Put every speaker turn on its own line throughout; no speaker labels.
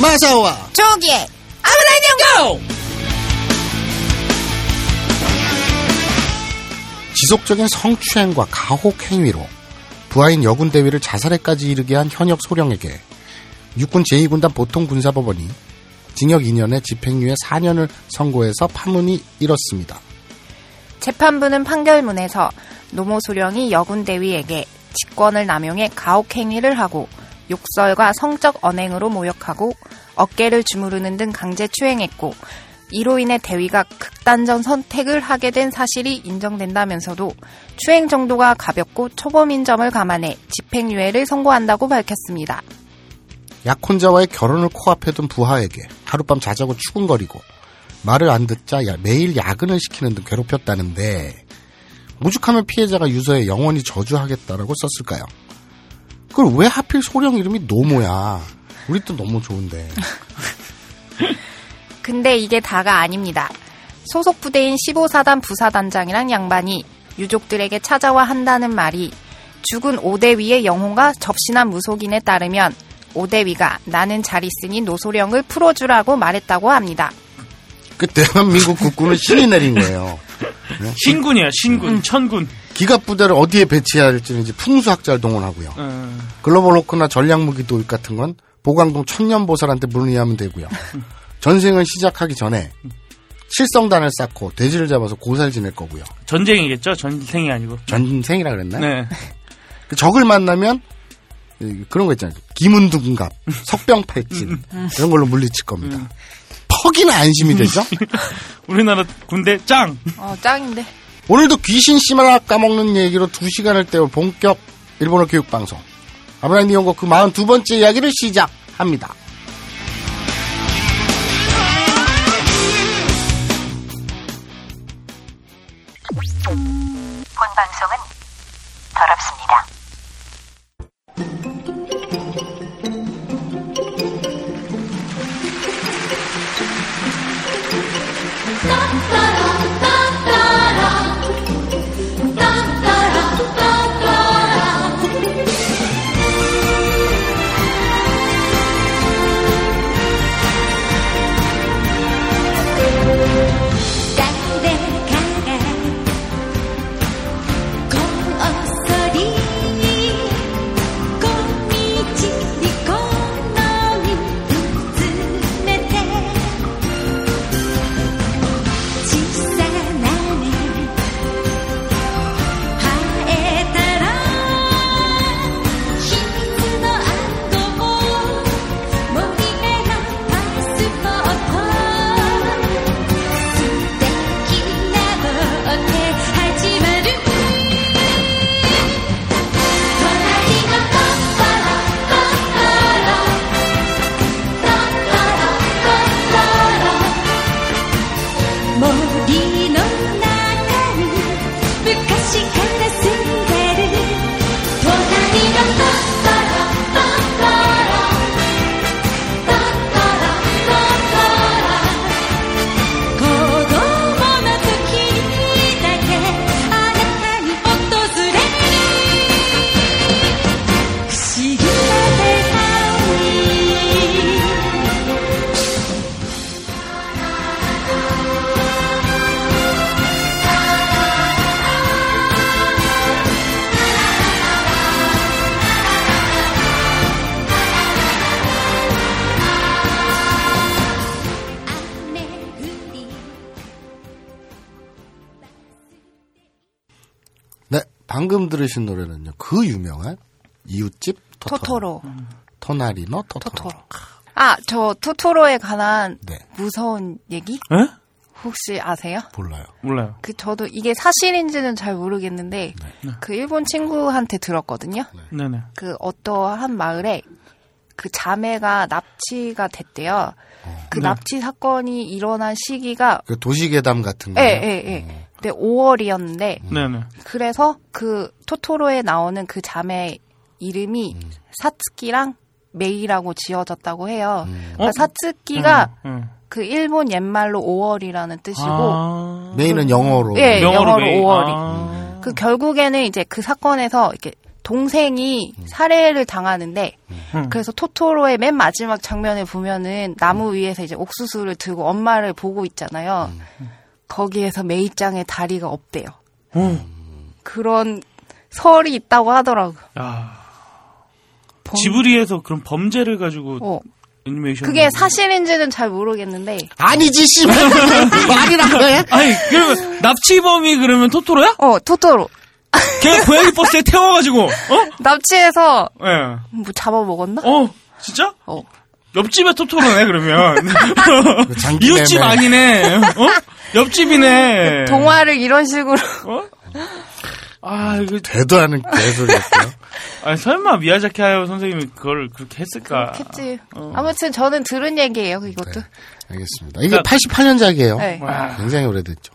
마사오와
저기에
아무나 인형 고!
지속적인 성추행과 가혹행위로 부하인 여군 대위를 자살에까지 이르게 한 현역 소령에게 육군 제2군단 보통군사법원이 징역 2년에 집행유예 4년을 선고해서 파문이 일었습니다.
재판부는 판결문에서 노모 소령이 여군 대위에게 직권을 남용해 가혹행위를 하고 욕설과 성적 언행으로 모욕하고 어깨를 주무르는 등 강제 추행했고 이로 인해 대위가 극단적 선택을 하게 된 사실이 인정된다면서도 추행 정도가 가볍고 초범인 점을 감안해 집행유예를 선고한다고 밝혔습니다.
약혼자와의 결혼을 코앞에 둔 부하에게 하룻밤 자자고 추근거리고 말을 안 듣자 야- 매일 야근을 시키는 등 괴롭혔다는데 오죽하면 피해자가 유서에 영원히 저주하겠다라고 썼을까요? 그걸 왜 하필 소령 이름이 노모야? 우리 또 너무 좋은데.
근데 이게 다가 아닙니다. 소속 부대인 15사단 부사단장이란 양반이 유족들에게 찾아와 한다는 말이 죽은 오대위의 영혼과 접신한 무속인에 따르면 오대위가 나는 잘 있으니 노소령을 풀어주라고 말했다고 합니다.
그 대한민국 국군은 신이 내린 거예요. 네?
신군이야 신군 천군
기갑 부대를 어디에 배치해야 할지는 이제 풍수학자를 동원하고요.
어,
글로벌 호크나 전략무기 도입 같은 건 보광동 천년보살한테 문의하면 되고요. 전쟁을 시작하기 전에 실성단을 쌓고 돼지를 잡아서 고살 지낼 거고요.
전쟁이겠죠 전생이 아니고
전생이라 그랬나요?
네
그 적을 만나면 이- 그런 거 있잖아요. 기문둔갑, 석병팔진
음.
이런 걸로 물리칠 겁니다. 퍽이나 안심이 되죠?
우리나라 군대 짱
어, 짱인데.
오늘도 귀신 씨만 까먹는 얘기로 두 시간을 때워 본격 일본어 교육 방송 아브라함 이용고 그 42번째 이야기를 시작합니다.
본 방송은 더럽습니다.
딴데 가라 공어서리 꽃미치리 꽃놈이 부츠메테 지사나네 하에따라 히츠노 안고 모리메라 파스포트 素敵な冒険始まる隣のパパラパパラパパラパパラ森の中に昔から住んでる隣のパパラパパラパパラパパラ子供の時だけあなたに訪れる不思議な出会い雨降り
네, 방금 들으신 노래는요. 그 유명한 이웃집 토토로. 음.
토토로.
토나리노 토토로.
아, 저 토토로에 관한
네.
무서운 얘기?
에?
혹시 아세요?
몰라요.
몰라요
그 저도 이게 사실인지는 잘 모르겠는데
네.
그 일본 친구한테 들었거든요.
네네
그 어떠한 마을에 그 자매가 납치가 됐대요.
네.
그 납치 사건이 일어난 시기가
그 도시괴담 같은
음.
거.
예, 예, 예. 근데 5월이었는데
네네
그래서 그 토토로에 나오는 그 자매 이름이
음.
사츠키랑 메이라고 지어졌다고 해요. 그러니까
어?
사츠키가
응.
그 일본 옛말로 5월이라는 뜻이고
아.
메인은 영어로.
예. 영어로
메인.
오월이.
아.
그 결국에는 이제 그 사건에서 이렇게 동생이 살해를 당하는데
음.
그래서 토토로의 맨 마지막 장면에 보면은 나무 위에서 이제 옥수수를 들고 엄마를 보고 있잖아요.
음.
거기에서 메이짱의 다리가 없대요. 그런 설이 있다고 하더라고.
야,
범-
지브리에서 그런 범죄를 가지고
어,
애니메이션.
그게 사실인지는 잘 모르겠는데
아니지 씨발 말이라 해.
아니 그러면 납치범이 그러면 토토로야?
어 토토로
걔 고양이 버스에 태워가지고 어?
납치해서
예.
뭐 잡아먹었나?
어 진짜?
어.
옆집의 토토로네 그러면
장기
이웃집
매매.
아니네 어?
그
옆집이네
동화를 이런 식으로
어? 아 이거
되도 않은 개소리였어요.
아니, 설마 미야자키 하야 선생님이 그걸 그렇게 했을까?
했지.
어.
아무튼 저는 들은 얘기예요. 이것도.
네, 알겠습니다. 이게
그러니까-
88년작이에요.
네.
와.
굉장히 오래됐죠.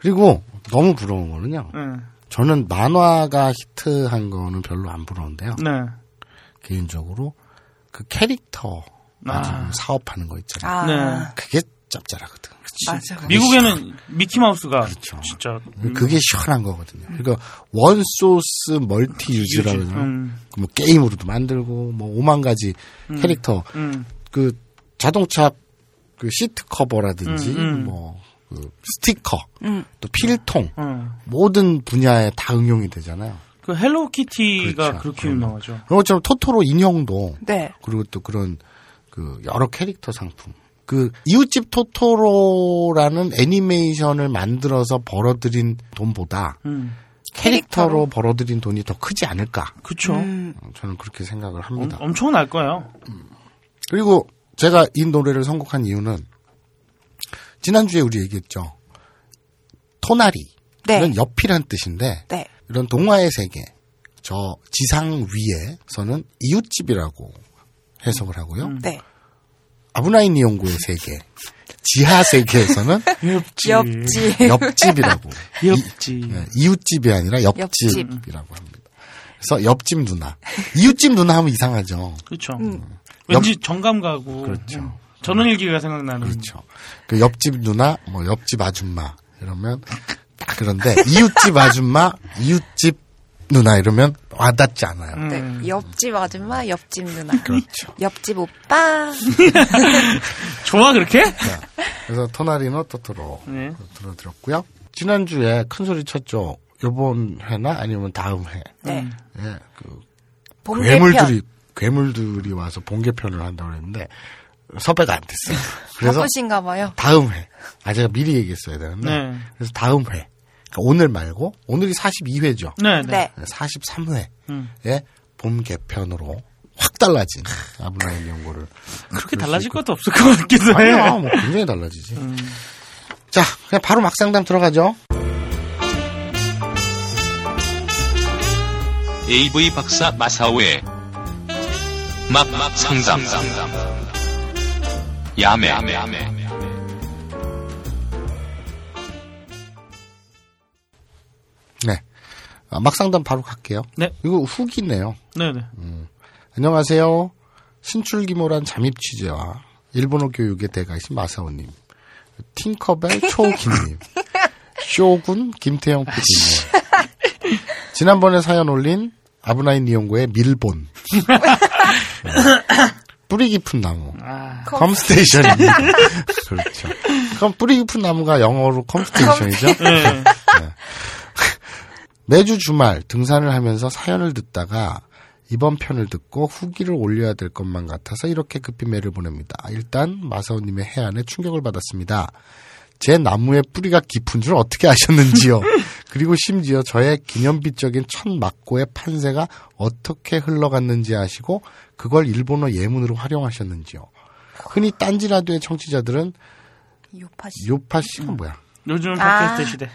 그리고 너무 부러운 거는요.
응.
저는 만화가 히트한 거는 별로 안 부러운데요.
네.
개인적으로 그 캐릭터 가지고 사업하는 거 있잖아요.
아,
네.
그게 짭짤하거든.
맞아.
미국에는 미키 마우스가
그렇죠.
진짜
그게 시원한 거거든요. 그러니까 원 소스 멀티 유즈라고
유즈.
그러나?
음.
뭐 게임으로도 만들고 뭐 오만 가지 캐릭터
음.
그 자동차 그 시트 커버라든지
음, 음.
뭐그 스티커 또 필통
어.
모든 분야에 다 응용이 되잖아요.
그 헬로키티가
그렇죠.
그렇게 유명하죠.
그런 것처럼 토토로 인형도
네.
그리고 또 그런 그 여러 캐릭터 상품. 그 이웃집 토토로라는 애니메이션을 만들어서 벌어들인 돈보다
음.
캐릭터로 벌어들인 돈이 더 크지 않을까 어,
그쵸.
음. 저는 그렇게 생각을
엄,
합니다.
엄청날 거예요.
그리고 제가 이 노래를 선곡한 이유는 지난주에 우리 얘기했죠. 토나리는
네.
옆이란 뜻인데
네.
이런 동화의 세계, 저 지상 위에서는 이웃집이라고 해석을 하고요.
네.
아브나인 이용구의 세계, 지하 세계에서는
옆집.
옆집.
옆집이라고.
옆집.
예, 이웃집이 아니라 옆집이라고 합니다. 그래서 옆집 누나. 이웃집 누나 하면 이상하죠.
그쵸. 왠지 정감 가고.
그렇죠.
음. 전원일기가 생각나는.
그렇죠. 그 옆집 누나, 뭐 옆집 아줌마 이러면 딱 그런데 이웃집 아줌마, 이웃집 누나 이러면 와닿지 않아요.
음.
네. 옆집 아줌마, 옆집 누나.
그렇죠.
옆집 오빠.
좋아, 그렇게?
네. 그래서 토나리노 토토로
네.
들어드렸고요. 지난주에 큰 소리 쳤죠. 요번 해나 아니면 다음 해.
네.
예, 그
봄개편.
괴물들이 괴물들이 와서 본개편을 한다고 그랬는데 섭외가 안 됐어요. 그래서
바쁘신가 봐요.
다음 회. 아 제가 미리 얘기했어야 되는데.
네.
그래서 다음 회. 그러니까 오늘 말고 오늘이 42회죠.
네. 네.
네.
43회에
음.
봄 개편으로 확 달라진 아브라함 연구를
그렇게 달라질 것도 없을 것 같기도 해.
아니야, 뭐 굉장히 달라지지.
음.
자, 그냥 바로 막상담 들어가죠.
AV 박사 마사오의 막 상담 야매
네, 아, 막상담 바로 갈게요.
네.
이거 후기네요.
네네.
안녕하세요. 신출기모란 잠입 취재와 일본어 교육의 대가이신 마사오님, 팅커벨 초우키님, 쇼군 김태형 PD님. 지난번에 사연 올린 아브나인 니용고의 밀본. 네. 뿌리 깊은 나무. 컴스테이션입니다. 그렇죠. 그럼 뿌리 깊은 나무가 영어로 컴스테이션이죠?
네.
매주 주말 등산을 하면서 사연을 듣다가 이번 편을 듣고 후기를 올려야 될 것만 같아서 이렇게 급히 메일을 보냅니다. 일단 마사오님의 해안에 충격을 받았습니다. 제 나무의 뿌리가 깊은 줄 어떻게 아셨는지요? 그리고 심지어 저의 기념비적인 첫 막고의 판세가 어떻게 흘러갔는지 아시고 그걸 일본어 예문으로 활용하셨는지요? 흔히 딴지라도의 청취자들은
요파 씨.
요파 씨가 뭐야?
요즘은
아.
팟캐스트 시대.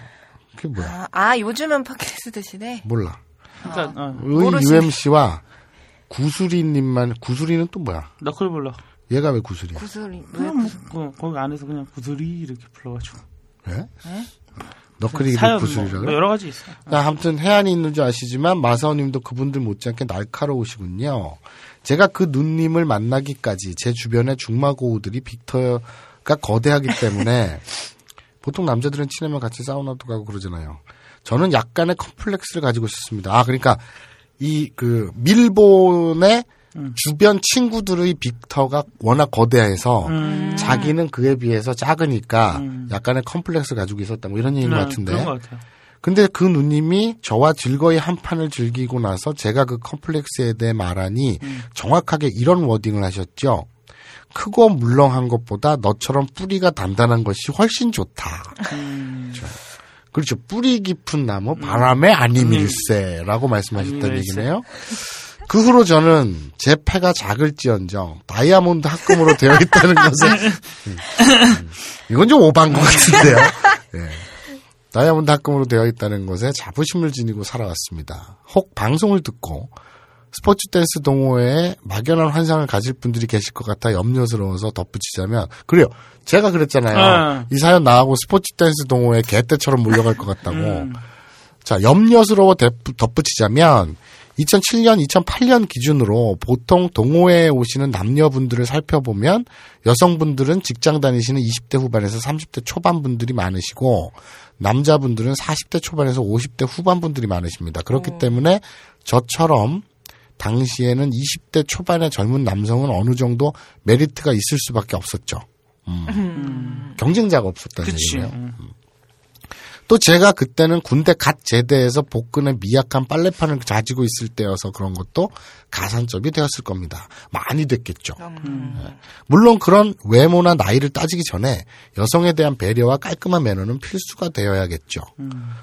그게 뭐야?
아, 아, 요즘은 팟캐스트 대신에.
몰라.
그러니까 어,
의
모르시네.
UMC와 구수리님만 구수리는 또 뭐야?
너클볼러.
얘가 왜 구슬이야?
구슬이. 왜?
그냥 뭐, 그, 거기 안에서 그냥 구슬이 이렇게 불러가지고
예? 너클이
사연 뭐,
구슬이라고?
뭐 여러 가지 있어요.
자, 아무튼 해안이 있는 줄 아시지만 마사오님도 그분들 못지않게 날카로우시군요. 제가 그 눈님을 만나기까지 제 주변의 중마고우들이 빅터가 거대하기 때문에 보통 남자들은 친하면 같이 사우나도 가고 그러잖아요. 저는 약간의 컴플렉스를 가지고 있었습니다. 아 그러니까 이 그 밀본의 주변 친구들의 빅터가 워낙 거대해서 자기는 그에 비해서 작으니까 약간의 컴플렉스 가지고 있었다 뭐 이런 얘기인 것 같은데.
네, 그런 것 같아요.
근데 그 누님이 저와 즐거이 한 판을 즐기고 나서 제가 그 컴플렉스에 대해 말하니
음.
정확하게 이런 워딩을 하셨죠. 크고 물렁한 것보다 너처럼 뿌리가 단단한 것이 훨씬 좋다.
음.
그렇죠. 뿌리 깊은 나무 바람에 아님일세라고 말씀하셨다는
음. 아님일세.
얘기네요. 그 후로 저는 제 패가 작을지언정 다이아몬드 합금으로 되어 있다는 것에 음, 음. 이건 좀 오반 것 같은데요. 예. 다이아몬드 합금으로 되어 있다는 것에 자부심을 지니고 살아왔습니다. 혹 방송을 듣고 스포츠 댄스 동호회에 막연한 환상을 가질 분들이 계실 것 같아 염려스러워서 덧붙이자면 그래요. 제가 그랬잖아요.
아.
이 사연 나하고 스포츠 댄스 동호회 개떼처럼 몰려갈 것 같다고.
음.
자, 염려스러워 덧- 덧붙이자면 2007년, 2008년 기준으로 보통 동호회에 오시는 남녀분들을 살펴보면 여성분들은 직장 다니시는 20대 후반에서 30대 초반 분들이 많으시고 남자분들은 40대 초반에서 50대 후반 분들이 많으십니다. 그렇기
네.
때문에 저처럼 당시에는 20대 초반의 젊은 남성은 어느 정도 메리트가 있을 수밖에 없었죠. 음. 경쟁자가 없었다는
그치. 음.
얘기예요. 또 제가 그때는 군대 갓 제대해서 복근에 미약한 빨래판을 가지고 있을 때여서 그런 것도 가산점이 되었을 겁니다. 많이 됐겠죠. 예. 물론 그런 외모나 나이를 따지기 전에 여성에 대한 배려와 깔끔한 매너는 필수가 되어야겠죠.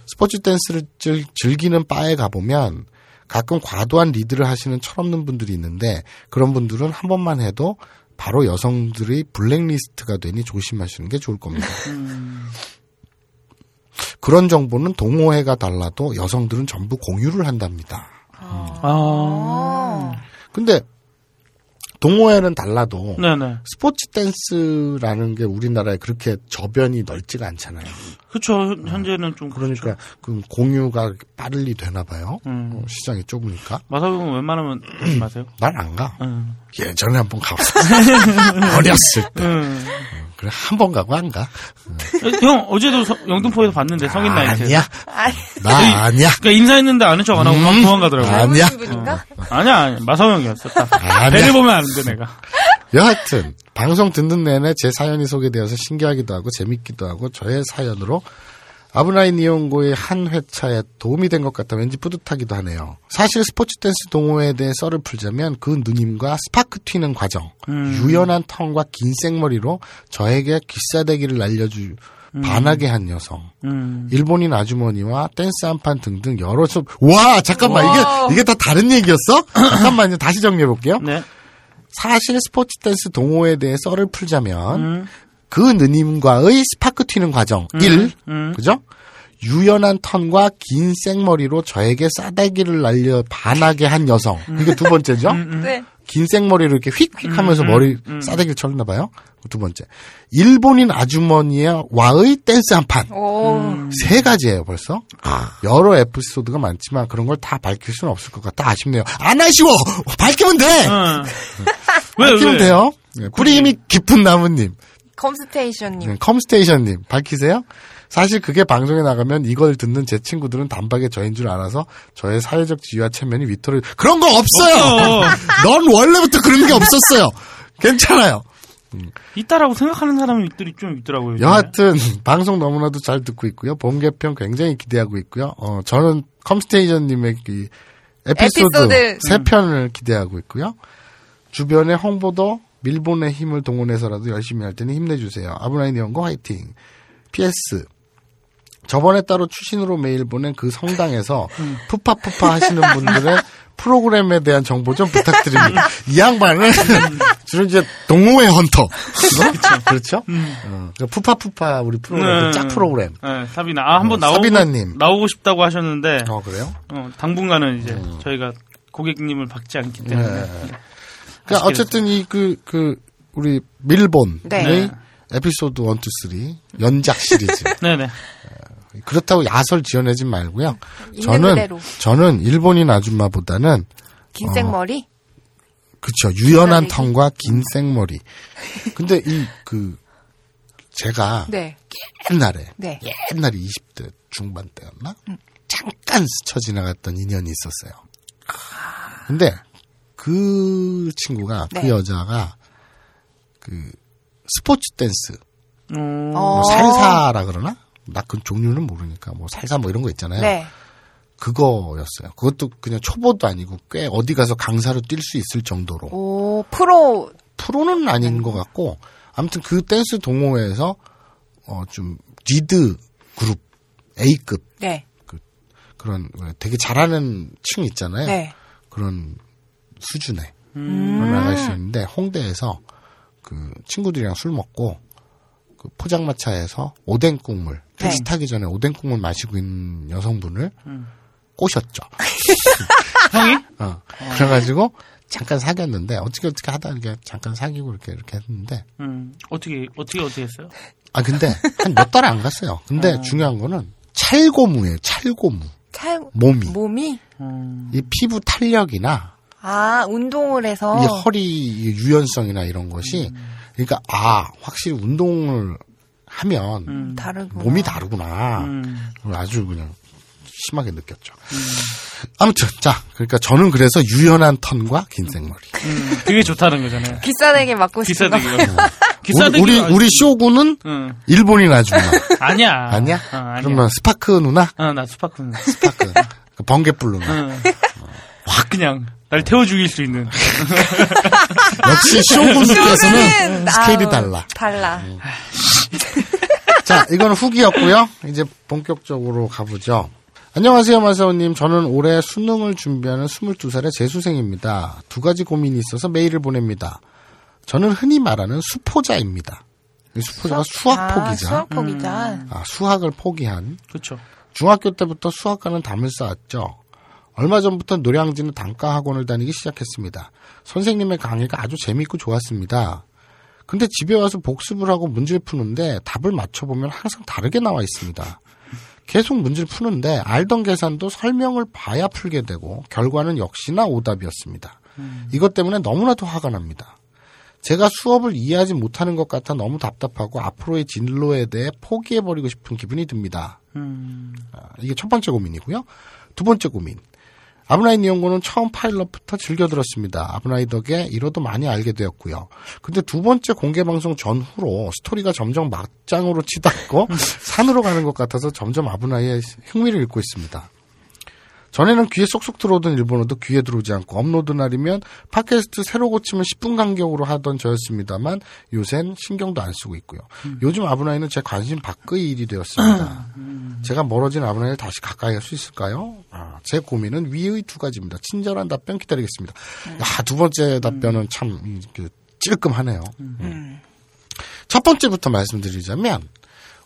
스포츠 댄스를 즐- 즐기는 바에 가보면 가끔 과도한 리드를 하시는 철없는 분들이 있는데 그런 분들은 한 번만 해도 바로 여성들의 블랙리스트가 되니 조심하시는 게 좋을 겁니다. 그런 정보는 동호회가 달라도 여성들은 전부 공유를 한답니다.
아,
근데 동호회는 달라도
네네.
스포츠 댄스라는 게 우리나라에 그렇게 저변이 넓지가 않잖아요.
그쵸. 현- 현재는 좀 그렇죠.
그러니까 그 공유가 빨리 되나 봐요.
음.
어, 시장이 좁으니까
마사오는 웬만하면 하지 마세요.
난 안 가.
음.
예전에 한 번 가봤어. 어렸을 때.
음.
그래 한 번 가고 안 가.
형 어제도 서- 영등포에서 봤는데 성인 나이트.
아니야. 나 아니야.
그러니까 인사했는데 아는 척 안 하고 막 도망가더라고. 요
음. 아니야.
아니야, 아니야. 마사오 형이었어. 딱.
아니야.
배를 보면 아는데 내가.
예, 여하튼 방송 듣는 내내 제 사연이 소개되어서 신기하기도 하고 재밌기도 하고 저의 사연으로 아브나이 니온고의 한 회차에 도움이 된 것 같아 왠지 뿌듯하기도 하네요. 사실 스포츠 댄스 동호회에 대해 썰을 풀자면 그 누님과 스파크 튀는 과정, 유연한 턴과 긴 생머리로 저에게 귀싸대기를 날려주 반하게 한 여성,
음.
일본인 아주머니와 댄스 한판 등등 여러 좀, 와 잠깐만 이게 이게 다 다른 얘기였어? 잠깐만요 다시 정리해 볼게요.
네.
사실 스포츠 댄스 동호회에 대해 썰을 풀자면 그 느님과의 스파크 튀는 과정 일, 그죠? 유연한 턴과 긴 생머리로 저에게 싸대기를 날려 반하게 한 여성. 이게 두 번째죠?
음.
네.
긴 생머리로 이렇게 휙휙 하면서 머리 싸대기를 쳤나 봐요. 두 번째. 일본인 아주머니와의 댄스 한판.
어.
오.
세 가지예요, 벌써. 여러 에피소드가 많지만 그런 걸 다 밝힐 수는 없을 것 같다. 아쉽네요. 안 아쉬워! 밝히면 돼!
음. 왜,
밝히면
왜?
돼요. 네, 뿌리 힘이 깊은 나무님,
컴스테이션님.
네, 컴스테이션님 밝히세요. 사실 그게 방송에 나가면 이걸 듣는 제 친구들은 단박에 저인 줄 알아서 저의 사회적 지위와 체면이 위토를 그런 거 없어요.
없어.
넌 원래부터 그런 게 없었어요. 괜찮아요.
있다라고 생각하는 사람들이 좀 있더라고요. 요즘에.
여하튼 방송 너무나도 잘 듣고 있고요. 봄 개편 굉장히 기대하고 있고요. 어, 저는 컴스테이션님의 이 에피소드,
에피소드.
세 편을 기대하고 있고요. 주변의 홍보도 밀본의 힘을 동원해서라도 열심히 할 테니 힘내주세요. 아브라인 연구 화이팅. PS 저번에 따로 추신으로 메일 보낸 그 성당에서 푸파푸파 하시는 분들의 프로그램에 대한 정보 좀 부탁드립니다. 이 양반은 주로 이제 동호회 헌터. 어? 그렇죠? 어, 그 푸파푸파 우리 프로그램,
네.
그 짝 프로그램.
네, 사비나. 아, 한번
어,
나오고,
사비나님.
나오고 싶다고 하셨는데,
어, 음. 그래요?
어, 당분간은 이제 저희가 고객님을 받지 않기 때문에.
네. 그러니까 어쨌든 이 그 그 우리 밀본의
네.
에피소드 1, 2, 3 연작 시리즈.
네네.
그렇다고 야설 지어내진 말고요.
있는
저는
그대로.
저는 일본인 아줌마보다는
긴 생머리?
그쵸. 유연한 턴과 긴 생머리. 근데 이, 그, 제가
네.
옛날에,
네. 음.
옛날에 20대 중반 때였나? 잠깐 스쳐 지나갔던 인연이 있었어요. 근데 그 친구가 그
아. 네.
여자가 그 스포츠 댄스
음,
뭐
어.
살사라 그러나 나 그 종류는 모르니까 뭐 살사 뭐 이런 거 있잖아요.
네.
그거였어요. 그것도 그냥 초보도 아니고 꽤 어디 가서 강사로 뛸 수 있을 정도로
오, 프로.
프로는 아닌 것 같고 아무튼 그 댄스 동호회에서 어 좀 리드 그룹 A급
네.
그런 되게 잘하는 층 있잖아요.
네.
그런 수준의 그런 아가씨였는데 홍대에서 그 친구들이랑 술 먹고 그 포장마차에서 오뎅 국물 택시 타기 전에 오뎅 국물 마시고 있는 여성분을 꼬셨죠.
형이?
어. 그래가지고 잠깐 사귀었는데 어떻게 어떻게 하다 이렇게 잠깐 사귀고 이렇게 이렇게 했는데
음, 어떻게 어떻게 어떻게 했어요?
아 근데 한 몇 달 안 갔어요. 근데 중요한 거는 찰고무예요. 찰고무
칼,
몸이
몸이?
음,
이 피부 탄력이나
아, 운동을 해서.
어.
이 허리 유연성이나 이런 것이
음.
그러니까 아 확실히 운동을 하면
다르고.
몸이 다르구나
음.
그걸 아주 그냥 심하게 느꼈죠. 아무튼 자 그러니까 저는 그래서 유연한 턴과 긴 생머리.
음, 그게 좋다는 거잖아요.
기싸대기 맞고 싶은 거.
기싸대기가.
음. 우리
기싸대기.
우리, 우리 쇼군은
응.
일본인 아줌마
음. 아니야.
아니야?
어, 아니야.
그러면 스파크 누나
어, 나 수파크 누나.
스파크 그 번개불 누나
응. 확 그냥 날 태워 죽일 수 있는.
역시 쇼군께서는
아,
스케일이 달라. 음.
달라.
자, 이건 후기였고요. 이제 본격적으로 가보죠. 안녕하세요, 마사오님. 저는 올해 수능을 준비하는 22살의 재수생입니다. 두 가지 고민이 있어서 메일을 보냅니다. 저는 흔히 말하는 수포자입니다. 이 어, 수포자가 수학 포기자.
아, 수학 포기자.
아, 수학을 포기한
그렇죠.
중학교 때부터 수학과는 담을 쌓았죠. 얼마 전부터 노량진의 단과 학원을 다니기 시작했습니다. 선생님의 강의가 아주 재밌고 좋았습니다. 근데 집에 와서 복습을 하고 문제를 푸는데 답을 맞춰보면 항상 다르게 나와 있습니다. 계속 문제를 푸는데 알던 계산도 설명을 봐야 풀게 되고 결과는 역시나 오답이었습니다. 이것 때문에 너무나도 화가 납니다. 제가 수업을 이해하지 못하는 것 같아 너무 답답하고 앞으로의 진로에 대해 포기해버리고 싶은 기분이 듭니다. 아, 이게 첫 번째 고민이고요. 두 번째 고민. 아브나이 니온고는 처음 파일럿부터 즐겨 들었습니다. 아브나이 덕에 이로도 많이 알게 되었고요. 근데 두 번째 공개 방송 전후로 스토리가 점점 막장으로 치닫고 산으로 가는 것 같아서 점점 아브나이의 흥미를 잃고 있습니다. 전에는 귀에 쏙쏙 들어오던 일본어도 귀에 들어오지 않고 업로드 날이면 팟캐스트 새로 고치면 10분 간격으로 하던 저였습니다만 요샌 신경도 안 쓰고 있고요. 요즘 아브나이는 제 관심 밖의 일이 되었습니다. 제가 멀어진 아브나이를 다시 가까이 할 수 있을까요? 아, 제 고민은 위의 두 가지입니다. 친절한 답변 기다리겠습니다. 야, 두 번째 답변은 참 이, 그, 찔끔하네요. 음. 첫 번째부터 말씀드리자면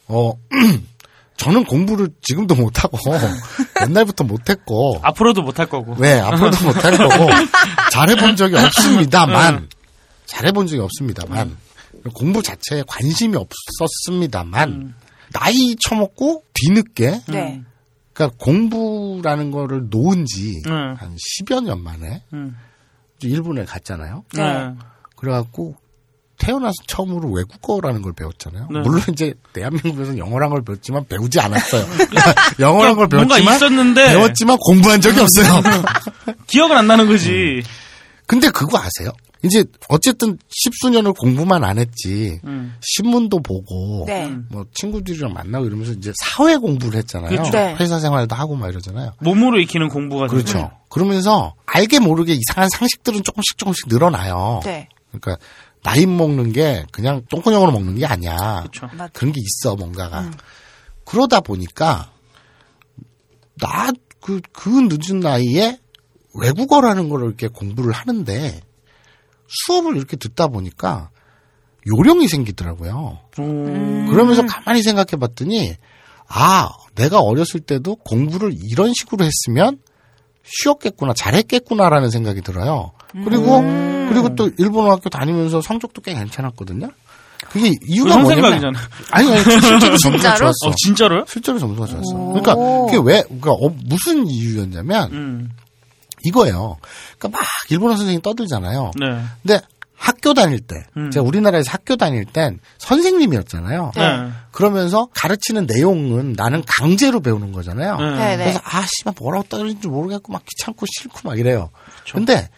어 저는 공부를 지금도 못하고 옛날부터 못했고
앞으로도 못 할 거고.
네, 앞으로도 못할 거고 잘해본 적이 없습니다만 잘해본 적이 없습니다만 공부 자체에 관심이 없었습니다만 나이 처먹고 뒤늦게
네.
그러니까 공부라는 거를 놓은 지
음.
한 10여 년 만에
음.
일본에 갔잖아요.
네.
응.
그래갖고 태어나서 처음으로 외국어라는 걸 배웠잖아요.
네.
물론 이제 대한민국에서는 영어란 걸 배웠지만 배우지 않았어요. 영어란 걸
뭔가
배웠지만
있었는데.
배웠지만 공부한 적이 없어요.
기억은 안 나는 거지.
음. 근데 그거 아세요? 이제 어쨌든 십수년을 공부만 안 했지 신문도 보고
네.
뭐 친구들이랑 만나고 이러면서 이제 사회 공부를 했잖아요.
그렇죠.
네.
회사 생활도 하고 막 이러잖아요.
몸으로 익히는 공부가 되고.
그렇죠. 그러면서 알게 모르게 이상한 상식들은 조금씩 조금씩 늘어나요.
네.
그러니까 나이 먹는 게 그냥 쫑꾸녕으로 먹는 게 아니야.
그렇죠.
맞-
그런 게 있어 뭔가가. 그러다 보니까 나 그 그 늦은 나이에 외국어라는 걸 이렇게 공부를 하는데 수업을 이렇게 듣다 보니까 요령이 생기더라고요.
음.
그러면서 가만히 생각해 봤더니 아, 내가 어렸을 때도 공부를 이런 식으로 했으면 쉬웠겠구나, 잘했겠구나라는 생각이 들어요. 그리고
음.
그리고 또 일본 학교 다니면서 성적도 꽤 괜찮았거든요. 그게 이유가
그건
뭐냐면
생각이잖아.
아니 아니 실제로 점수가
진짜로?
좋았어.
어, 진짜로요?
실제로 점수가 좋았어.
오.
그러니까 그게 왜 그러니까 어, 무슨 이유였냐면
음.
이거예요. 그러니까 막 일본어 선생님 떠들잖아요.
네.
근데 학교 다닐 때
음.
제가 우리나라에서 학교 다닐 땐 선생님이었잖아요.
네.
그러면서 가르치는 내용은 나는 강제로 배우는 거잖아요.
네.
네, 네.
그래서 아 씨발 뭐라고 따르는지 모르겠고 막 귀찮고 싫고 막 이래요. 근데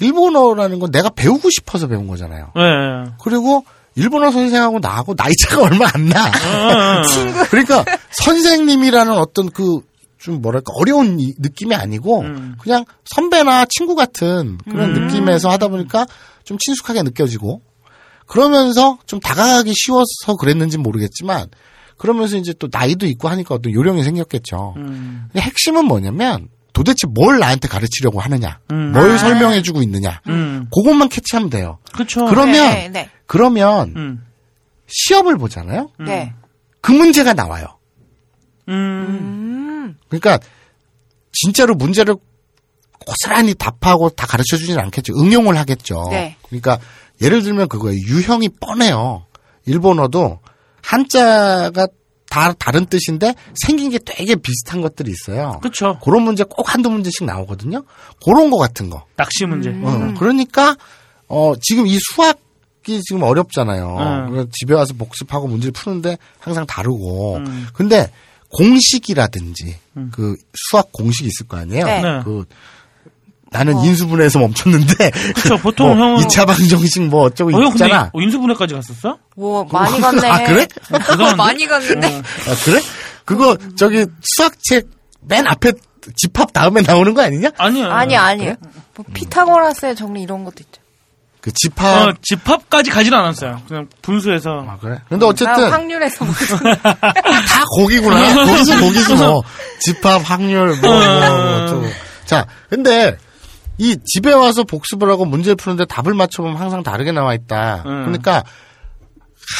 일본어라는 건 내가 배우고 싶어서 배운 거잖아요.
네.
그리고 일본어 선생하고 나하고 나이 차가 얼마 안
아.
나. 친구. 그러니까 선생님이라는 어떤 그 좀 뭐랄까 어려운 이- 느낌이 아니고
음.
그냥 선배나 친구 같은 그런 느낌에서 하다 보니까 좀 친숙하게 느껴지고 그러면서 좀 다가가기 쉬워서 그랬는지 모르겠지만 그러면서 이제 또 나이도 있고 하니까 어떤 요령이 생겼겠죠.
음.
근데 핵심은 뭐냐면 도대체 뭘 나한테 가르치려고 하느냐,
음.
뭘 설명해주고 있느냐,
음.
그것만 캐치하면 돼요.
그쵸.
그러면
네, 네.
그러면
음.
시험을 보잖아요.
음.
네.
그 문제가 나와요.
음.
음.
그러니까 진짜로 문제를 고스란히 답하고 다 가르쳐 주진 않겠죠. 응용을 하겠죠.
네.
그러니까 예를 들면 그거예요. 유형이 뻔해요. 일본어도 한자가 다 다른 뜻인데 생긴 게 되게 비슷한 것들이 있어요.
그쵸.
그런 문제 꼭 한두 문제씩 나오거든요. 그런 거 같은 거.
낚시 문제.
어, 그러니까 어 지금 이 수학이 지금 어렵잖아요.
음.
그래서 집에 와서 복습하고 문제를 푸는데 항상 다르고.
음.
근데 공식이라든지 그 수학 공식이 있을 거 아니에요.
네. 어.
네.
그 나는 인수분해에서 멈췄는데
그쵸, 보통
뭐
형은-
2차 방정식 뭐 어쩌고
어, 형 근데
있잖아.
이- 어, 인수분해까지 갔었어?
뭐 많이 갔네. 뭐,
아, 그래?
죄송한데.
많이 갔는데.
어,
아, 그래? 그거
음.
저기 수학책 맨 앞에 집합 다음에 나오는 거 아니냐?
아니야.
아니 아니. 뭐 피타고라스의 정리 이런 것도 있죠.
그
어,
집합
집합까지 가진 않았어요. 그냥 분수에서.
아, 그래? 근데 어쨌든
나 확률에서 뭐 무슨
다 고기구나. 거기서 거기서 뭐
어.
집합 확률 뭐, 뭐 어쩌고. 자, 근데 이 집에 와서 복습을 하고 문제를 푸는데 답을 맞춰보면 항상 다르게 나와 있다.
음.
그러니까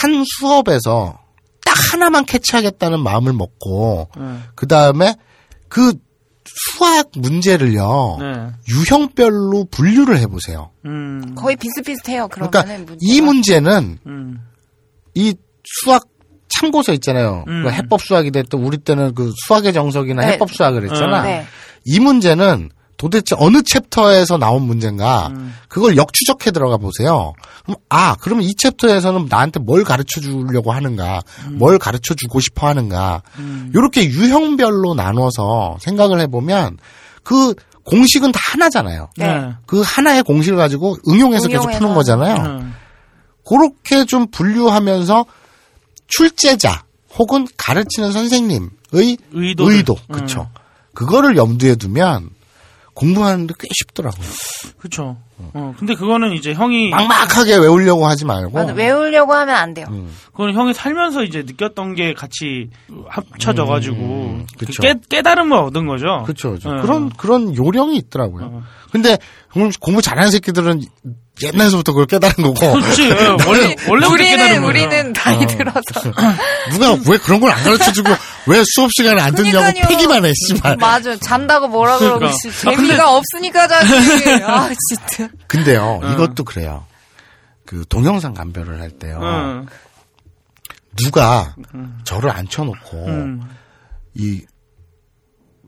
한 수업에서 딱 하나만 캐치하겠다는 마음을 먹고
음.
그 다음에 그 수학 문제를요
네.
유형별로 분류를 해보세요.
음.
거의 비슷비슷해요.
그러니까
그러면은
이
문제가.
문제는
음.
이 수학 참고서 있잖아요.
음.
그 해법 수학이 됐던 우리 때는 그 수학의 정석이나
네.
해법 수학을 했잖아.
음.
네.
이 문제는 도대체 어느 챕터에서 나온 문제인가
음.
그걸 역추적해 들어가 보세요. 그럼 아 그러면 이 챕터에서는 나한테 뭘 가르쳐 주려고 하는가,
음.
뭘 가르쳐 주고 싶어 하는가 이렇게 유형별로 나눠서 생각을 해보면 그 공식은 다 하나잖아요.
네.
네.
그 하나의 공식을 가지고 응용해서 계속
응용해서.
푸는 거잖아요.
음.
그렇게 좀 분류하면서 출제자 혹은 가르치는 선생님의 의도,
의도를. 음.
그쵸. 그거를 염두에 두면 공부하는데 꽤 쉽더라고요.
그쵸. 어, 근데 그거는 이제 형이,
아. 막막하게 외우려고 하지 말고.
맞아. 외우려고 하면 안 돼요.
음.
그거는 형이 살면서 이제 느꼈던 게 같이 합쳐져가지고.
음. 그쵸.
깨, 깨달음을 얻은 거죠.
그렇죠. 그렇죠.
음.
그런 그런 요령이 있더라고요. 근데 공부- 공부 잘하는 새끼들은 옛날서부터 그걸 깨달은 거고
그렇지. 예, 원래, 원래부터 깨달은 거죠.
나이 들어서
누가 왜 그런 걸 안 가르쳐 주고 왜 수업 시간에 안 듣냐고
그러니까요. 음,
패기만 해. 씨발.
맞아 잔다고 뭐라 그러고
그러니까.
있어.
아, 근데-
재미가 없으니까 자지. 아 진짜.
근데요.
음.
이것도 그래요. 그 동영상 감별을 할 때요.
응.
누가 저를 앉혀놓고
음.
이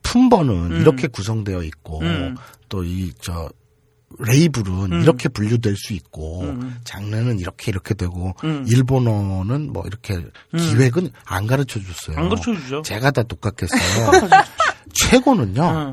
품번은 이렇게 구성되어 있고
음.
또 이 저 레이블은 이렇게 분류될 수 있고
음.
장르는 이렇게 이렇게 되고 일본어는 뭐 이렇게 기획은 안 가르쳐 줬어요.
음. 안 가르쳐주죠.
제가 다 똑같겠어요. 최고는요.
응.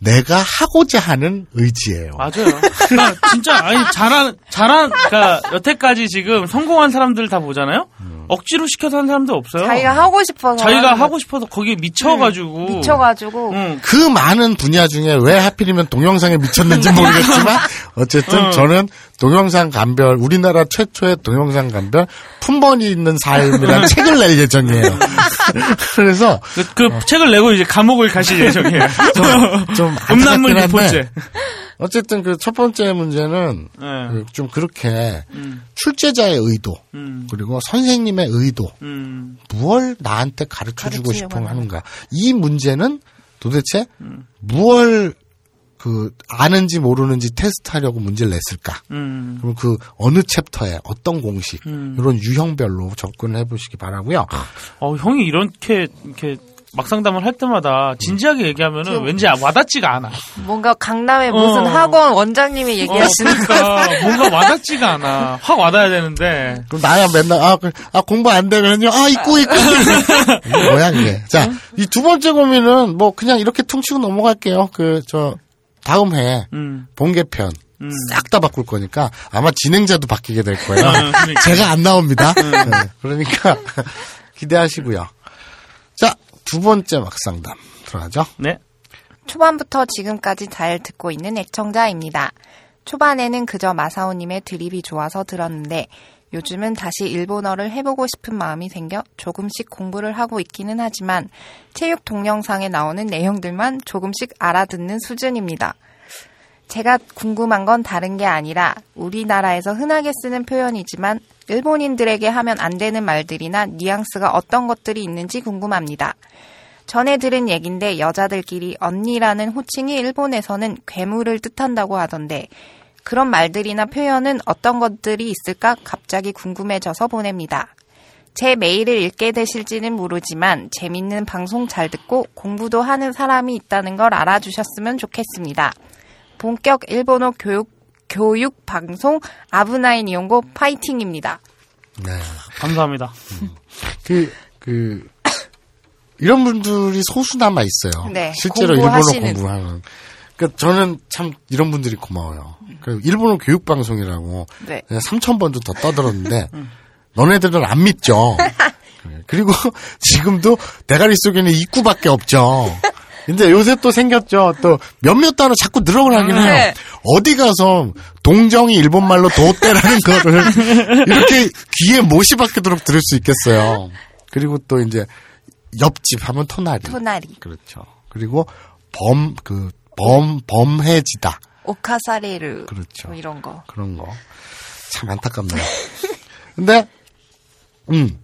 내가 하고자 하는 의지예요.
맞아요. 그러니까 진짜 아니 잘한 잘한 그러니까 여태까지 지금 성공한 사람들 다 보잖아요.
음.
억지로 시켜서 한 사람들 없어요.
자기가 하고 싶어서.
자기가
하는
하고 싶어서 거기에 미쳐가지고.
거지. 미쳐가지고.
응.
그 많은 분야 중에 왜 하필이면 동영상에 미쳤는지
네.
모르겠지만 어쨌든 저는 동영상 감별 우리나라 최초의 동영상 감별 품번이 있는 삶이라는 책을 낼 예정이에요. 그래서
그, 그 책을 내고 이제 감옥을 가실 예정이에요.
좀
음란물
안타깝긴 한데
유포죄.
어쨌든 그 첫 번째 문제는
네.
그좀 그렇게
음.
출제자의 의도
음.
그리고 선생님의 의도
음.
무얼 나한테 가르쳐 주고
가르치려고
싶어
하는
하는가. 이 문제는 도대체 무얼 그 아는지 모르는지 테스트하려고 문제를 냈을까?
음.
그럼 그 어느 챕터에 어떤 공식
음.
이런 유형별로 접근해 보시기 바라고요.
어 형이 이렇게 이렇게 막상담을 할 때마다 진지하게 얘기하면은 왠지 와닿지가 않아.
뭔가 강남의 무슨
어.
학원 원장님이
어,
얘기하시는
그러니까 뭔가 와닿지가 않아. 확 와닿아야 되는데.
그럼 나야 맨날 아, 그- 아 공부 안 되면요 아 입고 입고 이게 뭐야 이게 자 이 두 번째 고민은 뭐 그냥 이렇게 퉁치고 넘어갈게요 그 저 다음 해
음.
본개편
음.
싹 다 바꿀 거니까 아마 진행자도 바뀌게 될 거예요
어, 그러니까. 음.
제가 안 나옵니다 네, 그러니까 기대하시고요 자 두 번째 막상담 들어가죠
네.
초반부터 지금까지 잘 듣고 있는 애청자입니다. 초반에는 그저 마사오님의 드립이 좋아서 들었는데 요즘은 다시 일본어를 해보고 싶은 마음이 생겨 조금씩 공부를 하고 있기는 하지만 체육 동영상에 나오는 내용들만 조금씩 알아듣는 수준입니다. 제가 궁금한 건 다른 게 아니라 우리나라에서 흔하게 쓰는 표현이지만 일본인들에게 하면 안 되는 말들이나 뉘앙스가 어떤 것들이 있는지 궁금합니다. 전에 들은 얘긴데 여자들끼리 언니라는 호칭이 일본에서는 괴물을 뜻한다고 하던데 그런 말들이나 표현은 어떤 것들이 있을까 갑자기 궁금해져서 보냅니다. 제 메일을 읽게 되실지는 모르지만 재밌는 방송 잘 듣고 공부도 하는 사람이 있다는 걸 알아주셨으면 좋겠습니다. 본격 일본어 교육 교육 방송 아브나인 이용고 파이팅입니다.
네.
감사합니다.
그, 그, 이런 분들이 소수 남아 있어요.
네,
실제로
공부하시는.
일본어 공부하는. 그러니까 저는 참 이런 분들이 고마워요. 그 일본어 교육 방송이라고
음. 네. 음.
3천 번도 더 떠들었는데 너네들은 안 믿죠. 네, 그래. 그리고 지금도 대가리 속에는 입구밖에 없죠. 근데 요새 또 생겼죠. 또 몇몇 단어 자꾸 늘어을 하긴 해요.
네.
어디 가서 동정이 일본말로 도떼라는 거를 이렇게 귀에 못이 박히도록 들을 수 있겠어요. 그리고 또 이제 옆집 하면 토나리.
토나리
그렇죠. 그리고 범, 그, 범, 범해지다.
오카사레르
그렇죠.
뭐 이런 거.
그런 거. 참 안타깝네요. 근데, 음.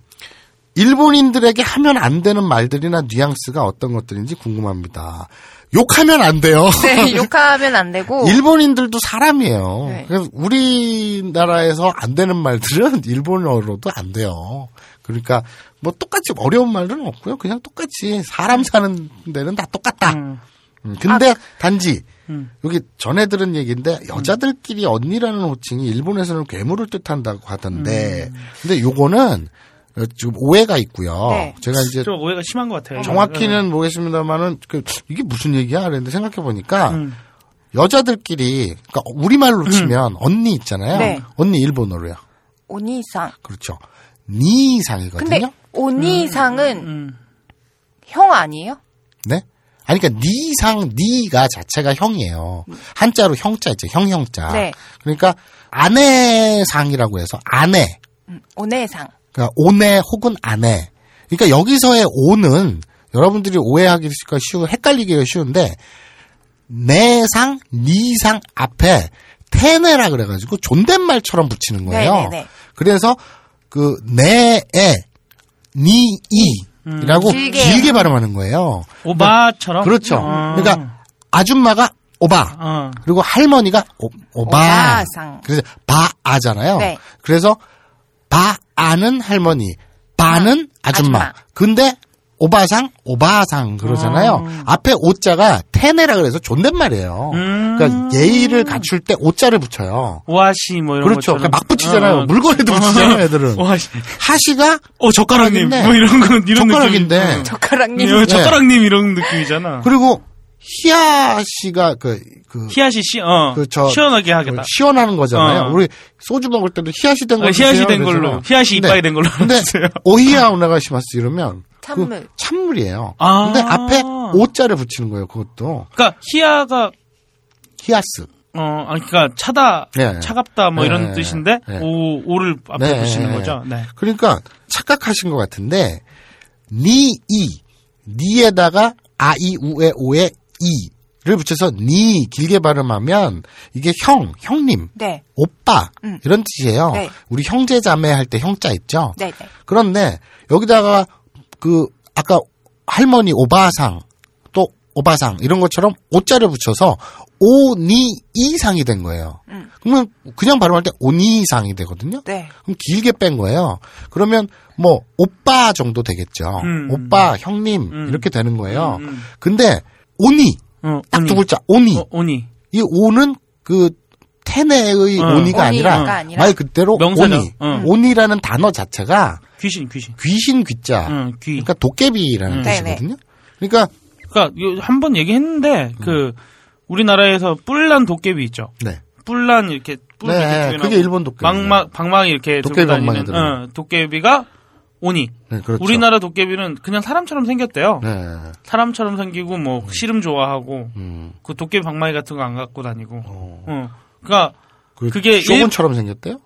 일본인들에게 하면 안 되는 말들이나 뉘앙스가 어떤 것들인지 궁금합니다. 욕하면 안 돼요.
네, 욕하면 안 되고
일본인들도 사람이에요.
네.
그래서 우리나라에서 안 되는 말들은 일본어로도 안 돼요. 그러니까 뭐 똑같이 어려운 말은 없고요. 그냥 똑같이 사람 사는 데는 다 똑같다. 음,
아,
근데 단지
음.
여기 전에 들은 얘기인데 여자들끼리 언니라는 호칭이 일본에서는 괴물을 뜻한다고 하던데
음.
근데 요거는 어, 지금 오해가 있고요.
네.
제가 이제
좀 오해가 심한 것 같아요.
그 정확히는 모르겠습니다만은 그 이게 무슨 얘기야? 그랬는데 생각해 보니까
음.
여자들끼리 그러니까 우리말로 치면 언니 있잖아요.
음. 네.
언니 일본어로요.
오니상.
그렇죠. 니 이상이거든요.
근데 오니상은
음.
형 아니에요?
네. 아니 그러니까 니 이상 니가 자체가 형이에요. 한자로 형자 있죠. 형형자.
네.
그러니까 아내상이라고 해서 아내.
오네상.
그러니까 오네 혹은 아내. 그러니까 여기서의 오는 여러분들이 오해하기가 그러니까 쉬운 헷갈리기가 쉬운데 내상 니상 앞에 테네라 그래가지고 존댓말처럼 붙이는 거예요.
네네네.
그래서 그 내에 니이라고
음, 길게. 음.
길게. 발음하는 거예요.
네. 오바처럼.
그렇죠.
어.
그러니까 아줌마가 오바.
어.
그리고 할머니가 오, 바
오바상.
그래서 바아잖아요.
네.
그래서 바아는 할머니, 바는 아줌마.
아줌마.
근데 오바상, 오바상 그러잖아요. 앞에 오자가 테네라 그래서 존댓말이에요.
음.
그러니까 예의를 갖출 때 오자를 붙여요.
오아시 뭐 이런
그렇죠.
것처럼.
그러니까 막 붙이잖아요.
어.
물건에도 붙이잖아요, 애들은.
오아시.
하시가
어 젓가락님
젓가락인데.
뭐 이런 건 이런
젓가락인데. 네.
느낌.
젓가락님.
어, 젓가락님 이런 느낌이잖아.
그리고 히야시가 그, 그
히야시 씨, 어,
그 저-
시원하게 하겠다.
시원하는 거잖아요.
어.
우리 소주 먹을 때도 히야시 된 걸로.
어, 히야시
주세요,
된 걸로.
그러잖아요.
히야시
근데-
이빠이 된 걸로
근데
주세요.
오히야 오나가시마스 이러면 그
찬물.
찬물이에요.
아.
근데 앞에 오자를 붙이는 거예요. 그것도
그러니까 히야가
히야스.
어, 아니, 그러니까 차다,
네.
차갑다 뭐 이런
네.
뜻인데
네.
오 오를 앞에
네.
붙이는 거죠. 네.
그러니까 착각하신 것 같은데 니이 니에다가 아이 우에 오에 이를 붙여서 니 길게 발음하면 이게 형 형님
네.
오빠
음.
이런 뜻이에요.
네.
우리 형제 자매 할 때 형자 있죠.
네, 네.
그런데 여기다가 그 아까 할머니 오바상 또 오바상 이런 것처럼 오자를 붙여서 오니이상이 된 거예요.
음.
그러면 그냥 발음할 때 오니이상이 되거든요.
네.
그럼 길게 뺀 거예요. 그러면 뭐 오빠 정도 되겠죠.
음.
오빠, 형님
음.
이렇게 되는 거예요.
음, 음.
근데 오니
어,
딱
오니.
두 글자 오니
어, 오니.
이 오는 그 테네의
어.
오니가
오니가
아니라
아니라
말 그대로
명사죠.
오니
어.
오니라는 단어 자체가
귀신, 귀신.
귀신 귀자
응, 귀.
그러니까 도깨비라는
음.
뜻이거든요. 그러니까
그러니까 한 번 얘기했는데
음.
그 우리나라에서 뿔난 도깨비 있죠.
네.
뿔난 이렇게 뿔
네,
이렇게
네,
튀어나오고
그게 일본 도깨비.
방망 방망이 이렇게
도깨비
들고 다니는,
방망이 들어요.
어, 도깨비가 오니.
네, 그렇죠.
우리나라 도깨비는 그냥 사람처럼 생겼대요.
네.
사람처럼 생기고 뭐 씨름 좋아하고
음.
그 도깨비 방망이 같은 거 안 갖고 다니고. 어. 그러니까
그
그게
쇼군처럼 생겼대요?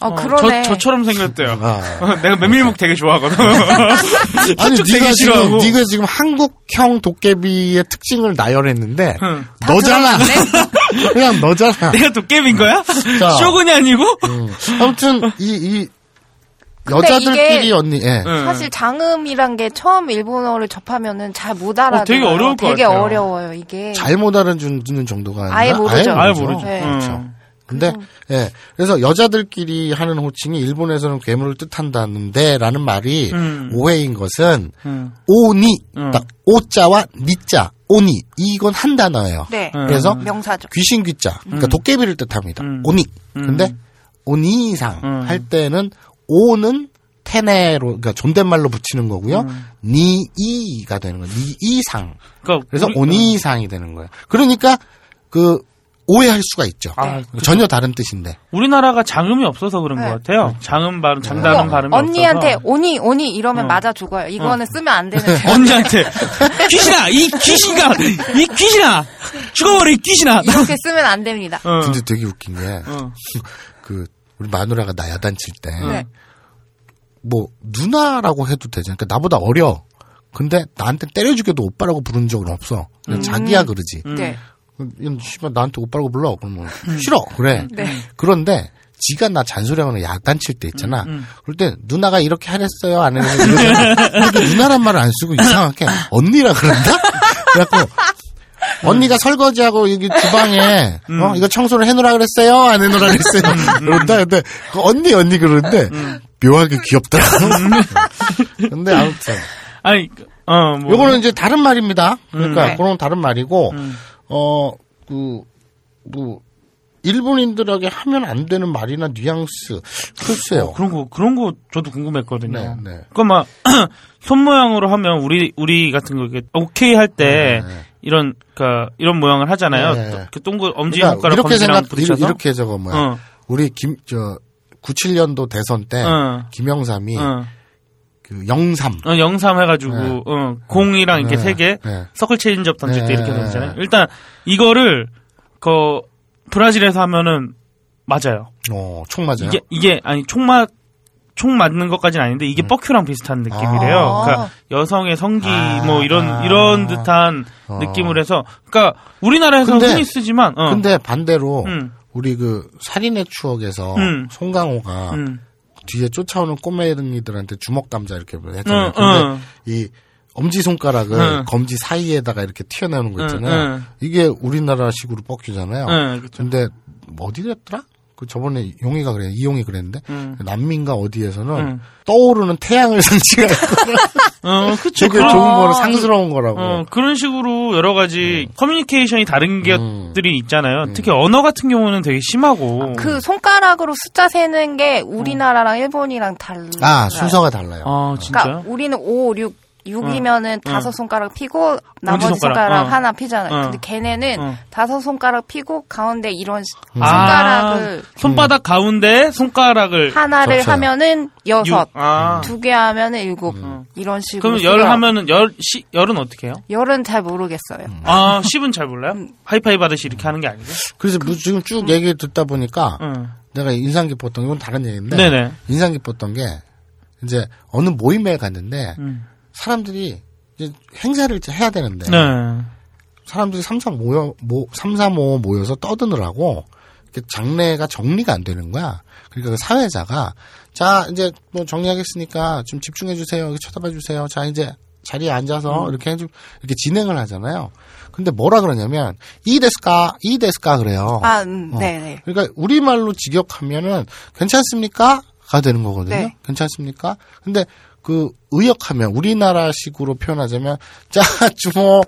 어,
어,
그러네.
저, 처럼 생겼대요.
아.
어, 내가 메밀목 되게 좋아하거든.
아니
쭉
네가 지금
되게 싫어하고.
네가 지금 한국형 도깨비의 특징을 나열했는데
응.
너잖아. 그냥 너잖아.
내가 도깨비인 거야?
자.
쇼군이 아니고?
음. 아무튼 이이
근데
여자들끼리
이게
언니 예.
응.
사실 장음이란 게 처음 일본어를 접하면은 잘 못 알아.
어, 되게 어려울 것
되게
같아요.
어려워요 이게.
잘못 알아주는 정도가 아니라
아예 모르죠.
아예 모르죠. 어. 음.
네.
응.
그렇죠. 근데 예 그래서 여자들끼리 하는 호칭이 일본에서는 괴물을 뜻한다는데라는 말이
음.
오해인 것은
응.
오니
음.
딱 오자와 니자 오니 이건 한 단어예요.
네.
응.
그래서
명사죠.
귀신 귀자 그러니까
음.
도깨비를 뜻합니다.
음.
오니
음.
근데 오니상
음.
할 때는 오는 테네로 그러니까 존댓말로 붙이는 거고요.
음.
니이가 되는 거예요. 니이상
그러니까
그래서
우리-
오니상이 되는 거예요. 그러니까 그 오해할 수가 있죠.
아,
전혀 다른 뜻인데.
우리나라가 장음이 없어서 그런
네.
것 같아요. 장음 발음, 장단음
그거
발음이
어, 언니한테
없어서. 음.
오니 오니 이러면
어.
맞아 죽어요. 이거는 쓰면 안 되는.
언니한테 귀신아 이 귀신아 이 귀신아 죽어버려 이 귀신아.
이렇게 쓰면 안 됩니다.
어.
근데 되게 웃긴 게 그
어.
우리 마누라가 나 야단칠 때 뭐
네.
누나라고 해도 되잖아. 그러니까 나보다 어려. 근데 나한테 때려 죽여도 오빠라고 부른 적은 없어. 그냥 자기야 그러지.
음.
네.
이건 씨발 나한테 오빠라고 불러. 그럼 뭐 싫어. 그래.
네.
그런데 지가 나 잔소리하거나 야단 칠 때 있잖아. 그럴 때 누나가 이렇게 하랬어요. 안 했어요. 이러잖아. 근데 누나란 말을 안 쓰고 이상하게 언니라 그런다. 그래갖고 언니가 설거지하고 여기 주방에 어 이거 청소를 해놓으라 그랬어요. 안 해놓으라 그랬어요. 그런다. 근데 그 언니 언니 그러는데 묘하게 귀엽더라. 근데 아무튼
아니 어 뭐.
요거는 이제 다른 말입니다. 그러니까
네.
그런 다른 말이고 어, 그,
음.
어그뭐 일본인들에게 하면 안 되는 말이나 뉘앙스 글쎄요.
어, 그런 거 그런 거 저도 궁금했거든요.
네, 네.
그러니까 막손 모양으로 하면 우리 우리 같은 거 이렇게 오케이 할 때
네.
이런 그러니까 이런 모양을 하잖아요.
네.
또- 그 동글 엄지
그러니까
손가락
이렇게
검지랑
생각
붙여서
이렇게 저거 뭐야?
어.
우리 김 저 97년도 대선 때
어.
김영삼이
어.
그 영삼
어, 영삼 해가지고
네.
어, 공이랑 이렇게
네.
세 개,
네.
서클 체인지업 던질 때
네.
이렇게 던지잖아요. 일단 이거를 그 브라질에서 하면은 맞아요.
어, 총 맞아요.
이게 이게 아니 총맞 총 맞는 것까지는 아닌데
음.
이게 뻑큐랑 비슷한 느낌이래요.
아.
그러니까 여성의 성기
아.
뭐 이런 이런 듯한
어.
느낌을 해서 그러니까 우리나라에서
근데-
흔히 쓰지만 어.
근데 반대로
음.
우리 그 살인의 추억에서
음.
송강호가
음.
뒤에 쫓아오는 꼬맹이들한테 주먹 담자 이렇게 뭐 했잖아요.
응,
근데
응.
이 엄지 손가락을
응.
검지 사이에다가 이렇게 튀어나오는 거
응,
있잖아요.
응.
이게 우리나라식으로 뻑큐잖아요.
응, 그쵸.
근데 뭐 어디랬더라? 그 저번에 용이가 그래 이용이 그랬는데
응.
남민가 어디에서는
응.
떠오르는 태양을 상징하고
어, 그쵸.
되게
그런-
좋은 거라 상스러운 거라고.
어, 그런 식으로 여러 가지 커뮤니케이션이 다른
네. 음.
것들이 있잖아요. 특히 언어 같은 경우는 되게 심하고.
그 손가락으로 숫자 세는 게
음.
우리나라랑 일본이랑 달라.
아 순서가 달라요.
아, 진짜요?
그러니까 우리는 5, 6, 6이면은 다섯 손가락 피고 나머지
손가락,
손가락,
어.
하나 피잖아요.
어.
근데 걔네는
어.
다섯 손가락 피고 가운데 이런
음.
아,
손가락을
손바닥 가운데 손가락을
하나를
겹쳐요.
하면은 여섯,
육- 아.
두 개 하면은 일곱 이런 식으로.
그럼 열
쓰여요.
하면은 열, 시, 열은 어떻게 해요?
열은 잘 모르겠어요.
음.
아,
음.
10은 잘 몰라요? 하이파이 받으시 이렇게 하는 게 아니고?
그래서 뭐 지금 쭉 얘기 듣다 보니까
응.
내가 인상 깊었던 이건 다른 얘기인데
네네.
인상 깊었던 게 이제 어느 모임에 갔는데
음.
사람들이 이제 행사를 이제 해야 되는데
네.
사람들이 삼삼 모여 모 삼삼오오 모여서 떠드느라고 이렇게 장례가 정리가 안 되는 거야. 그러니까 그 사회자가 자 이제 뭐 정리하겠으니까 좀 집중해 주세요. 쳐다봐 주세요. 자 이제 자리에 앉아서 이렇게 해주 이렇게 진행을 하잖아요. 근데 뭐라 그러냐면 이 데스까 이 데스까 그래요.
아, 음,
어.
네네.
그러니까 우리말로 직역하면은 괜찮습니까? 가 되는 거거든요.
네.
괜찮습니까? 근데 그 의역하면 우리나라식으로 표현하자면 자 주모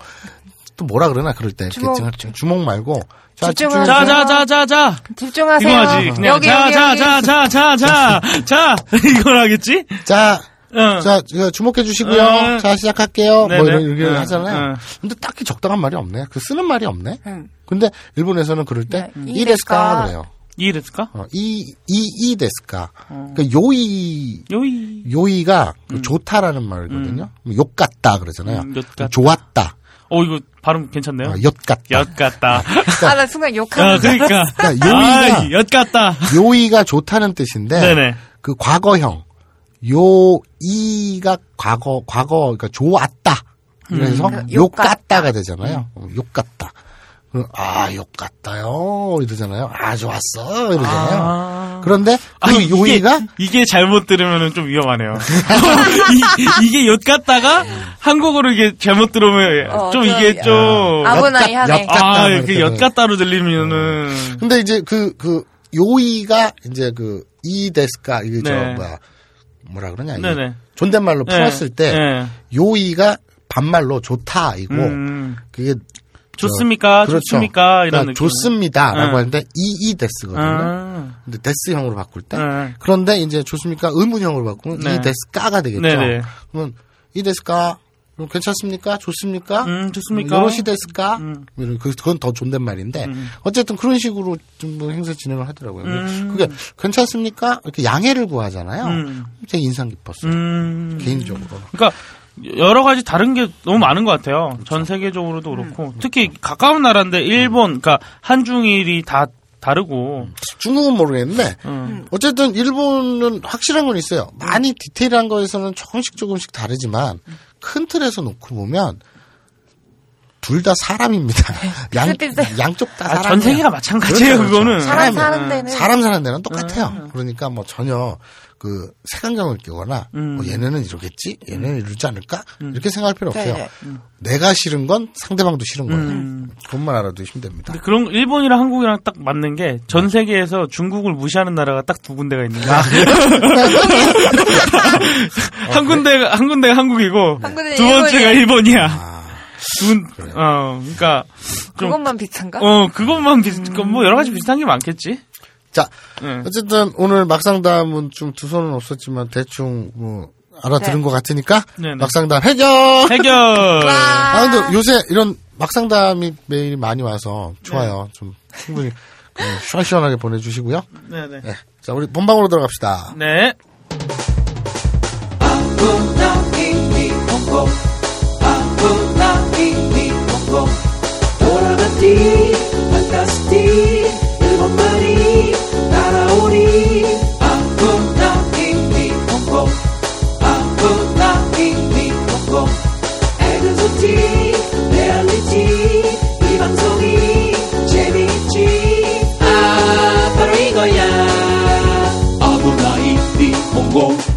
또 뭐라 그러나 그럴 때 이렇게
주목.
주- 주목 말고 자
집중을-
집중-
자,
자자자자자
집중하세요.
이거 하지 그냥
여기, 여기, 여기.
자자자자자자자 이걸 하겠지?
자
응.
자, 이거 주목해 주시고요.
어.
자, 시작할게요.
네네.
뭐 이런 얘기를
어,
하잖아요.
어.
근데 딱히 적당한 말이 없네. 그 쓰는 말이 없네.
음.
근데 일본에서는 그럴 때
네.
이데스까
이데스까.
그래요.
이해됐을까?
어, 이, 이, 이데스까.
어.
그러니까 요이,
요이
요이가 그 좋다라는 말이거든요. 뭐 욕 같다 그러잖아요.
음, 욕 같다.
좋았다.
어 이거 발음 괜찮네요.
어, 엿 같다.
엿 같다.
아, 나 순간
아,
욕하는 줄
그러니까.
그러니까 요이가-
아, 엿 같다.
요이가 좋다는 뜻인데
네네.
그 과거형 요이가 과거 과거 그러니까 좋았다 그래서
음.
욕
같다.
같다가 되잖아요
음.
어, 욕 같다 그럼 아욕 같다요 이러잖아요 아 좋았어 이러잖아요
아.
그런데 그
아니, 이게-
요이가
이게, 잘못 들으면 좀 위험하네요. 이, 게엿 같다가 한국어로 이게 잘못 들으면
어,
좀
좀
이게
아.
좀
아,
아,
아브나이 하네.
뭐 이렇게
그엿
되는.
같다로 들리면은
근데 이제 그, 그, 요이가 이제 그, 이데스까, 이게 저,
네.
뭐야, 뭐라 그러냐. 이게
네네.
존댓말로
네,
풀었을 때,
네.
요이가 반말로 좋다, 이고,
음, 아,
그게. 저-
좋습니까?
그렇죠.
좋습니까? 이런
그러니까
느낌.
좋습니다. 라고
네.
하는데, 이이데스거든요.
아,
근데 데스형으로 바꿀 때.
네.
그런데 이제 좋습니까? 의문형으로 바꾸면
네.
이데스까가 되겠죠.
네네.
그러면, 이데스까, 그럼 괜찮습니까? 좋습니까?
음, 좋습니까?
요시 데스까?
음.
이런 그- 그건 더 존댓말인데 어쨌든 그런 식으로 좀뭐 행사 진행을 하더라고요.
음.
그게 괜찮습니까? 이렇게 양해를 구하잖아요.
음.
되게 인상 깊었어요.
음.
개인적으로.
그러니까 여러 가지 다른 게 너무 많은 것 같아요.
그렇죠.
전 세계적으로도 그렇고
음.
특히 가까운 나라인데 일본, 그러니까 한중일이 다
음.
다르고
중국은 모르겠는데
음.
어쨌든 일본은 확실한 건 있어요. 많이 디테일한 거에서는 조금씩 조금씩 다르지만 큰 틀에서 놓고 보면 둘 다 사람입니다.
네,
양,
그때서-
양쪽 다
아,
사람.
전 세계가 마찬가지예요.
그렇죠,
그거는
그렇죠.
사람
사람이에요.
사는 데는
사람 사는 데는 똑같아요. 그러니까 뭐 전혀 그 색안경을 끼거나
음.
어, 얘네는 이러겠지, 얘네는 이러지 않을까 이렇게 생각할 필요 없어요.
네,
내가 싫은 건 상대방도 싫은
음. 네.
거예요. 그것만 알아도 힘듭니다.
근데 그런 일본이랑 한국이랑 딱 맞는 게 전 세계에서 중국을 무시하는 나라가 딱 두 군데가 있는
아,
거야. 한 군데가 한 군데가 한국이고
한 군데는
두 번째가 일본이야. 두 군-
아, 그래요.
어, 그러니까 좀
그것만 비슷한가?
어, 그것만 비슷, 뭐 여러 가지 비슷한 게 많겠지.
자,
네.
어쨌든 오늘 막상담은 좀 두 손은 없었지만 대충 뭐 알아들은
네.
것 같으니까
네, 네.
막상담 해결.
해결.
아 근데 요새 이런 막상담이 매일 많이 와서 좋아요. 좀 충분히 그 시원시원하게 보내주시고요.
네네.
네. 자, 우리 본방으로 들어갑시다.
네.
아브나이 니혼고 아브나이 니혼고 돌아간디 판타스티 일본말이 따라오리 아브나이 니혼고 아브나이 니혼고 에그소티 레알리티 이 방송이 재미있지 아 바로 이거야 아브나이 니혼고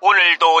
오늘도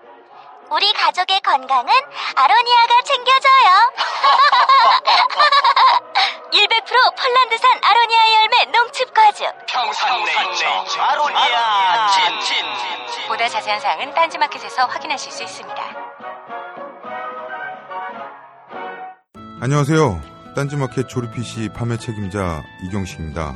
우리 가족의 건강은 아로니아가 챙겨줘요. 100% 폴란드산 아로니아 열매 농축 과즙.
평산네이처 아로니아 친, 친, 친, 친.
보다 자세한 사항은 딴지마켓에서 확인하실 수 있습니다.
안녕하세요. 딴지마켓 조립 PC 판매 책임자 이경식입니다.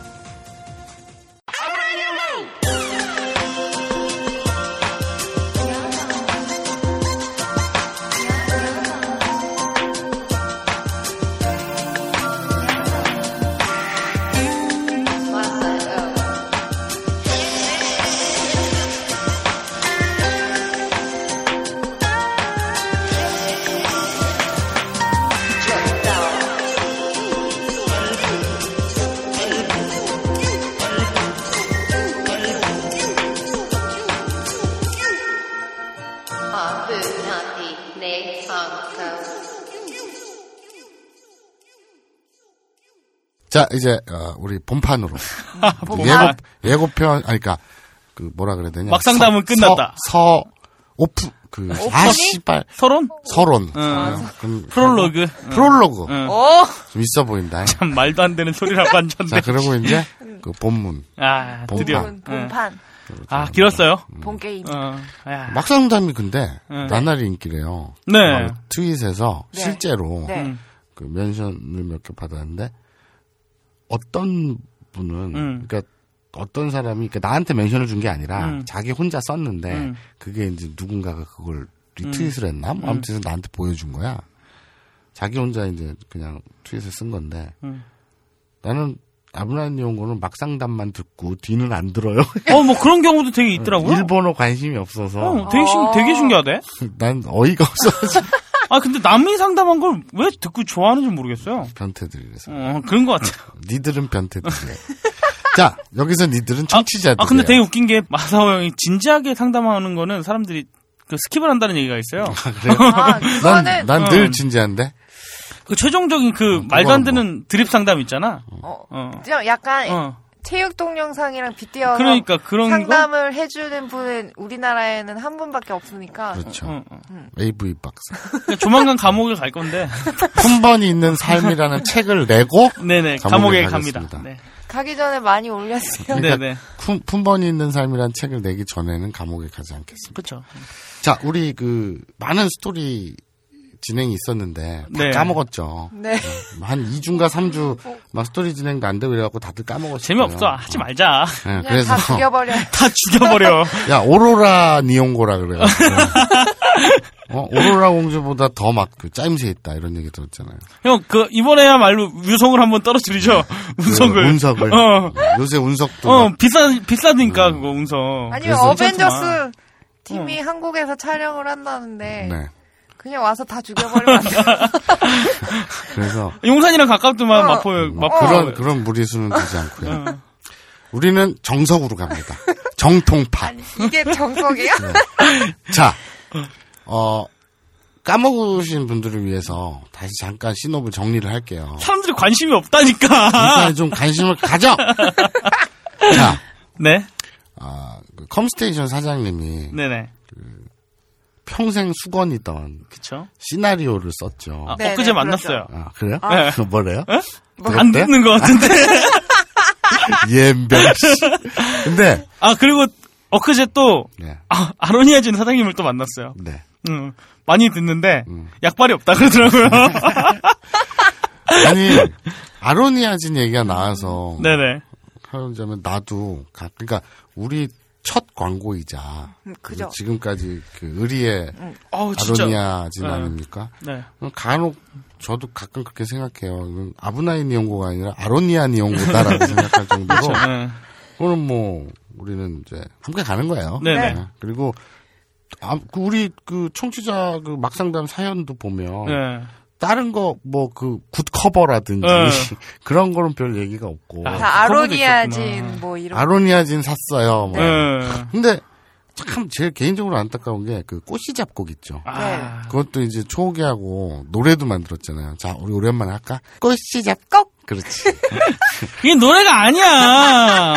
화분하디 내 방송
자, 이제, 어, 우리 본판으로.
본판.
아, 예고, 예고편, 아니, 그니까, 그, 뭐라 그래야 되냐.
막상담은
서-
끝났다.
서, 서 오프, 그, 아,
오프닝?
씨발.
서론?
서론. 아,
응.
그럼
프롤로그.
프롤로그.
응.
좀 있어 보인다.
참 말도 안 되는 소리라고 앉았네.
아, 뭐. 자, 그러고 이제, 그, 본문.
아,
본판.
드디어.
본문,
본판.
예. 아, 길었어요.
본게임.
어, 야.
막상담이 근데,
응.
나날이 인기래요.
네.
어, 트윗에서,
네.
실제로,
네.
음.
그, 면션을 몇 개 받았는데, 어떤 분은,
음.
그니까, 어떤 사람이, 그니까 나한테 멘션을 준 게 아니라,
음.
자기 혼자 썼는데,
음.
그게 이제 누군가가 그걸 리트윗을 했나? 뭐 아무튼 나한테 보여준 거야. 자기 혼자 이제 그냥 트윗을 쓴 건데,
음.
나는 아브라함 연구는 막상담만 듣고, 뒤는 안 들어요.
어, 뭐 그런 경우도 되게 있더라고요.
일본어 관심이 없어서,
어, 되게, 신, 되게 신기하대.
아.
난 어이가 없어서
아, 근데 남이 상담한 걸 왜 듣고 좋아하는지 모르겠어요.
변태들이라서.
어, 그런 것 같아요.
니들은 변태들이야. 자, 여기서 니들은 청취자들.
아, 근데 되게 웃긴 게 마사오 형이 진지하게 상담하는 거는 사람들이 그 스킵을 한다는 얘기가 있어요.
아, 그거는
난 늘
음.
진지한데.
그 최종적인 그
그거는
말도 안
뭐.
되는 드립 상담 있잖아.
어,
어.
그냥 약간
어.
체육 동영상이랑 빗대어서
그러니까 그런
상담을 해주는 분은 우리나라에는 한 분밖에 없으니까
그렇죠.
어, 어.
AV 박사.
그러니까 조만간 감옥에 갈 건데.
한 번이 있는 삶이라는 책을 내고
네네.
감옥에
감옥에 갑니다.
가겠습니다.
네.
가기 전에 많이 올렸어요.
그러니까
네네.
품, 품번이 있는 삶이라는 책을 내기 전에는 감옥에 가지 않겠습니다.
그렇죠.
자, 우리 그 많은 스토리 진행이 있었는데 다
네.
까먹었죠.
네.
한 2주인가 3주 막 스토리 진행도 안 되고 이래갖고 다들 까먹었어요.
재미없어. 하지 말자.
예,
그냥
그래서
다 죽여버려.
다 죽여버려.
야 오로라 니온고라 그래가지고 어, 오로라 공주보다 더 막 그 짜임새 있다 이런 얘기 들었잖아요.
형, 그, 이번에야말로 유성을 한번 떨어뜨리죠. 운석을.
그 운석을.
어.
요새 운석도
어,
막 음.
비싸, 비싸니까, 그거, 운석.
그래서
아니면
괜찮더만.
어벤져스 팀이 한국에서 촬영을 한다는데
네.
그냥 와서 다 죽여버리면 안 돼요?
그래서
용산이랑
어.
가깝더만, 마포,
뭐
마포.
그런 그런 무리수는 되지 않고요.
어.
우리는 정석으로 갑니다. 정통파.
이게 정석이야?
자, 어 까먹으신 분들을 위해서 다시 잠깐 신호를 정리를 할게요.
사람들이 관심이 없다니까.
그- 일단 좀 관심을 가져. 자,
네.
아, 그 컴스테이션 사장님이
네네.
평생 수건이던
그쵸.
시나리오를 썼죠.
아,
네,
엊그제
네,
만났어요.
아, 그래요?
아.
그 뭐래요?
안
들었대요?
듣는 것 같은데. 네.
예명 씨. 근데
아, 그리고 엊그제 또,
네,
아, 아로니아진 사장님을 또 만났어요.
네.
음, 많이 듣는데,
음.
약발이 없다 그러더라고요.
아니 아로니아진 얘기가 나와서
네네.
하자면 나도 가- 그러니까 우리 첫 광고이자
그죠.
지금까지 그 의리의
어우, 진짜.
아로니아진
네.
아닙니까? 음,
네.
간혹 저도 가끔 그렇게 생각해요. 이건 아브나인 이용고가 아니라 아로니안 이용고다라고 생각할 정도로
네.
어. 오늘 뭐 우리는 이제 함께 가는 거예요.
네네.
네. 그리고 아, 그 우리 그 청취자 그 막상담 사연도 보면
네.
다른 거 뭐 그 굿커버라든지
네.
그런 거는 별 얘기가 없고
아,
아로니아진 뭐 이런
아로니아진 샀어요. 뭐.
네.
근데 참 제일 개인적으로 안타까운 게 그 꽃시잡곡
아.
있죠.
네.
그것도 이제 초기하고 노래도 만들었잖아요. 자 우리 오랜만에 할까? 꽃시잡곡. 그렇지.
이 노래가 아니야.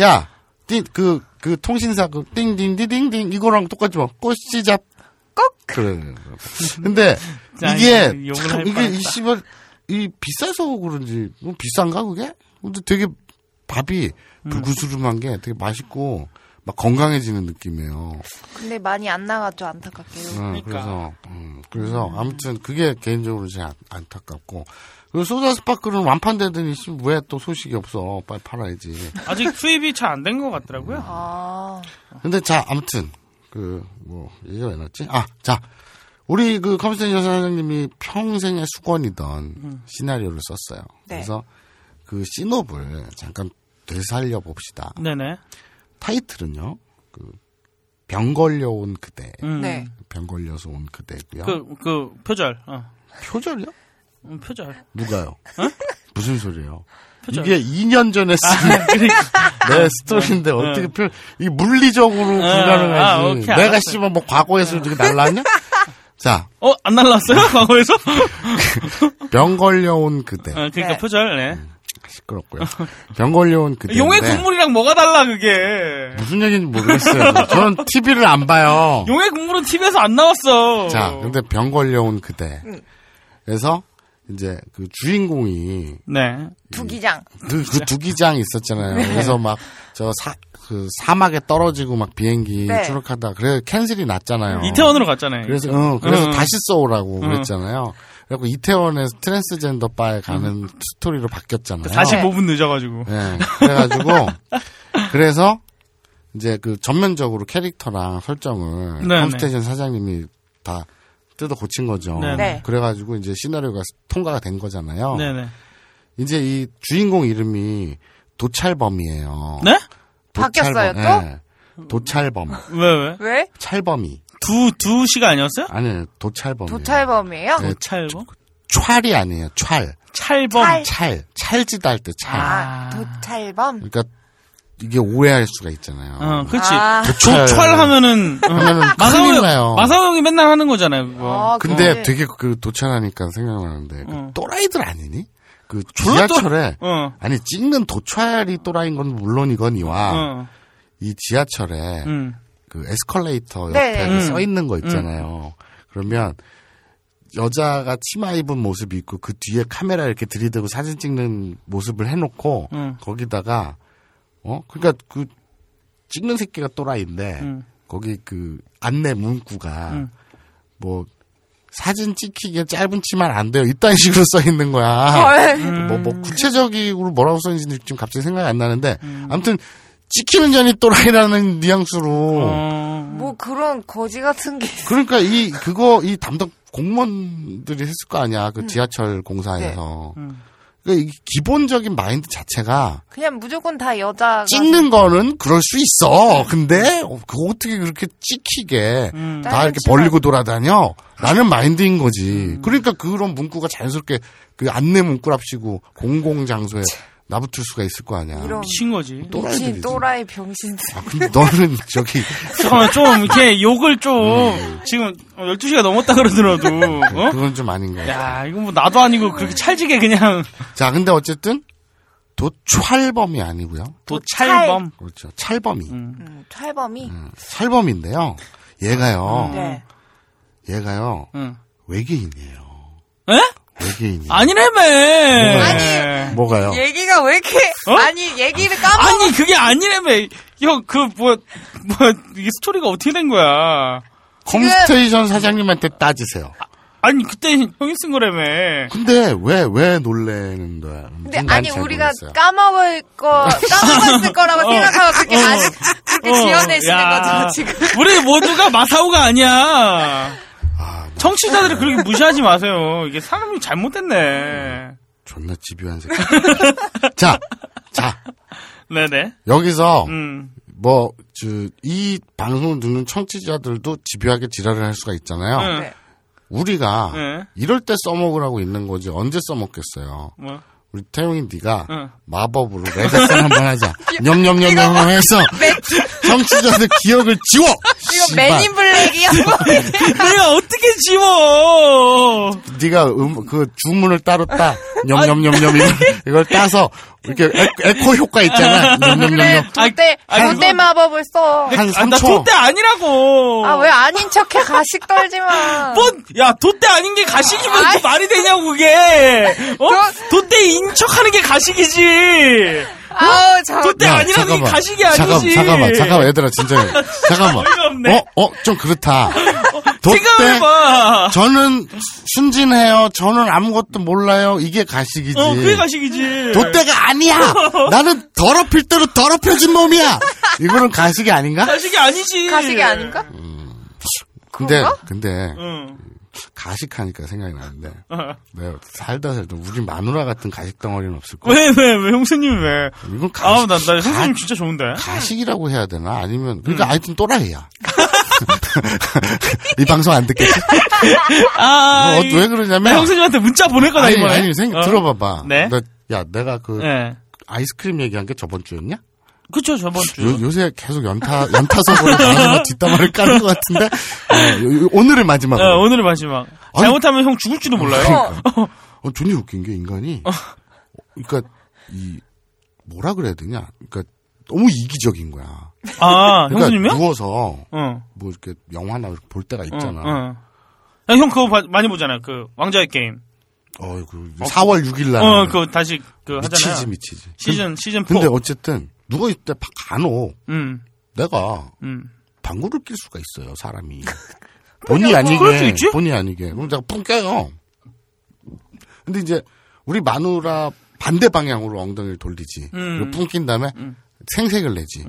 야, 띵, 그, 그 통신사 그 띵띵디딩딩 이거랑 똑같지 뭐 꽃시잡 꺽. 그래. 근데
자,
이게
이거 욕을
참
할
이게
뻔했다.
이 씨발 뭐, 이 비싸서 그런지 뭐 비싼가 그게? 근데 되게 밥이
음.
불구스름한 게 되게 맛있고 막 건강해지는 느낌이에요.
근데 많이 안 나가죠 안타깝게요.
그러니까.
음, 그래서 음, 그래서 아무튼 그게 개인적으로 제일 안- 안타깝고 그 소다 스파크는 완판되더니 왜 또 소식이 없어? 빨리 팔아야지.
아직 수입이 잘 안 된 것 같더라고요.
아.
근데 자 아무튼 그 뭐 얘기가 왜 났지? 아 자 우리 그 컴퓨터 여사 사장님이 평생의 수건이던 시나리오를 썼어요.
음. 네.
그래서 그 시놉을 잠깐 되살려 봅시다.
네네.
타이틀은요. 그 병 걸려온 그대.
음. 네.
병 걸려서 온 그대고요.
그, 그, 표절. 어.
표절이요?
음, 표절.
누가요? 무슨 소리예요?
어? 표절.
이게 2년 전에 쓴 내 스토리인데
아, 그러니까. 어,
어떻게 표
어.
이 물리적으로 불가능하지.
아, 오케이,
내가
알았어요.
씨발 뭐 과거에서 이렇게 날라왔냐? 자,
어, 안 날랐어요? 과거에서?
병 걸려온 그대.
어, 그러니까 표절, 네.
시끄럽고요. 병 걸려온 그대.
용의 국물이랑 뭐가 달라, 그게.
무슨 얘기인지 모르겠어요. 저는 TV를 안 봐요.
용의 국물은 TV에서 안 나왔어.
자, 근데 병 걸려온 그대. 그래서 이제 그 주인공이
네.
두기장.
그, 그 두기장 있었잖아요. 그래서 막 저 사, 그 사막에 떨어지고 막 비행기
네.
추락하다. 그래 캔슬이 났잖아요.
이태원으로 갔잖아요.
어. 그래서 어, 그래서
응.
다시 써오라고
응.
그랬잖아요. 그래고 이태원에서 트랜스젠더 바에 가는 스토리로 바뀌었잖아요.
그 45분 늦어가지고.
예, 그래가지고 그래서 이제 그 전면적으로 캐릭터랑 설정을
네,
컴스테이션 사장님이 다 뜯어 고친 거죠.
네, 네.
그래가지고 이제 시나리오가 통과가 된 거잖아요.
네네.
이제 이 주인공 이름이 도찰범이에요.
네?
바뀌었어요,
또? 도찰범.
왜, 왜?
왜?
음. 찰범이.
두, 두 시가 아니었어요?
아니에요. 도찰범.
도찰범이에요?
네,
찰범?
찰이 아니에요. 찰.
찰범.
찰. 찰지다 할 때 찰.
아, 도찰범.
그러니까 이게 오해할 수가 있잖아요.
어, 그치.
아.
도찰.
도찰 하면은, 어.
하면은 큰일 나요.
마사오, 마사오 형이 맨날 하는 거잖아요, 어, 그거.
근데 되게 그 도찰하니까 생각나는데 그 또라이들 아니니? 그
어. 졸라 또-
지하철에
어.
아니 찍는 도찰이 또라이인 건 물론이거니와
어. 음.
이 지하철에 그 에스컬레이터
네.
옆에
음.
서 있는 거 있잖아요. 그러면 여자가 치마 입은 모습이 있고 그 뒤에 카메라 이렇게 들이대고 사진 찍는 모습을 해놓고
음.
거기다가 어 그러니까 그 찍는 새끼가 또라이인데
음.
거기 그 안내 문구가
음.
뭐 사진 찍히기에 짧은 치마는 안 돼요. 이딴 식으로 써 있는 거야.
헐.
뭐, 뭐,
음.
구체적으로 뭐라고 써 있는지 지금 갑자기 생각이 안 나는데,
음.
아무튼, 찍히는 년이 또라이라는 뉘앙스로.
어.
뭐 그런 거지 같은 게.
그러니까 이, 그거, 이 담당 공무원들이 했을 거 아니야.
음.
그 지하철 공사에서.
네.
그러니까 이 기본적인 마인드 자체가,
그냥 무조건 다 여자가.
찍는 거는 그럴 수
네.
있어. 근데, 어, 그거 어떻게 그렇게 찍히게, 다 이렇게 벌리고 돌아다녀? 라는 마인드인 거지. 그러니까 그런 문구가 자연스럽게 그 안내 문구랍시고 공공장소에 나붙을 수가 있을 거 아니야.
이런
미친 거지.
또라이들이지. 아.
미친 또라이 병신들.
근데 너는 저기
잠깐만, 어, 좀, 이렇게 욕을 좀,
음.
지금 12시가 넘었다 그러더라도, 어?
그건 좀 아닌 거야.
야, 이거 뭐 나도 아니고 그렇게 찰지게 그냥
자, 근데 어쨌든 도찰범이 아니고요.
뭐 도찰범.
그렇죠. 찰범이.
음, 찰범이.
찰범인데요. 얘가요.
네.
얘가요. 외계인이에요.
에?
외계인이.
아니라며.
뭐가요?
얘기가 왜 이렇게
어?
아니 얘기를 까먹
아니 그게 아니라며. 형그뭐뭐 이게 스토리가 어떻게 된 거야?
컴스테이션 사장님한테 따지세요.
아니 그때 형이 쓴 거라며.
근데 왜 왜 놀래는 거야?
근데 아니 우리가 까먹을 거 까먹었을 거라고 생각하고 그렇게
어.
아직 그렇게 지어내시는
야.
거죠 지금.
우리 모두가 마사오가 아니야.
뭐.
청취자들을 그렇게 무시하지 마세요. 이게 사람이 잘못됐네.
존나 집요한 새끼. 자, 자
네네.
여기서
음.
뭐,
네.
저, 이 방송을 듣는 청취자들도 집요하게 지랄을 할 수가 있잖아요.
응.
우리가
네.
이럴 때 써먹으라고 있는 거지 언제 써먹겠어요.
뭐.
우리 태용이 네가
응.
마법으로 레드썬 한번 하자. 냠냠냠냠 하면서 정치자들 기억을 지워.
이거
씨발.
맨인 블랙이야. 뭐.
내가 어떻게 지워? 아,
네가 음, 그 주문을 따로 따. 냠냠냠냠 이걸, 이걸 따서 이렇게 에, 코 효과 있잖아.
네.
냠냠냠냠.
그때 그때 마법을 써.
한
아, 나
3초.
돗대 아니라고.
아 왜 아닌 척해 가식 떨지 마.
뭔, 야, 돗대 아닌 게 가식이면 그 말이 되냐고, 그게! 어? 돗대인 척 하는 게 가식이지!
아우 저.
돗대 아니라는 게 가식이 아니지!
잠깐만, 잠깐만, 잠깐만, 얘들아, 진짜. 잠깐만.
어이가 없네. 어,
어,
뭐.
어, 좀 그렇다. 돗대,
생각해봐!
저는 순진해요. 저는 아무것도 몰라요. 이게 가식이지.
어, 그게 가식이지!
돗대가 아니야. 나는 더럽힐 대로 더럽혀진 몸이야. 이거는 가식이 아닌가?
가식이 아니지!
가식이 아닌가?
근데
그런가?
근데
응.
가식하니까 생각이 나는데
어.
내가 살다 살다 우리 마누라 같은 가식 덩어리는 없을 거야.
왜, 왜, 왜, 형수님 왜?
이건
아우,
가식,
나, 나 형수님 진짜 좋은데?
가식이라고 해야 되나? 아니면
음.
그러니까 하여튼 또라이야. 이 방송 안 듣겠지? 뭐,
아,
어,
이-
왜 그러냐면-
나 형수님한테 문자 보낼 거다,
아니
이번에.
아니 생각
어.
들어봐봐.
네.
나- 야 내가 그
네.
아이스크림 얘기한 게 저번 주였냐?
그쵸, 저번
요,
주.
요새 계속 연타 연타석으로 방송을 뒷담화를 까는 것 같은데 어, 요- 요- 오늘을 마지막으로.
어, 오늘 마지막.
아니-
잘못하면 형 죽을지도 몰라요. 어.
그러니까. 어, 존나 웃긴 게 인간이. 그러니까 이 뭐라 그래야 되냐. 그러니까 너무 이기적인 거야.
아,
그러니까
형수님이요? 어,
누워서
응.
뭐 이렇게 영화나 이렇게 볼 때가
응,
있잖아.
응. 어. 야, 형 그거 봐- 많이 보잖아. 그 왕자의 게임.
어, 그 4월 6일 날
어, 그거 다시 그 하잖아.
네. 미치지 미치지.
시즌 시즌 4.
근데 어쨌든 누워 있을 때 간호
음.
내가
음.
방구를 낄 수가 있어요 사람이. 본의
그럴 수
아니게
있지?
본의 아니게 그럼 내가 뿡 깨요. 근데 이제 우리 마누라 반대 방향으로 엉덩이를 돌리지.
음.
그리고 뿡 낀 다음에 생색을 내지.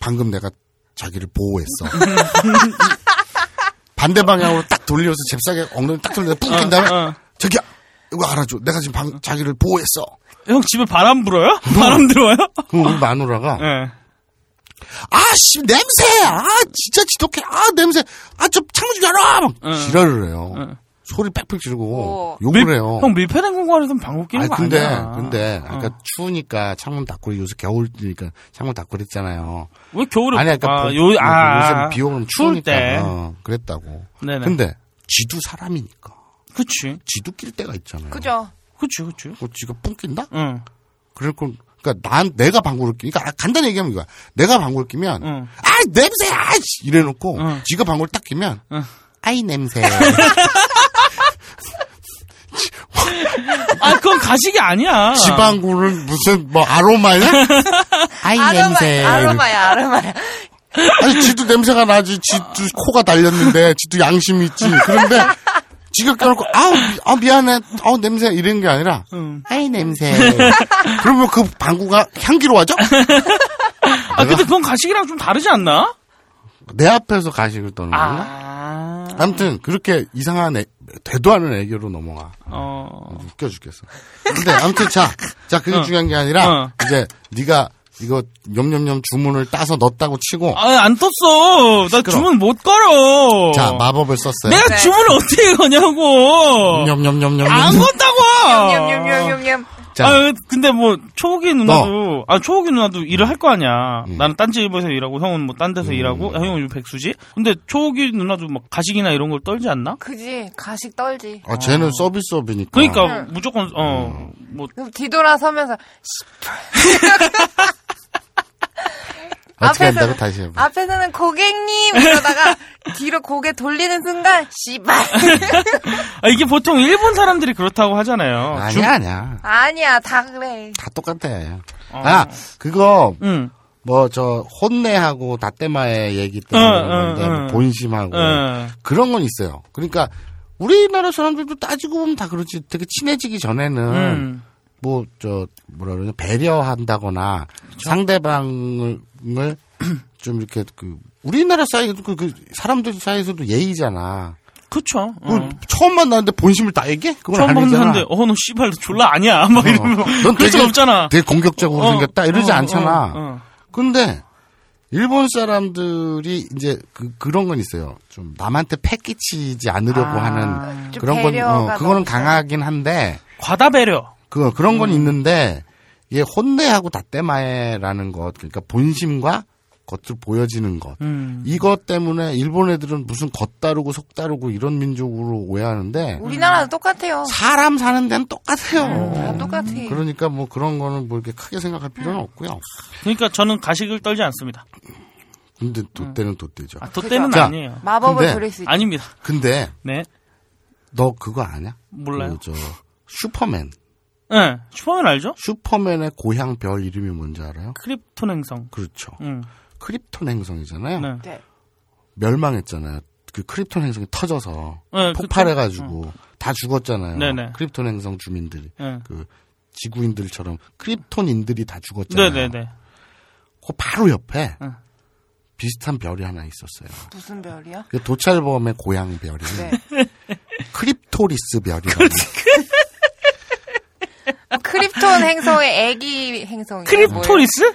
방금 내가 자기를 보호했어. 반대 방향으로 딱 돌려서 잽싸게 엉덩이 딱 돌려서 뿡 낀 다음에
어, 어.
저기야 이거 알아줘. 내가 지금 방- 자기를 보호했어.
형 집에 바람 불어요?
뭐?
바람 들어와요?
그럼 우리 마누라가
예.
아씨 냄새 아 진짜 지독해 아 냄새 아 저 창문 좀 열어 막
응.
지랄을 해요
응.
소리 빽빽 지르고
오.
욕을 해요
형 밀폐된 공간에서 방구 끼는
아니,
거
근데
아니야.
근데 아까
어.
추우니까 창문 닫고 요새 겨울이니까 창문 닫고 그랬잖아요
왜 겨울에
아니 그러니까
아,
봄-
요, 아,
요새 비 오면
추울
추우니까
때.
어, 그랬다고
네네.
근데 지도 사람이니까
그치.
지도 낄 때가 있잖아요
그죠.
그치, 그치.
어, 지가 뿡 낀다
응.
그러니까 그러니까 난 내가 방구를 끼니까 그러니까 간단히 얘기하면 이거야. 내가 방구를 끼면
응.
아 냄새 아 이래 놓고
응.
지가 방구를 딱 끼면
응.
아이 냄새.
아, 그건 가식이 아니야.
지방구는 무슨 뭐 아로마야? 아이 냄새.
아로마야 아로마야.
아니 지도 냄새가 나지. 지도 코가 달렸는데 지도 양심이 있지. 그런데 지가 껴놓고 아우 미- 아 미안해. 아우 냄새 이런 게 아니라
응.
아이 냄새. 그러면 그 방구가 향기로워져?
아, 근데 그건 가식이랑 좀 다르지 않나?
내 앞에서 가식을 떠는 건가?
아.
아무튼 그렇게 이상한 애, 되도 않은 애교로 넘어가
어.
웃겨 죽겠어. 근데 아무튼 자자 그게
어.
중요한 게 아니라
어.
이제 네가 이거 염염염 주문을 따서 넣었다고 치고
아, 안 떴어. 나
시끄러워.
주문 못 걸어.
자 마법을 썼어요.
내가
네.
주문을 어떻게 거냐고.
염염염염
안 어. 건다고.
냠냠냠냠냠.
자
아, 근데 뭐 초호기 누나도 아 초호기 누나도 일을 할 거 아니야.
음.
나는 딴 집에서 일하고 형은 뭐 딴 데서 일하고 아, 형은 백수지. 근데 초호기 누나도 막 가식이나 이런 걸 떨지 않나?
그지 가식 떨지.
아, 쟤는 서비스업이니까.
그러니까
음.
무조건 어뭐
그럼 뒤돌아서면서
어떻게
앞에서-
한다고 다시 해봐.
앞에서는 고객님 이러다가 뒤로 고개 돌리는 순간 씨발
아, 이게 보통 일본 사람들이 그렇다고 하잖아요.
아니야
주-
아니야
아니야 다 그래.
다 똑같아.
어.
아 그거
응.
뭐 저 혼내하고 다떼마의 얘기
응,
때문에 그런 건데
응,
뭐
응.
본심하고
응.
그런 건 있어요. 그러니까 우리나라 사람들도 따지고 보면 다 그렇지. 되게 친해지기 전에는
음.
뭐 저 뭐라 그러냐 배려한다거나 상대방을 좀 이렇게 그 우리나라 사이에도 그, 그 사람들 사이에서도 예의잖아.
그쵸.
그
어.
처음 만나는데 본심을 다 얘기해? 그건
처음
아니잖아. 어.
봤는데 어너 씨발 너 졸라 아니야. 막 이러면
넌
그럴 수가 없잖아.
되게 공격적으로
어,
생겼다 이러지
어,
않잖아.
어, 어.
근데 일본 사람들이 이제 그, 그런 건 있어요. 좀 남한테 패 끼치지 않으려고
아,
하는
좀
그런 건,
배려가
어, 그거는
너무
강하긴 한데.
과다 배려.
그, 그런
음.
건 있는데, 이게 혼내하고 다떼마에라는 것, 그러니까 본심과 겉을 보여지는 것.
음.
이것 때문에 일본 애들은 무슨 겉다르고 속다르고 이런 민족으로 오해하는데.
음.
우리나라도 똑같아요.
사람 사는 데는 똑같아요.
다 똑같아.
그러니까 뭐 그런 거는 뭐 이렇게 크게 생각할 필요는
음.
없고요.
그러니까 저는 가식을 떨지 않습니다.
근데 돗대는 돗대죠.
아, 돗대는
자,
아니에요.
근데-
아닙니다.
근데
네.
너 그거 아냐?
몰라요.
그 저 슈퍼맨.
네, 슈퍼맨 알죠?
슈퍼맨의 고향 별 이름이 뭔지 알아요?
크립톤 행성.
그렇죠.
음.
크립톤 행성이잖아요.
네.
멸망했잖아요. 그 크립톤 행성이 터져서
네,
폭발해가지고 다 죽었잖아요.
네네.
크립톤 행성 주민들이
네.
그 지구인들처럼 크립톤인들이 다 죽었잖아요.
네네네. 네.
그 바로 옆에 비슷한 별이 하나 있었어요.
무슨 별이야?
그 도찰범의 고향 별이
네.
크립토리스 별이라고.
어, 크립톤 행성의 애기 행성.
크립토리스?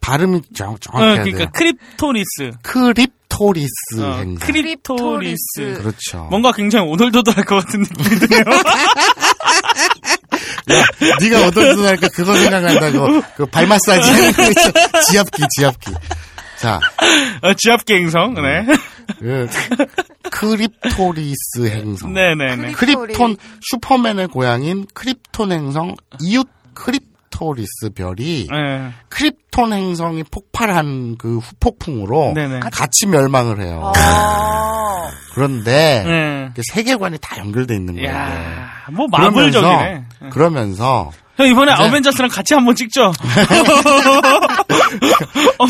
발음이 정,
어,
정확해야
그러니까
돼요.
크립토리스.
크립토리스
어,
행성.
크립토리스.
그렇죠.
뭔가 굉장히 오돌도돌할 것 같은 느낌이 드네요.
네가 어떤 듯 하니까 그거 생각난다고. 그 발 마사지 하는 거 있죠. 지압기, 지압기. 자,
어, 지압계 행성. 네.
그 크립토리스 행성.
네네네.
크립톤 슈퍼맨의 고향인 크립톤 행성 이웃 크립토리스 별이
네.
크립톤 행성이 폭발한 그 후폭풍으로
네네.
같이 멸망을 해요. 그런데
네.
그 세계관이 다 연결돼 있는 거예요.
뭐 마블적이네.
그러면서, 그러면서
형 이번에
이제-
어벤져스랑 같이 한번 찍죠.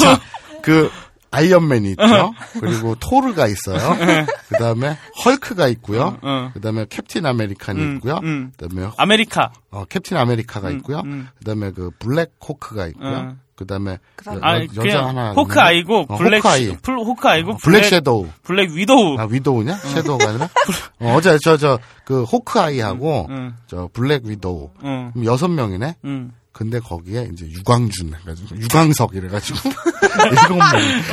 자, 그 아이언맨이 있죠.
어.
그리고 토르가 있어요.
네.
그다음에 헐크가 있고요.
어, 어.
그다음에 캡틴 아메리칸이
음,
있고요.
음.
그다음에
아메리카.
어, 캡틴 아메리카가
음,
있고요.
음.
그다음에 그 블랙 호크가 있고요.
어.
그다음에 여,
아,
여- 여자 하나
그냥 호크 아이고
있는데.
블랙
어, 호크아이.
시- 풀- 호크 아이고
블랙 섀도우.
블랙 위도우.
아 위도우냐? 섀도우가 아니라 어, 제 저 저 그 호크 아이하고 저 블랙 위도우
음.
그럼 여섯 명이네.
음.
근데 거기에 이제 유광준 해가지고 유광석 이래가지고 일곱 명.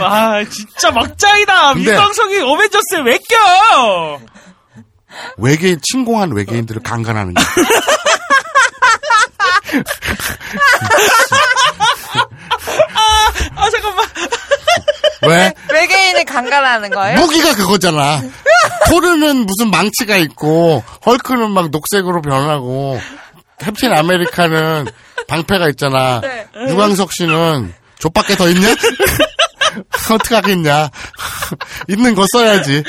와 아, 진짜 막장이다.
근데-
민광석이 어벤져스에 왜 껴?
외계인 침공한 외계인들을 강간하는 거.
아, 아 잠깐만.
왜?
외계인을 강간하는
네?
거예요?
무기가 그거잖아. 토르는 무슨 망치가 있고 헐크는 막 녹색으로 변하고 캡틴 아메리카는 방패가 있잖아.
네.
유광석 씨는 족밖에 더 있냐? 어떡하겠냐. 있는 거 써야지.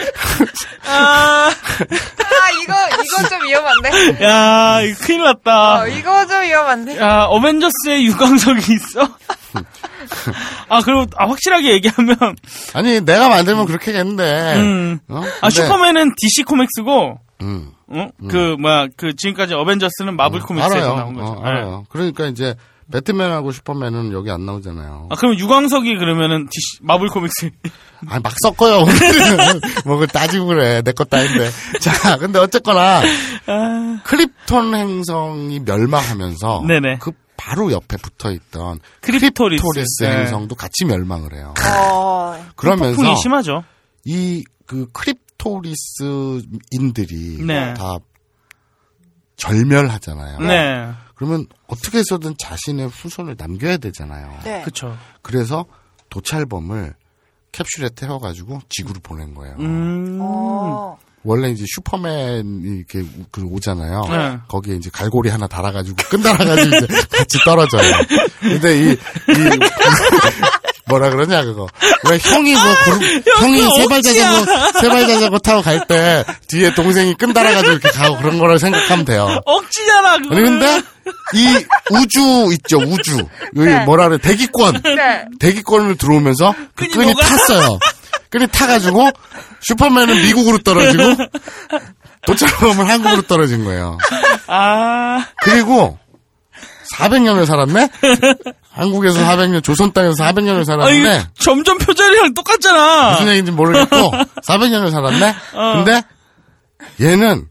아,
뭐?
아, 이거 이거 좀 위험한데.
야 이거 큰일 났다.
아,
어, 이거 좀 위험한데.
야, 어벤져스에 유광석이 있어? 아, 그리고, 아, 확실하게 얘기하면.
아니, 내가 만들면 그렇게 겠는데.
음.
어?
아,
근데-
슈퍼맨은 DC 코믹스고,
음.
어? 그, 뭐야, 그, 지금까지 어벤져스는 마블 코믹스에서
알아요.
나온 거죠. 네.
어, 알아요. 그러니까 이제 배트맨하고 슈퍼맨은 여기 안 나오잖아요.
아, 그럼 유광석이 그러면은 DC, 마블 코믹스.
아니 막 섞어요. 오늘은. 뭐 그걸 따지고 그래. 내 것 따인데. 자, 근데 어쨌거나 크립톤 행성이 멸망하면서
아. 네네.
그 바로 옆에 붙어 있던
크립토리스.
토리스
네.
행성도 같이 멸망을 해요.
어,
그러면서
폭풍이 심하죠.
이 그 크립토리스인들이
네.
다 절멸하잖아요.
네.
그러면 어떻게 해서든 자신의 후손을 남겨야 되잖아요.
네. 그쵸.
그래서 도찰범을 캡슐에 태워가지고 지구로 보낸 거예요.
음.
원래 이제 슈퍼맨이 이렇게 우- 그 오잖아요.
네.
거기에 이제 갈고리 하나 달아가지고 끈달아가지고 이제 같이 떨어져요. 근데 이, 이 뭐라 그러냐 그거. 왜 형이 뭐 그룹- 형이
그거
세발
억지야.
자전거 세발 자전거 타고 갈 때 뒤에 동생이 끈달아가지고 이렇게 가고 그런 거를 생각하면 돼요.
억지잖아, 그거.
아니 근데 이 우주 있죠 우주 여기
네.
뭐라 그래 대기권
네.
대기권을 들어오면서 그
끈이
끈이
녹아.
탔어요 끈이 타가지고 슈퍼맨은 미국으로 떨어지고 도착범은 한국으로 떨어진 거예요
아.
그리고 400년을 살았네 한국에서 400년 조선 땅에서 400년을
아, 이거
살았는데
점점 표절이랑 똑같잖아.
무슨 얘기인지 모르겠고 400년을 살았네
어.
근데 얘는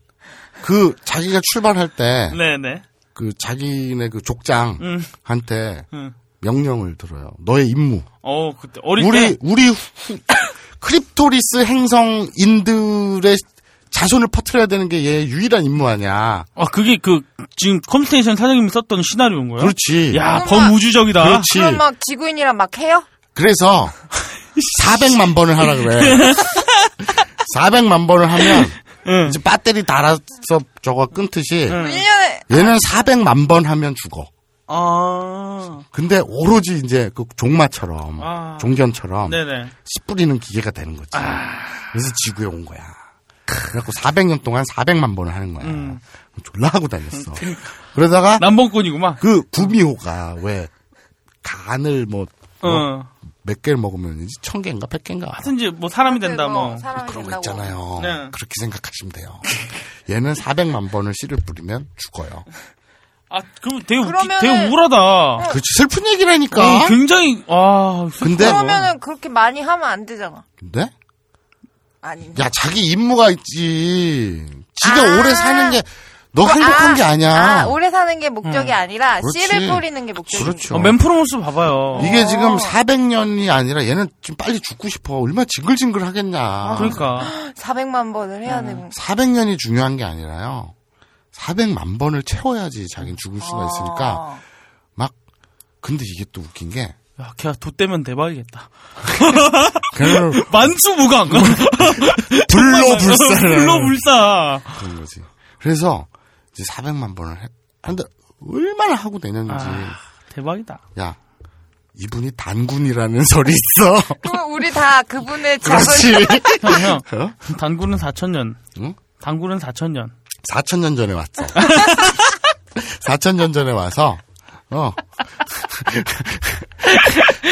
그
네.
자기가 출발할 때
네네.
그 자기네 그 족장한테
음.
명령을 들어요. 너의 임무.
어, 그때 어릴
우리
때
우리 후- 크립토리스 행성인들의 자손을 퍼뜨려야 되는 게 얘 유일한 임무 아니야.
아, 그게 그 지금 컴스테이션 사장님이 썼던 시나리오인 거야?
그렇지.
어? 야,
그러니까
범우주적이다.
그럼 막 지구인이랑 막 해요?
그래서 400만 번을 하라 그래. 400만 번을 하면 이제 배터리 달아서 저거 끊듯이
1년에
얘는 400만 번 하면 죽어.
아.
근데 오로지 이제 그 종마처럼
아.
종견처럼
네네.
씨 뿌리는 기계가 되는 거지. 그래서 지구에 온 거야. 그래갖고 400년 동안 400만 번을 하는 거야.
음. 그러니까.
졸라 하고 다녔어. 그러다가
남봉꾼이구만.
그 구미호가 왜 간을 뭐
어.
몇 개를 먹으면 이제 천 개인가 백 개인가
하든지 뭐 사람이
그,
된다 뭐.
그런 거 있잖아요.
네.
그렇게 생각하시면 돼요. 얘는 400만 번을 씨를 뿌리면 죽어요.
아, 그럼 되게 웃기,
그러면은-
되게 우울하다.
그렇지 슬픈 얘기라니까.
어, 굉장히 아,
그러니까? 근데 뭐.
그러면은 그렇게 많이 하면 안 되잖아.
근데
아닌데.
야 자기 임무가 있지. 지가
아.
오래 사는 게 너 어, 행복한
아,
게 아니야.
아, 오래 사는 게 목적이 아니라
그렇지.
씨를 뿌리는 게 목적이.
그렇죠.
어, 맨프로모스 봐봐요.
이게 지금 400년이 아니라 얘는 지금 빨리 죽고 싶어. 얼마나 징글징글 하겠냐.
그러니까
400만 번을 해야 되는.
400년이 중요한 게 아니라요. 400만 번을 채워야지 자기는 죽을
아.
수가 있으니까
어,
막 근데 이게 또 웃긴 게
야, 걔가 도 떼면 대박이겠다.
그걸
만수무강.
불로불사를
불로불사.
그런 거지. 그래서 이제 400만 번을 해- 하는데 얼마나 하고 내는지
아, 대박이다.
야 이분이 단군이라는 설이 있어.
그럼 우리 다 그분의
그렇지.
자손.
형, 형.
어?
단굴은 4천년.
응?
단굴은 4천년.
4천 년 전에 왔어. 4천 년 전에 와서 어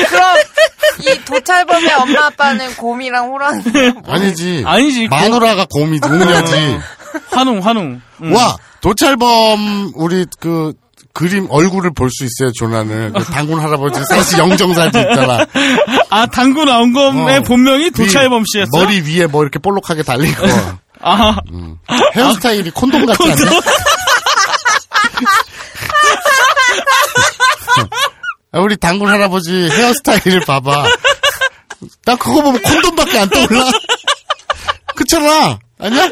그럼 이 도찰범의 엄마 아빠는 곰이랑 호랑이.
아니지.
아니지. 아,
마누라가 곰이 누구냐지.
환웅, 환웅. 응.
와 도찰범 우리 그 그림 얼굴을 볼 수 있어요 조나는 그 당군 할아버지 사진 영정사진 있잖아
아, 당구 나온 건의
어.
본명이
그
도차이범 씨였어.
머리 음. 위에 뭐 이렇게 볼록하게 달린 거
아,
헤어스타일이 콘돔 같지 않냐? 아, 우리 당군 할아버지 헤어스타일을 봐봐 난 그거 보면 콘돔밖에 안 떠올라 그렇잖아 아니야?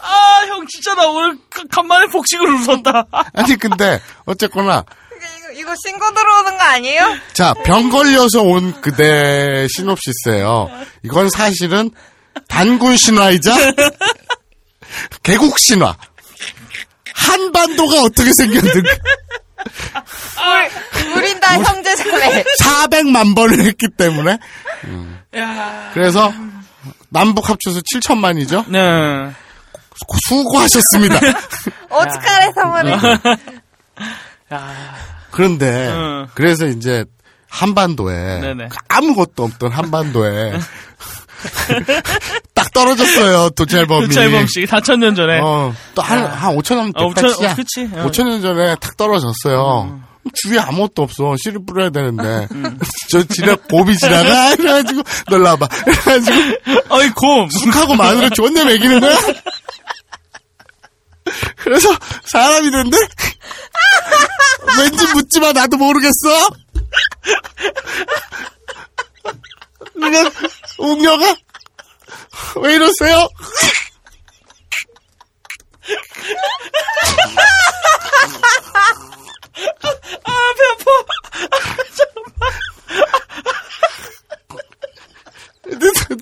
아, 형, 진짜 나 오늘 가- 간만에 복식을 웃었다.
아니 근데 어쨌거나
이거, 이거 신고 들어오는 거 아니에요?
자, 병 걸려서 온 그대 시놉시스예요. 이건 사실은 단군 신화이자 개국 신화. 한반도가 어떻게 생겼는가?
우린 다 형제자매.
아. 400만 번을 했기 때문에. 음. 그래서 남북 합쳐서 7천만이죠.
네.
수고하셨습니다.
어떡하래 성원이.
그런데
응.
그래서 이제 한반도에
어. 네네.
아무것도 없던 한반도에 딱 떨어졌어요 도찰범이.
도차이범 씨, 4천년 전에.
어, 또한 한 5천 원
어, 5천, 어, 그치. 어. 음.
5천 년 전에 탁 떨어졌어요. 주위에 아무것도 없어. 씨를 뿌려야 되는데. 저 지나, 봄이 지나가? 이래가지고, 놀러 와봐. 이래가지고,
어이, 곰.
쑥하고 마늘을 존내 먹이는 거야? 그래서, 사람이 된데? 왠지 묻지 마, 나도 모르겠어? 그냥, 웅녀가? 왜 이러세요?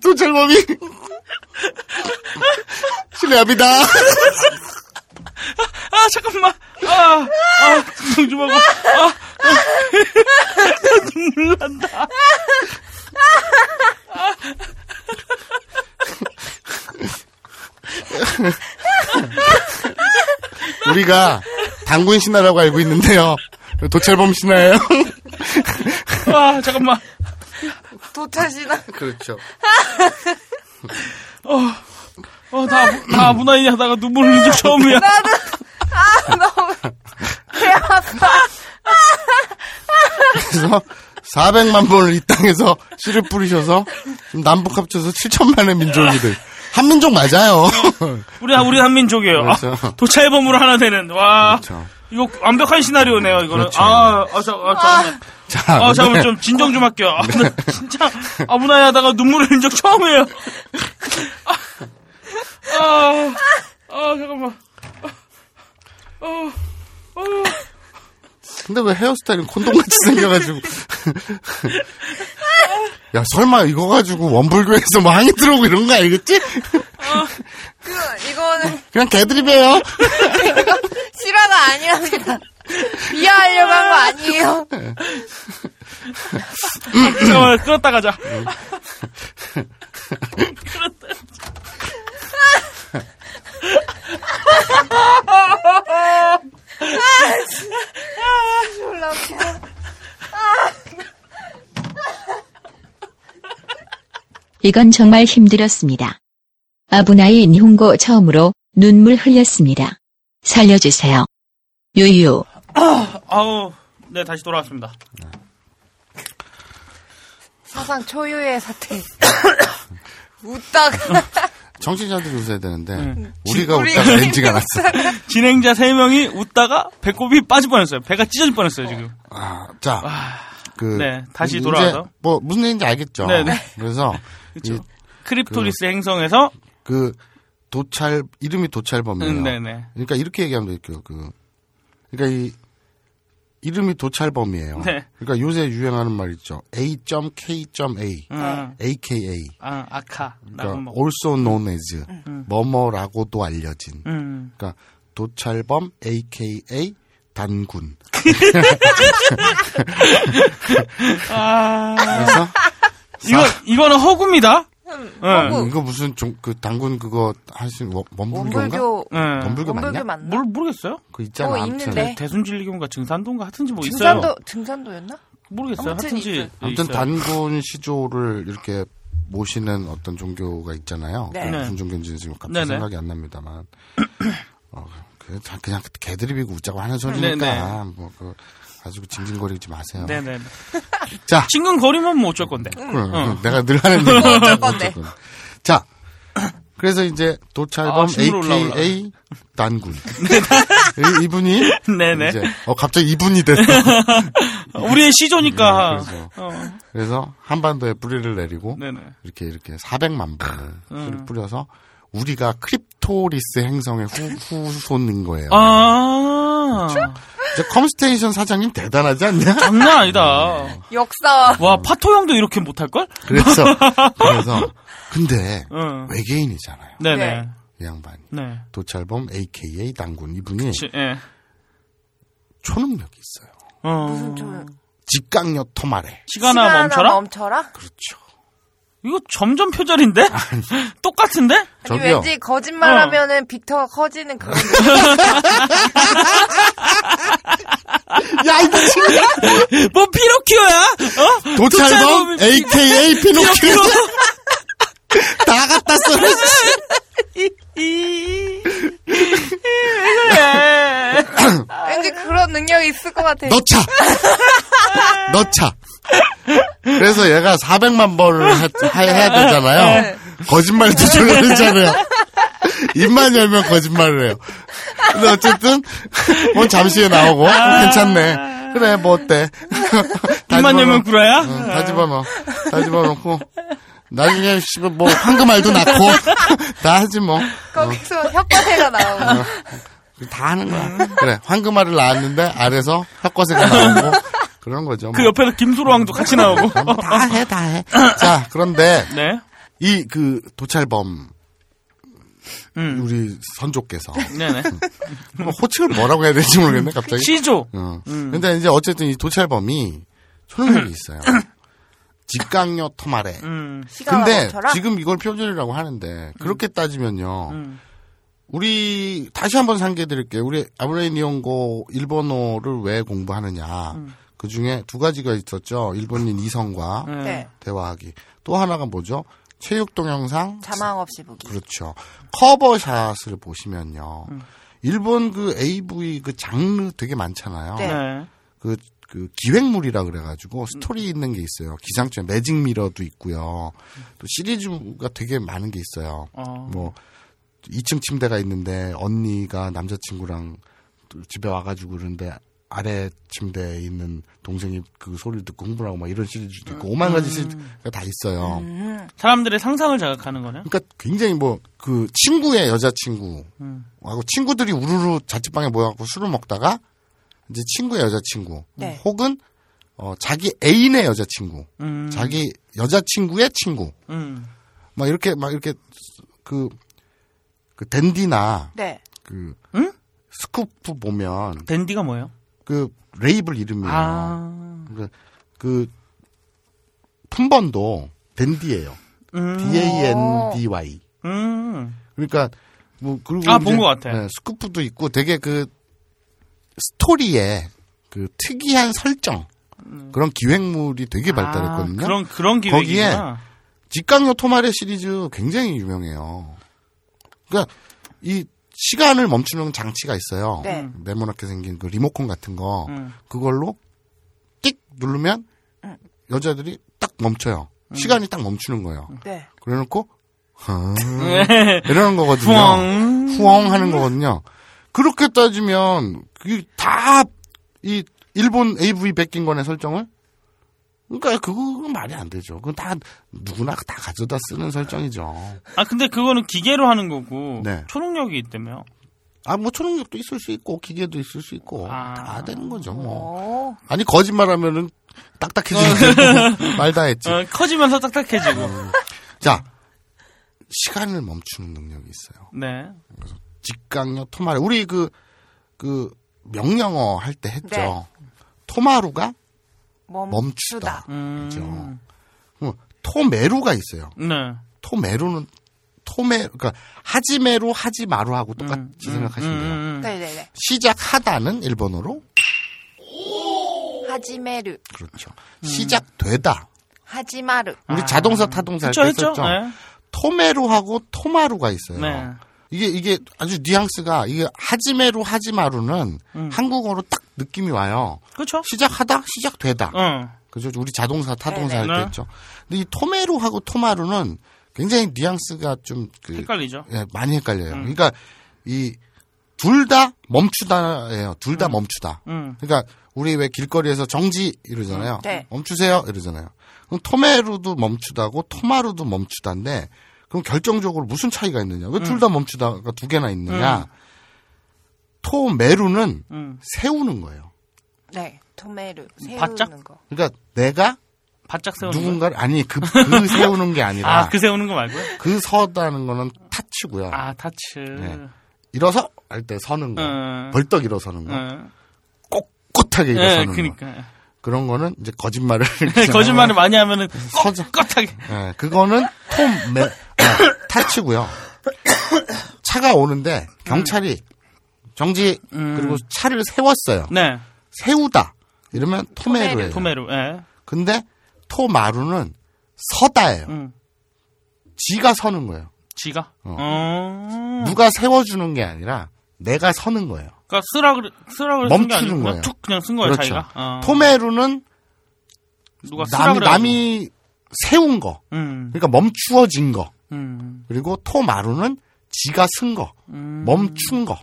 도찰범이 실례합니다.
아, 잠깐만. 아, 아, 걱정 좀 하고. 아,
우리가 당군 신화라고 알고 있는데요. 도찰범 신화예요.
아, 잠깐만.
도찰시나.
그렇죠.
어, 나, 나 문화인 하다가 눈물 흘린 게 처음이야.
나도. 아, 너무. 배 아파.
그래서 400만 번을 이 땅에서 씨를 뿌리셔서 지금 남북 합쳐서 7천만의 민족이들 한 민족 맞아요.
우리, 우리 한민족이에요. 아,
그렇죠.
도차이범으로 하나 되는, 와.
그렇죠.
이거 완벽한 시나리오네요, 이거는.
그렇죠.
아, 아, 저, 아, 잠깐만.
자,
아,
근데-
잠깐만, 좀 진정 좀 할게요. 아,
네.
나 진짜 아무나 하다가 눈물을 흘린 적 처음이에요. 아, 아, 아, 잠깐만. 아, 아,
근데 왜 헤어스타일은 콘돔같이 생겨가지고. 야, 설마 이거 가지고 원불교에서 망이 들어오고 이런 거 아니겠지?
그, 이거는
그냥 개드립이에요.
실화가 아니랍니다. 비하하려고 한 거 아니에요.
잠깐만, 끊었다 가자.
아, 진짜. 아, 졸라 웃겨. 아.
이건 정말 힘들었습니다. 아부나이 니혼고 처음으로 눈물 흘렸습니다. 살려주세요. 유유.
아우, 네, 다시 돌아왔습니다.
사상 초유의 사태. 웃다가.
정신자들이 웃어야 되는데,
우리가
우리가 그러니까 웃다가
그
렌즈가 났어.
진행자 3명이 웃다가 배꼽이 빠질 뻔했어요. 배가 찢어질 뻔했어요, 지금.
아, 자, 그.
네, 다시
이제
돌아와서.
뭐, 무슨 얘기인지 알겠죠?
네, 네.
그래서. 이-
크립토리스 행성에서
그, 도찰, 이름이 도찰범이에요.
음, 네네.
그러니까 이렇게 얘기하면 될게요. 그, 그러니까 이, 이름이 도찰범이에요.
네.
그러니까 요새 유행하는 말 있죠. A.K.A.
아.
음.
AKA.
아, 아카.
그러니까
나무
also known as 뭐뭐라고도 알려진.
음.
그러니까 도찰범 AKA 단군.
아.
그래서
이거 이거는 허구입니다.
음,
아.
허구.
이거 무슨 좀 그 단군 그거 하신 원- 원불교인가?
원불교.
예.
원불교 맞냐?
뭘 모르겠어요?
그 있잖아.
뭐
아무튼.
있는데.
대순진리교인가 증산도인가 하여튼지 뭐
등산도,
있어요.
등산도였나?
모르겠어요.
아무튼
하여튼지
아무튼
있어요.
단군 시조를 이렇게 모시는 어떤 종교가 있잖아요.
네.
그게
네.
무슨 종교인지는 지금 갑자기
네네.
생각이 안 납니다만. 어, 그냥, 다- 그냥 개드립이고 웃자고 하는
네네.
소리니까 뭐 그 가지고 징징거리지 마세요.
네네.
자.
징근거리면 뭐 어쩔 건데.
그래, 그래. 내가 늘 하는 얘기.
건데.
자, 그래서 이제 도찰범
아, 심으로 올라올라.
AKA 난군. 이- 이분이
네네.
이제 어 갑자기 이분이 됐어.
우리의 시조니까.
네,
어.
그래서 한반도에 뿌리를 내리고
네네.
이렇게 이렇게 400만 번을
음.
뿌려서 우리가 크립토리스 행성의 후, 후손인 거예요.
아.
이제 컴스테이션 사장님 대단하지 않냐?
장난 아니다.
역사.
와 파토 형도 이렇게 못할 걸?
그래서 그래서 근데
응.
외계인이잖아요.
네네. 네.
이 양반.
네.
도찰범 AKA 당군 이분이
지- 예.
초능력이 있어요.
어.
음.
음,
무슨 저
직강여 토마레.
시간아 멈춰라.
멈춰라?
이거 점점 표절인데? 똑같은데?
아니, 왠지
어.
거짓말하면은 빅터가 커지는 그런.
야, 이 미친.
뭐 피노키오야? 어?
도찰범 AKA 피노키오. 다 갖다 써.
왠지 그런 능력이 있을 것 같아.
넣자. 넣자. 그래서 얘가 400만 번을 하, 하- 해야
네.
되잖아요. 거짓말 조절을 하잖아요. 입만 열면 거짓말을 해요. 근데 어쨌든 뭐 잠시 후에 나오고 괜찮네. 그래 뭐 어때? 다
아. 입만 열면
집어넣-
구라야?
응, 다 집어넣어. 다 집어넣고 나중에 씨발 뭐 황금알도 낳고 다 하지 뭐.
거기서 혓바세가
어.
나오고.
다 하는 거야. 그래 황금알을 낳았는데 알에서 혁거세가 나오고 그런 거죠.
그
뭐.
옆에서 김수로왕도 같이 나오고. 어,
다 해, 다 해. 자, 그런데
네.
이 그 도찰범
음.
우리 선조께서
네네.
호칭을 뭐라고 해야 될지 모르겠네 갑자기.
시조.
어.
음.
근데 이제 어쨌든 이 도찰범이 초능력이 있어요. 직강요 토마레.
음.
시간아
근데
멈춰라?
지금 이걸 표준이라고 하는데 그렇게 따지면요.
음.
우리 다시 한번 상기해 드릴게요. 우리 아브레이 니온고 일본어를 왜 공부하느냐.
음.
그 중에 두 가지가 있었죠. 일본인 이성과
음.
네.
대화하기. 또 하나가 뭐죠? 체육 동영상.
자막 없이 보기.
그렇죠. 커버샷을 보시면요.
음.
일본 그 AV 그 장르 되게 많잖아요.
네.
네.
그, 그 기획물이라 그래가지고 스토리 있는 게 있어요. 기상청 매직 미러도 있고요. 또 시리즈가 되게 많은 게 있어요.
어.
뭐 2층 침대가 있는데 언니가 남자친구랑 또 집에 와가지고 그러는데 아래 침대에 있는 동생이 그 소리를 듣고 흥분하고 막 이런 시리즈도 있고 오만 가지 시리즈가 다 있어요.
사람들의 상상을 자극하는 거네.
그러니까 굉장히 뭐 그 친구의 여자친구
음.
하고 친구들이 우르르 자취방에 모여갖고 술을 먹다가 이제 친구의 여자친구
네.
혹은 어, 자기 애인의 여자친구
음.
자기 여자친구의 친구
음.
막 이렇게 막 이렇게 그, 그 댄디나
네.
그 스쿠프 보면
댄디가 뭐예요?
그 레이블 이름이에요.
아.
그, 그 품번도 댄디예요.
음.
D A N D Y.
음.
그러니까 뭐 그리고
아, 본것
이제,
같아.
네, 스쿠프도 있고 되게 그 스토리에 그 특이한 설정 그런 기획물이 되게 발달했거든요.
음. 아, 그런 그런
거기에
기획이구나.
직강요 토마레 시리즈 굉장히 유명해요. 그러니까 이 시간을 멈추는 장치가 있어요.
네.
네모나게 생긴 그 리모컨 같은 거
음.
그걸로 띡 누르면
음.
여자들이 딱 멈춰요. 시간이 딱 멈추는 거예요.
음.
네.
그래놓고 아, 이러는 거거든요.
후엉.
후엉 하는 거거든요. 그렇게 따지면 그 그다이 일본 AV 백긴건의 설정을 그러니까 그거 말이 안 되죠. 그건 다 누구나 다 가져다 쓰는 설정이죠.
아 근데 그거는 기계로 하는 거고
네.
초능력이 있다며.
아 뭐 초능력도 있을 수 있고 기계도 있을 수 있고
아.
다 되는 거죠. 뭐
오.
아니 거짓말하면은 딱딱해지고 말 다 했지.
어, 커지면서 딱딱해지고.
자 시간을 멈추는 능력이 있어요.
네.
직강요 토마루 우리 그 그 명령어 할 때 했죠.
네.
토마루가
멈추다. 음.
그죠. 어, 토메루가 있어요.
네.
토메루는 토메 그러니까 하지메루 하지마루하고
음.
똑같이 생각하시면 돼요.
네네네.
시작하다는 일본어로
음.
하지메르,
그렇죠.
음.
시작되다.
하지마르.
우리 자동차 타동사
아. 그쵸,
할때
했죠?
썼죠.
네.
토메루하고 토마루가 있어요.
네.
이게 이게 아주 뉘앙스가 이게 하지메루 하지마루는
음.
한국어로 딱 느낌이 와요.
그렇죠.
시작하다 시작되다.
응.
그죠? 우리 자동사 타동사 할
어. 네네.
때 했죠. 근데 이 토메루하고 토마루는 굉장히 뉘앙스가 좀 그,
헷갈리죠. 음.
예, 많이 헷갈려요. 그러니까 이 둘 다 멈추다예요. 둘 다 멈추다.
음.
그러니까 우리 왜 길거리에서 정지 이러잖아요.
음, 네.
멈추세요 이러잖아요. 그럼 토메루도 멈추다고 토마루도 멈추다인데 그럼 결정적으로 무슨 차이가 있느냐? 왜 둘
음.
다 멈추다가 두 개나 있느냐? 토메루는
음.
세우는 거예요.
네. 토메르. 세우는
바짝?
거.
그러니까 내가
바짝 세우는 거.
누군가를 아니 그, 그 세우는 게 아니라
아, 그 세우는 거 말고요?
그 서다는 거는 타치고요.
아, 타츠.
네. 일어서 할 때 서는 거,
음.
벌떡 일어서는 거,
음.
꼿꼿하게
네,
일어서는 거.
그니까. 네,
그런 거는 이제 거짓말을
거짓말을 많이 하면은 꼿꼿하게.
예, 그거는 톰 메, 아, 타치고요. 차가 오는데 경찰이 정지
음.
그리고 차를 세웠어요.
네.
세우다 이러면 토메루예요.
토메루. 예.
근데 토마루는 서다예요.
음.
지가 서는 거예요.
지가.
어.
어.
누가 세워주는 게 아니라 내가 서는 거예요.
그러니까 쓰라 그래 쓰라 그래 쓴게 아니고
멈추는
그냥
거예요.
툭 그냥 쓴 거예요,
그렇죠.
자기가. 어.
토메루는
누가 쓰라
남이,
그래.
남이 세운 거.
음.
그러니까 멈추어진 거.
음.
그리고 토마루는 지가 쓴 거. 멈춘 거.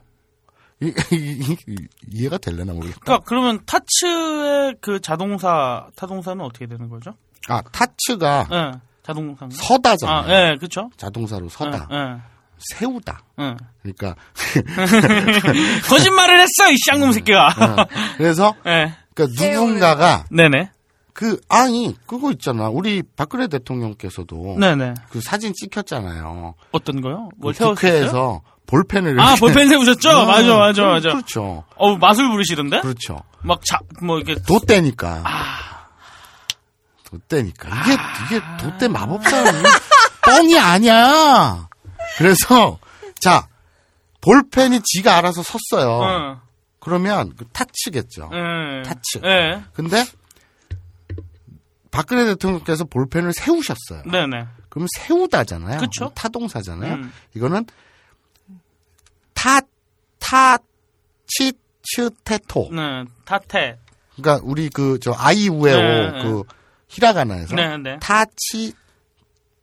이, 이- 이- 이해가 되려나 모르겠다.
그러니까 그러면 타츠의 그 자동사 타동사는 어떻게 되는 거죠?
아, 타츠가
예. 자동사.
서다잖아요.
아, 예, 그렇죠.
자동사로 서다.
예. 예.
세우다.
응.
그러니까
거짓말을 했어 이 쌍놈 새끼가.
어, 그래서
예.
그러니까 누군가가
네네.
그 아니 그거 있잖아. 우리 박근혜 대통령께서도
네네.
그 사진 찍혔잖아요.
어떤 거요? 뭘
그
세웠어요?
국회에서 볼펜을
아,
이렇게-
볼펜 세우셨죠?
음,
맞아, 맞아,
그-
맞아.
그렇죠.
어우 마술 부르시던데?
그렇죠.
막 자 뭐 이렇게
돗대니까. 돗대니까. 이게, 이게 돗대 마법사는 이게 뻥이 아니야. 그래서, 자, 볼펜이 지가 알아서 섰어요.
응.
그러면 그 타치겠죠.
예.
타츠.
예.
근데, 박근혜 대통령께서 볼펜을 세우셨어요.
네네.
그럼 세우다잖아요.
그쵸.
타동사잖아요.
음.
이거는 타, 타, 치, 츠, 테토.
네. 타테.
그러니까 우리 그 저 아이우에오
네, 네.
그 히라가나에서
네, 네.
타치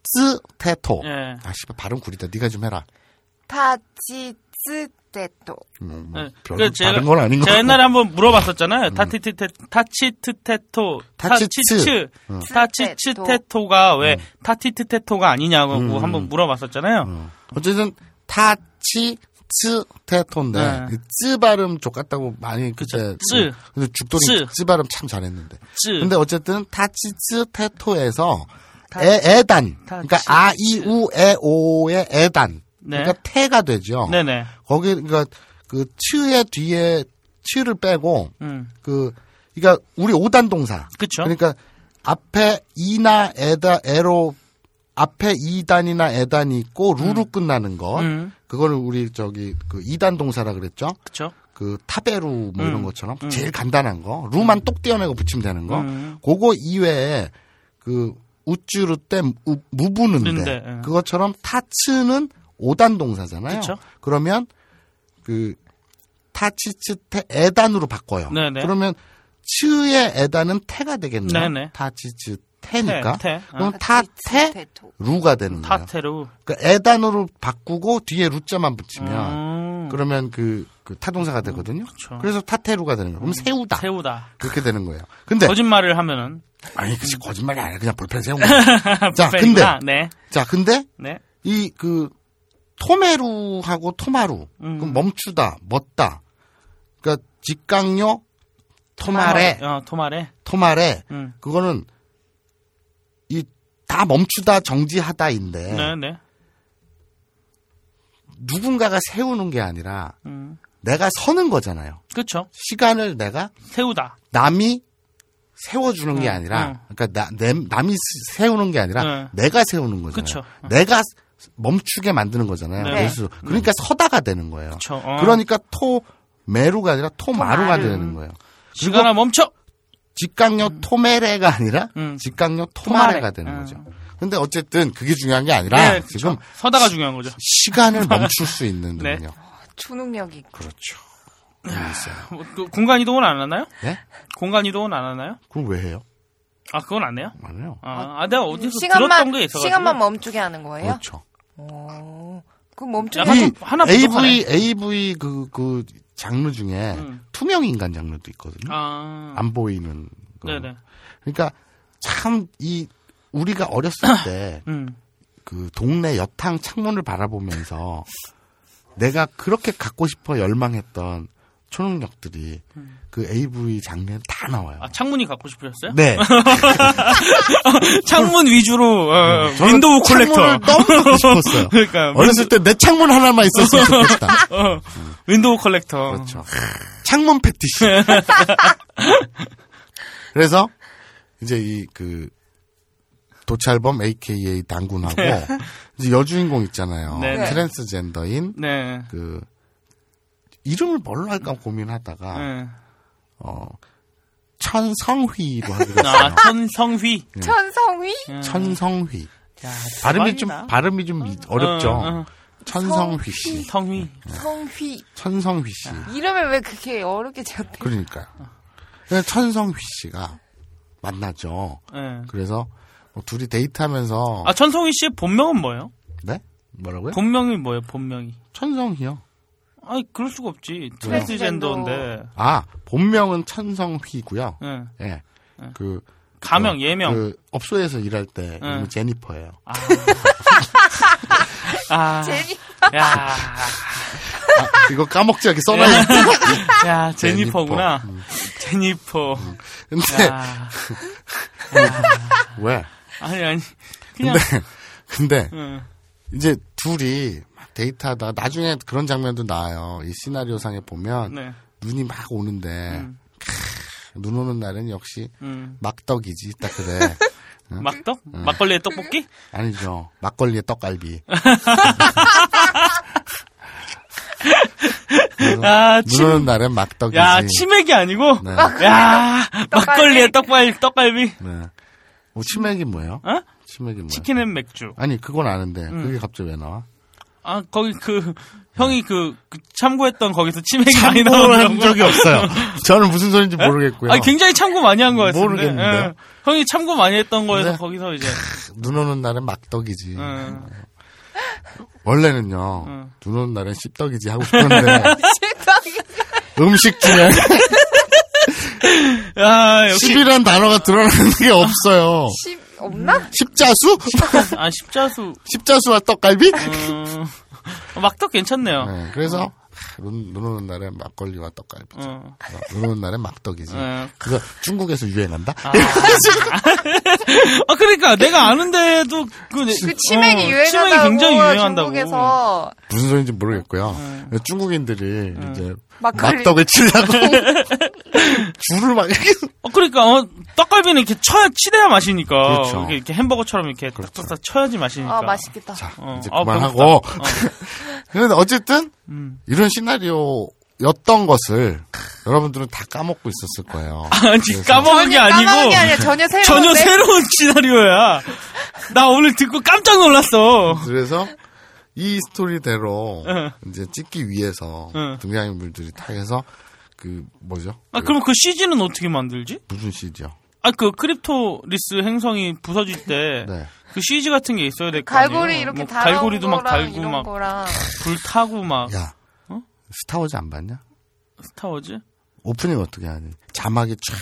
쯔 테토
예.
뭐, 아 씨발 발음 구리다 네가 좀 해라
타치츠
타치테토.
뭐,
네.
별로
그
다른 건 아닌 것
제가
같아요.
옛날에 한번 물어봤었잖아요. 타치트테 타치트테토
타치츠.
타치츠
음.
타치츠테토가 왜 타치트테토가 아니냐고
음.
한번 물어봤었잖아요.
어쨌든 타치 츠 테토인데
네.
그쯔 발음 족같다고 많이 그때
쯔.
근데 죽돌이
쯔.
쯔 발음 참 잘했는데.
쯔.
근데 어쨌든 타치 츠 테토에서 에, 에단 그러니까 아 이 우 에 오의 에단
네.
그러니까 태가 되죠.
네네.
거기 그러니까 그 츠의 뒤에 츠를 빼고
음.
그 그러니까 우리 오단 동사.
그쵸.
그러니까 앞에 이나 에다 에로 앞에 이단이나 에단이 있고 루로 끝나는 거.
음.
그거를 우리 저기 그이단 동사라 그랬죠.
그쵸.
그 타베루 뭐 이런
음.
것처럼
음.
제일 간단한 거. 루만 똑 떼어내고 붙이면 되는 거.
음.
그거 이외에 그 우쭈루 때 우- 무부는데
는데, 예.
그것처럼 타츠는 오단 동사잖아요.
그쵸.
그러면그 타치츠 테 에단으로 바꿔요.
네네.
그러면 츠의 에단은 테가 되겠네요.
네네.
타치츠 테니까.
테, 테.
그럼
아.
타테 루가 되는 거예요.
타테루.
그 에단으로 바꾸고 뒤에 루자만 붙이면
음.
그러면 그, 그 타동사가 되거든요. 그래서 타테루가 되는 거예요. 그럼 세우다
세우다.
그렇게 되는 거예요. 근데
음. 거짓말을 하면은
아니 그치 거짓말이 아니라 그냥 볼펜 세운 거예요. 자 근데
불펜이구나. 네.
자 근데
네.
이 그 토메루하고 토마루
음.
그럼 멈추다 멋다 그러니까 직강요 토마레
어, 토마레.
토마레
음.
그거는 이 다 멈추다 정지하다인데
네, 네.
누군가가 세우는 게 아니라
음.
내가 서는 거잖아요.
그렇죠.
시간을 내가
세우다.
남이 세워주는 게
응,
아니라 그러니까 나, 내- 남이 스- 세우는 게 아니라
응.
내가 세우는 거잖아요.
그쵸. 응.
내가 스- 멈추게 만드는 거잖아요.
네.
그래서 그러니까 서다가 되는 거예요.
그쵸, 어.
그러니까 토메루가 아니라 토마루가
토마루.
되는 거예요.
시간아 멈춰.
직강요 토메레가 아니라 직강요 토마레가
음. 토마레.
되는
응.
거죠. 근데 어쨌든 그게 중요한 게 아니라
네, 그쵸.
지금
서다가 중요한 거죠.
시간을 멈출 수 있는
네.
능력.
초능력이 있고.
그렇죠. 그게 있어요.
뭐, 그 공간 이동은 안 하나요?
네?
공간 이동은 안 하나요?
그럼 왜 해요?
아 그건 안 해요?
안 해요.
아, 아, 내가 어디서 들었던
시간만
게 있어가지고
시간만 멈추게 하는 거예요?
그렇죠.
오, 그럼 멈추게
이
하면
AV AV 그, 그 장르 중에 투명 인간 장르도 있거든요.
음. 아,
안 보이는. 거.
네네.
그러니까 참 이 우리가 어렸을 때
음.
그 동네 여탕 창문을 바라보면서 내가 그렇게 갖고 싶어 열망했던 초능력들이 그 AV 장르에 다 나와요.
음. 아 창문이 갖고 싶으셨어요?
네.
창문 위주로 어,
저는
윈도우 콜렉터.
창문을 너무 갖고 싶었어요.
그러니까
어렸을 때 내 창문 하나만 있었으면 좋겠다.
어, 윈도우 컬렉터.
어.
그렇죠.
창문 패티시. 그래서 이제 이 그 도찰범 AKA 당군하고
네.
이제 여주인공 있잖아요.
네, 네.
트랜스젠더인
네.
그 이름을 뭘로 할까 고민하다가
네.
어 천성휘로 하기로 했어요.
아, 천성휘.
천성위?
천성휘. 발음이 좀 발음이 좀 이- 어렵죠.
어, 어.
천성휘 씨,
성휘.
성휘
천성휘 씨.
이름을 왜 그렇게 어렵게 지었대?
그러니까요. 그래서 천성휘 씨가 만나죠.
네.
그래서 뭐 둘이 데이트하면서
아 천성휘 씨의 본명은 뭐예요?
네 뭐라고요?
본명이 뭐예요? 본명이.
천성희요.
아니 그럴 수가 없지. 네. 트랜스젠더인데.
아 본명은 천성휘고요.
네.
예. 그
가명,
어,
예명.
그 업소에서 일할 때
네.
이름이 제니퍼예요.
아.
제니.
야.
이거 까먹지 않게 써놔야 돼.
야 제니퍼구나. 제니퍼.
근데
야.
왜?
아, 아니 아니. 그냥.
근데 근데
응.
이제 둘이 막 데이트하다가 나중에 그런 장면도 나와요. 이 시나리오상에 보면
네.
눈이 막 오는데 캬, 눈 오는 날은 역시
음.
막떡이지 딱 그래. 응?
막떡?
응.
막걸리에 떡볶이?
아니죠. 막걸리에 떡갈비.
아, 침,
눈오는 날엔 막떡이지.
야, 치맥이 아니고?
어.
그러니까.
네.
야, 막걸리에 떡갈비, 떡갈비?
네. 뭐 치맥이 뭐예요?
어?
치맥이 뭐예요?
치킨 앤 맥주.
아니 그건 아는데
음.
그게 갑자기 왜 나와?
아, 거기 그, 형이 그, 그 참고했던 거기서 치맥이
참고를
많이 나오더라고요.
한 적이 없어요. 저는 무슨 소리인지
에?
모르겠고요.
어? 아니, 굉장히 참고 많이 한 거였는데. 예.
모르겠는데요.
형이 참고 많이 했던 거에서
네.
거기서 이제. 어.
눈 오는 날엔 막떡이지.
음.
원래는요,
어.
눈 오는 날엔 씹떡이지 하고 싶었는데,
그
음식 중에
야, 역시.
10이라는 단어가 드러나는 게 없어요.
없나?
음.
십자수?
아, 십자수.
십자수와 떡갈비?
어, 막떡 괜찮네요.
네, 그래서 하, 눈, 눈 오는 날엔 막걸리와 떡갈비.
어.
어, 눈 오는 날엔 막떡이지.
네.
그거 중국에서 유행한다?
아, 그러니까 내가 아는데도 그,
그 치맥이
어,
유행한다고
치맥이 굉장히 유행한다고.
중국에서 아,
무슨 소리인지 모르겠고요. 중국인들이 이제
막걸리.
막떡을 치려고 줄을 막 이렇게
어, 그러니까 어, 떡갈비는 이렇게 쳐야 치대야 맛이니까.
그렇죠.
이렇게, 이렇게 햄버거처럼 이렇게 딱딱딱 쳐야지 맛이니까.
아 맛있겠다.
어,
이제
아,
그만하고.
배고프다. 어.
그런데 어쨌든 이런 시나리오였던 것을 여러분들은 다 까먹고 있었을 거예요.
아니 까먹은 게 아니고
까먹은 게 네. 아니라 전혀 새로운
전혀
내-
새로운 시나리오야. 나 오늘 듣고 깜짝 놀랐어.
그래서 이 스토리대로 이제 찍기 위해서 등장인물들이 다 해서 그 뭐죠?
아 그럼 그 CG는 어떻게 만들지?
무슨 시죠?
아 그 크립토리스 행성이 부서질 때 그
네.
CG 같은 게 있어야 될 거 아니에요?
갈고리 이렇게
뭐
달아온
갈고리도 막
거랑
달고
이런
막
거랑
불타고 막
야, 스타워즈 안 봤냐?
스타워즈?
오프닝 어떻게 하니? 자막이 쫙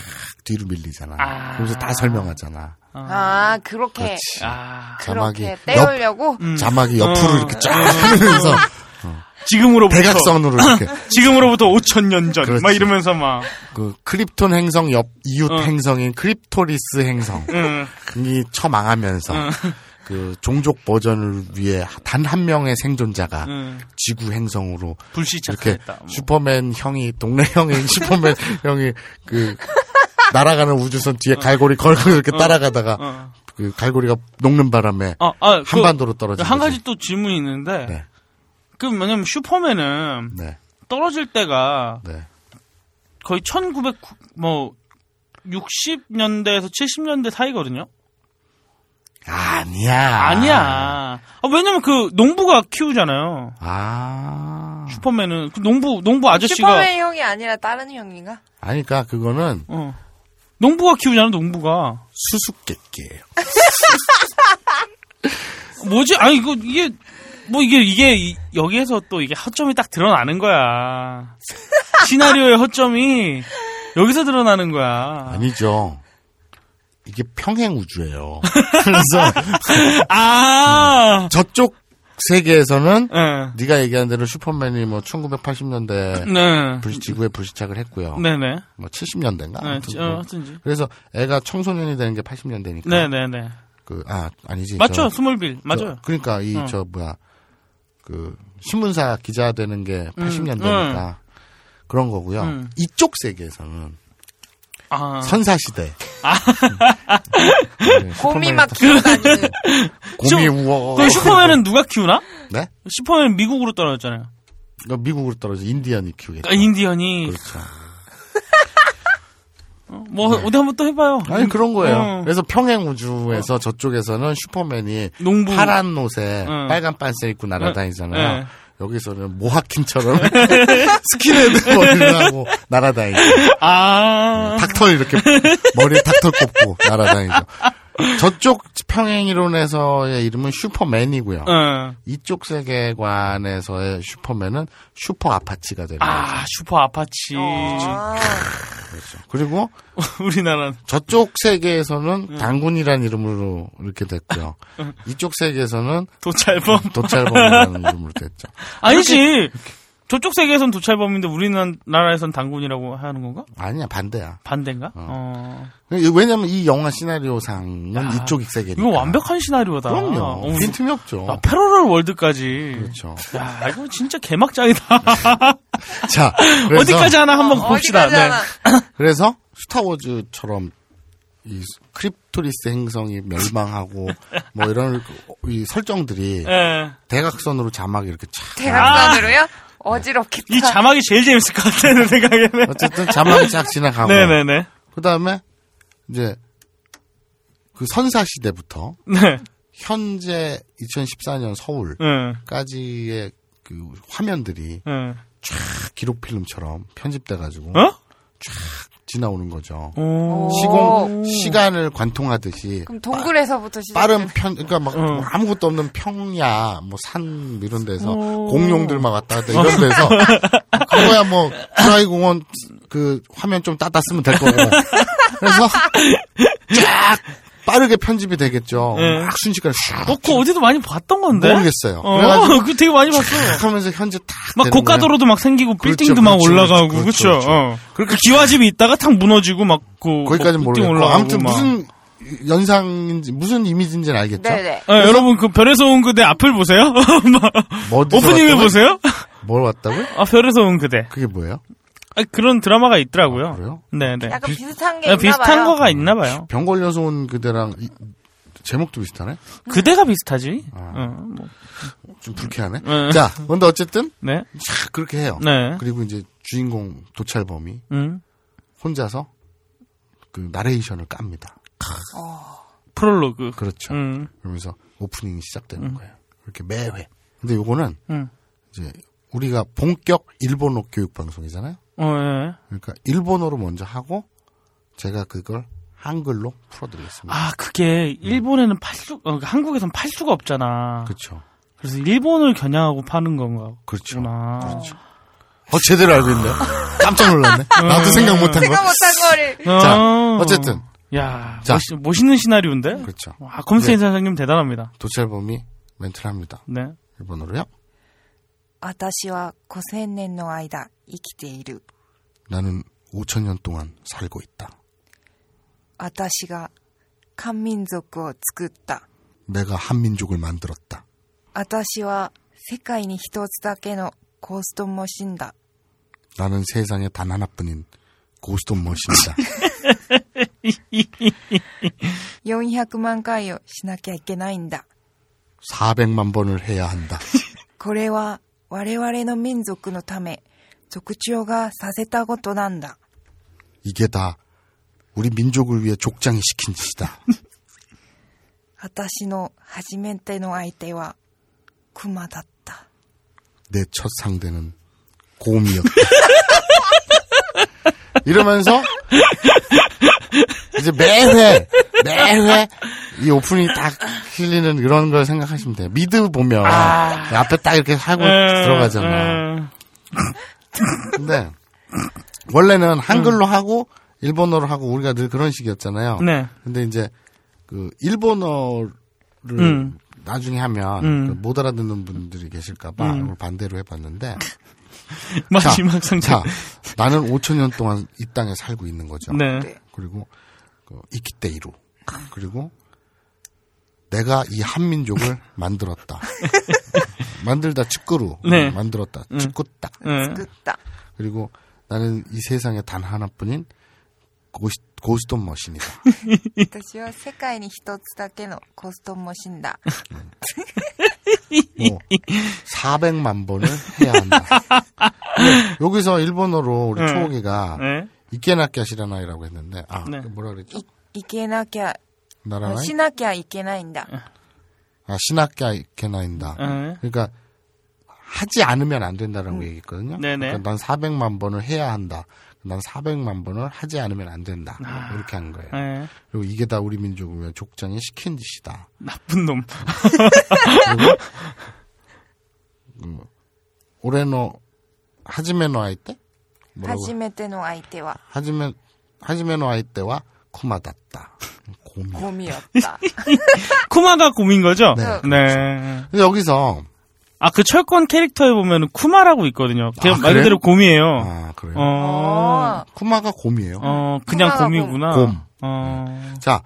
뒤로 밀리잖아. 그래서 다 설명하잖아.
아 그렇게
그렇지.
아,
자막이
그렇게 때우려고
자막이 옆으로
어.
이렇게 쫙 하면서
지금으로부터
대각선으로 이렇게
지금으로부터 5천 년 전
그렇지.
막 이러면서 막
그 크립톤 행성 옆 이웃
어.
행성인 크립토리스 행성이
응.
처망하면서
응.
그 종족 보전을 위해 단 한 명의 생존자가
응.
지구 행성으로 이렇게
불시착했다. 음. 뭐.
슈퍼맨 형이 동네 형이 슈퍼맨 형이 그 날아가는 우주선 뒤에 갈고리 걸고 이렇게 따라가다가
어.
그 갈고리가 녹는 바람에
아, 아, 그-
한반도로 떨어진
한
거지.
가지 또 질문이 있는데
네.
그 뭐냐면 슈퍼맨은
네.
떨어질 때가
네.
거의 1900뭐 60년대에서 70년대 사이거든요.
아니야.
아니야. 아, 왜냐면 그 농부가 키우잖아요.
아.
슈퍼맨은 그 농부 농부 아저씨가
슈퍼맨 형이 아니라 다른 형인가?
아니, 그러니까 그니까 그거는
어. 농부가 키우잖아, 농부가.
수수께끼예요.
그 뭐지? 아니 이거 이게 뭐 이게 이게 이- 여기에서 또 이게 허점이 딱 드러나는 거야. 시나리오의 허점이 여기서 드러나는 거야.
아니죠. 이게 평행 우주예요. 그래서
아.
저쪽 세계에서는
예.
네가 얘기한 대로 슈퍼맨이 뭐 1980년대
네.
지구에 불시착을 했고요.
네네.
뭐 70년대인가?
네,
아무튼
어,
뭐.
하여튼지.
그래서 애가 청소년이 되는 게 80년대니까.
네네네.
그, 아, 아니지.
맞죠?
저-
스몰빌. 맞아요.
저- 그러니까 이
어.
저 뭐야 그 신문사 기자 되는 게 80년대니까 그런 거고요.
음.
이쪽 세계에서는
아.
선사 시대. 네,
곰이 막 기어다니는
곰이 우어.
그 슈퍼맨은 누가 키우나?
네?
슈퍼맨 미국으로 떨어졌잖아요.
그러니까 미국으로 떨어져 인디언이 키우겠죠.
아, 인디언이
그렇죠.
뭐 어디 한번 또 해봐요.
네. 아니 그런 거예요.
어.
그래서 평행 우주에서 저쪽에서는 슈퍼맨이
농부. 어. 예.
파란 옷에
응.
빨간 반스 입고 날아다니잖아요.
응.
여기서는 모하킨처럼 스킨헤드 머리를 하고 날아다니죠.
아.
닥터 이렇게 머리에 닥터 꼽고 날아다니죠. 저쪽 평행이론에서의 이름은 슈퍼맨이고요.
어.
이쪽 세계관에서의 슈퍼맨은 슈퍼 아파치가 되는
아 슈퍼 아파치.
어.
거죠. 그리고
우리나라는
저쪽 세계에서는
음.
당군이라는 이름으로 이렇게 됐고요. 이쪽 세계에서는
도찰범.
도찰범이라는 이름으로 됐죠.
음. 아니지. 저쪽 세계에선 도찰범인데 우리나라에선 당군이라고 하는 건가?
아니야 반대야.
반대인가? 어.
왜냐면 이 영화 시나리오상은 이쪽 세계니까.
아, 이거 완벽한 시나리오다.
그러니까. 그럼요.
어,
빈틈이 없죠.
아, 패러럴 월드까지.
그렇죠.
야, 이거 진짜 개막장이다.
자, 그래서-
어디까지 하나 한번 봅시다.
어디까지
네.
하나
그래서 스타워즈처럼 이 크립토리스 행성이 멸망하고 뭐 이런 이 설정들이
예.
대각선으로 자막이 이렇게 쫙
대각선으로요? 어지럽겠다.
이 자막이 제일 재밌을 것 같아, 내 생각에는.
어쨌든 자막이 쫙 지나가고
네네네.
그다음에 이제 그 선사 시대부터
네. 예.
현재 2014년
응.
서울까지의 그
예.
화면들이
응.
쫙 기록 필름처럼 편집돼 가지고
어?
지나오는 거죠.
오.
시공 시간을 관통하듯이
그럼 동굴에서부터 시작.
빠른 편 그러니까 막
어.
아무것도 없는 평야 뭐 산 이런 데서 공룡들 막 왔다 갔다
어.
이런 데서 그거야 뭐 프라이 공원 그 화면 좀 따다 쓰면 될 거예요. 그래서 쫙 빠르게 편집이 되겠죠.
네.
막 순식간에 샥
어, 그거 어디도 많이 봤던 건데?
모르겠어요.
어,
그래가지고
그 되게 많이 봤어.
쫙 하면서 현재 탁
막
되는
고가도로도 막 생기고 빌딩도 막
그렇죠,
올라가고
그렇죠,
그렇죠.
그렇죠.
어. 그 기와집이 있다가 탁 무너지고 막그
거기까지는 모르겠고
올라가고
아무튼
뭐 막. 예,
무슨 연상인지 무슨 이미지인지는 알겠죠.
네네.
어, 여러분 그 별에서 온 그대 앞을 보세요. 막
어디서
오프닝을
왔다고요?
보세요.
뭐 뭘 왔다고요?
아 별에서 온 그대.
그게 뭐예요?
아, 그런 드라마가
아,
있더라고요. 네네.
약간 비슷한 게
아,
있나
비슷한
봐요.
거가 있나 봐요.
병 걸려서 온 그대랑 이- 제목도 비슷하네.
음.
그대가 비슷하지.
아. 좀 불쾌하네.
네.
자, 근데 어쨌든
네.
자, 아, 그렇게 해요.
네.
그리고 이제 주인공 도찰범이
음.
혼자서 그 나레이션을 깝니다.
프롤로그.
그렇죠.
음.
그러면서 오프닝이 시작되는
음.
거예요. 이렇게 매회. 근데 요거는
음.
이제 우리가 본격 일본어 교육 방송이잖아요.
어, 예.
그러니까 일본어로 먼저 하고 제가 그걸 한글로 풀어드리겠습니다.
아 그게 일본에는 팔 수, 어, 한국에선 팔 수가 없잖아.
그렇죠.
그래서 일본을 겨냥하고 파는 건가?
그렇죠.
구나.
어 제대로 알고 있네. 깜짝 놀랐네. 나도 생각 못한 거.
음. 생각 못한 거를.
자, 어쨌든
야,
자.
멋있, 멋있는 시나리오인데?
그렇죠.
와, 검색인 사장님 대단합니다.
도찰범이 멘트를 합니다.
네.
일본어로요.
私は5000年の間生きている.
나는 5천 년 동안 살고 있다.
私が漢民族を作った.
내가 한민족을 만들었다.
私は世界に一つだけのゴーストモシンだ。
나는 세상에 단 하나뿐인 고스톱 머신이다.
400万回をしなきゃいけないんだ。
400만 번을 해야 한다.
これは我々の民族のため、族長がさせたことなんだ。
이게 다 우리 민족을 위해 족장이 시킨 짓이다.
私の初めての相手は、クマだった。
내 첫 상대는 곰이었다. 이러면서 이제 매회 매회 이 오프닝 딱 흘리는 이런 걸 생각하시면 돼요. 미드 보면
아.
앞에 딱 이렇게 하고 뭐
음, 네.
들어가잖아. 근데 원래는 한글로 하고 일본어로 하고 우리가 늘 그런 식이었잖아요.
네.
근데 이제 그 일본어를
음.
나중에 하면
음.
그못 알아듣는 분들이 계실까봐
음.
이걸 반대로 해봤는데
마지막
자
상장. 그
나는 5천 년 동안 이 땅에 살고 있는 거죠.
네.
그리고 그 이키테이루 그리고 내가 이 한민족을 만들었다. 만들다 측구루
네.
만들었다
음.
측구다.
네.
作った。
그리고 나는 이 세상에 단 하나뿐인 고시, 고스톱 머신이다.
私は世界に一つだけのゴーストモシン だ。
뭐 400만 번을 해야 한다. 근데 여기서 일본어로 우리
네.
초호기가
네.
이케나키아 시라나이라고 했는데 아
네. 아,
뭐라 그랬죠?
いけなきゃ、
나라나이?
しなきゃいけないんだ。
아 시나키아 이케나인다.
네.
그러니까 하지 않으면 안 된다라고 얘기했거든요.
네네.
그러니까 난 400만 번을 해야 한다. 난 400만 번을 하지 않으면 안 된다. 이렇게 한 거예요.
네.
그리고 이게 다 우리 민족을 위한 족장이 시킨 짓이다.
나쁜 놈.
올해노 하지메노 아이 때?
初めての相手は、
하지메 하지메노 아이 때와 쿠마다다. 곰이.
ゴミだ った。
쿠마가 곰인 거죠?
네,
네.
근데 여기서
아, 그 철권 캐릭터에 보면 쿠마라고 있거든요. 그냥
아,
말
그래요?
그대로 곰이에요.
아 그래요.
어,
あ
쿠마가 곰이에요.
어, 그냥
쿠마가
곰이구나.
곰.
어,
자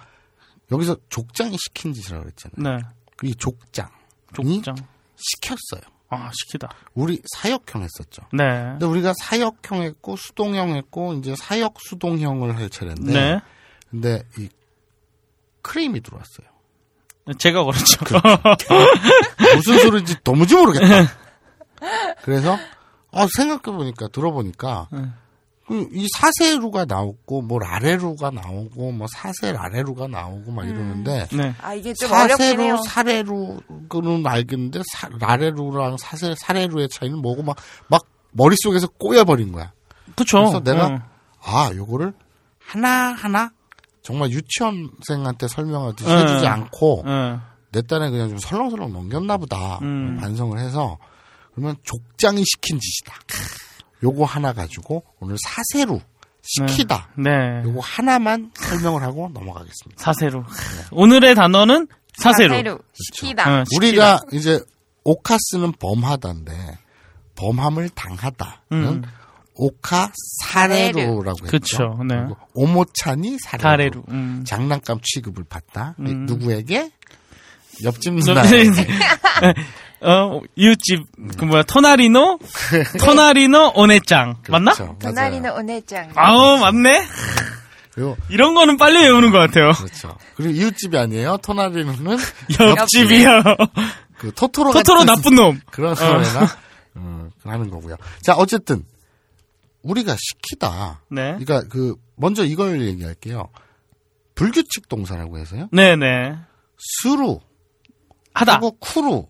여기서 족장이 시킨 짓이라고 그랬잖아요.
네.
이 족장.
족장.
시켰어요.
아, 시키다.
우리 사역형 했었죠.
네.
근데 우리가 사역형 했고 수동형 했고 이제 사역 수동형을 할 차례인데.
네.
근데 이 크림이 들어왔어요.
제가 그렇죠.
무슨 소리인지 도무지 모르겠다. 그래서 어, 생각해보니까 들어보니까 그이 사세루가 나오고 뭐 라레루가 나오고 뭐 사셀 아레루가 나오고 막 이러는데
네.
あ、あ이게좀 음. 어렵긴 해요.
사세루 사레루 그는 알겠는데 사, 라레루랑 사셀 사레루의 차이는 뭐고 막 막 머릿속에서 꼬여버린 거야.
그쵸.
그래서 그렇죠. 내가
어.
아 요거를 하나하나 정말 유치원생한테 설명하듯이
네.
해주지 않고
네.
내 딴에 그냥 좀 설렁설렁 넘겼나 보다
음.
반성을 해서 그러면 족장이 시킨 짓이다. 요거 하나 가지고 오늘 사세로 시키다.
네.
요거 하나만 설명을 하고 넘어가겠습니다.
사세로. 오늘의 단어는 사세로.
그렇죠.
시키다. 어, 시키다.
우리가 이제 오카스는 범하다인데 범함을 당하다는
음.
오카 사레루라고 했죠.
그쵸, 네.
그리고 오모차니 사레루.
사레루, 음.
장난감 취급을 받다.
음.
누구에게? 옆집 그렇죠.
저-
누나.
어, 이웃집
음.
그 뭐야 토나리노 토나리노 오네짱
그렇죠.
맞나?
도나리는 오네짱.
아우 어, 맞네.
그리고
이런 거는 빨리 외우는 것 같아요.
그렇죠. 그리고 이웃집이 아니에요. 토나리는
옆집이요.
그 토토로
토토로
같은
나쁜 놈.
그런
어.
노래나 음, 하는 거고요. 자 어쨌든 우리가 시키다.
네.
그러니까 그 먼저 이걸 얘기할게요. 불규칙 동사라고 해서요.
네네.
수루
하다.
그리고 쿠루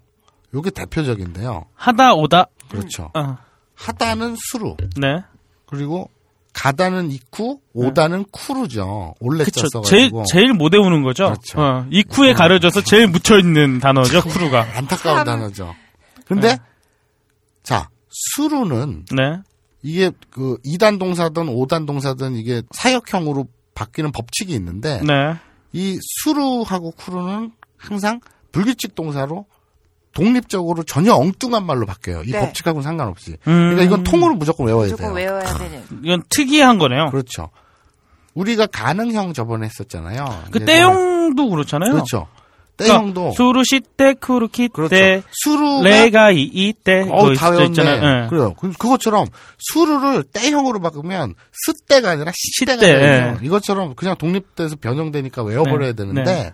요게 대표적인데요.
하다 오다.
그렇죠.
어.
하다는 수루
네.
그리고 가다는 이쿠 오다는 쿠루죠. 올레
그쵸.
써가지고 그렇죠. 음.
제일 제일 못 외우는 거죠. 어, 이쿠에 가려져서 제일 묻혀 있는 단어죠. 쿠루가.
안타까운 단어죠. 근데 자 수루는
네.
이게 그 2단 동사든 5단 동사든 이게 사역형으로 바뀌는 법칙이 있는데
네.
이 수루하고 쿠루는 항상 불규칙 동사로 독립적으로 전혀 엉뚱한 말로 바뀌어요. 이
네.
법칙하고는 상관없이.
음.
그러니까 이건 통으로 무조건 외워야
무조건
돼요. 아,
외워야 되는.
이건 특이한 거네요.
그렇죠. 우리가 가능형 저번에 했었잖아요.
그
이제
때용도 네. 그렇잖아요.
예, 그렇죠. 때형도
그러니까
그렇죠.
수루시 때 쿠루키
네.
때
수루가-
레가 이 이때
어우, 다 외웠네.
있잖아요. 예.
그래요. 그- 그것처럼 수루를 때형으로 바꾸면 스때가 아니라 시때가
시때,
되요
예.
이것처럼 그냥 독립돼서 변형되니까 외워버려야
네,
되는데
네.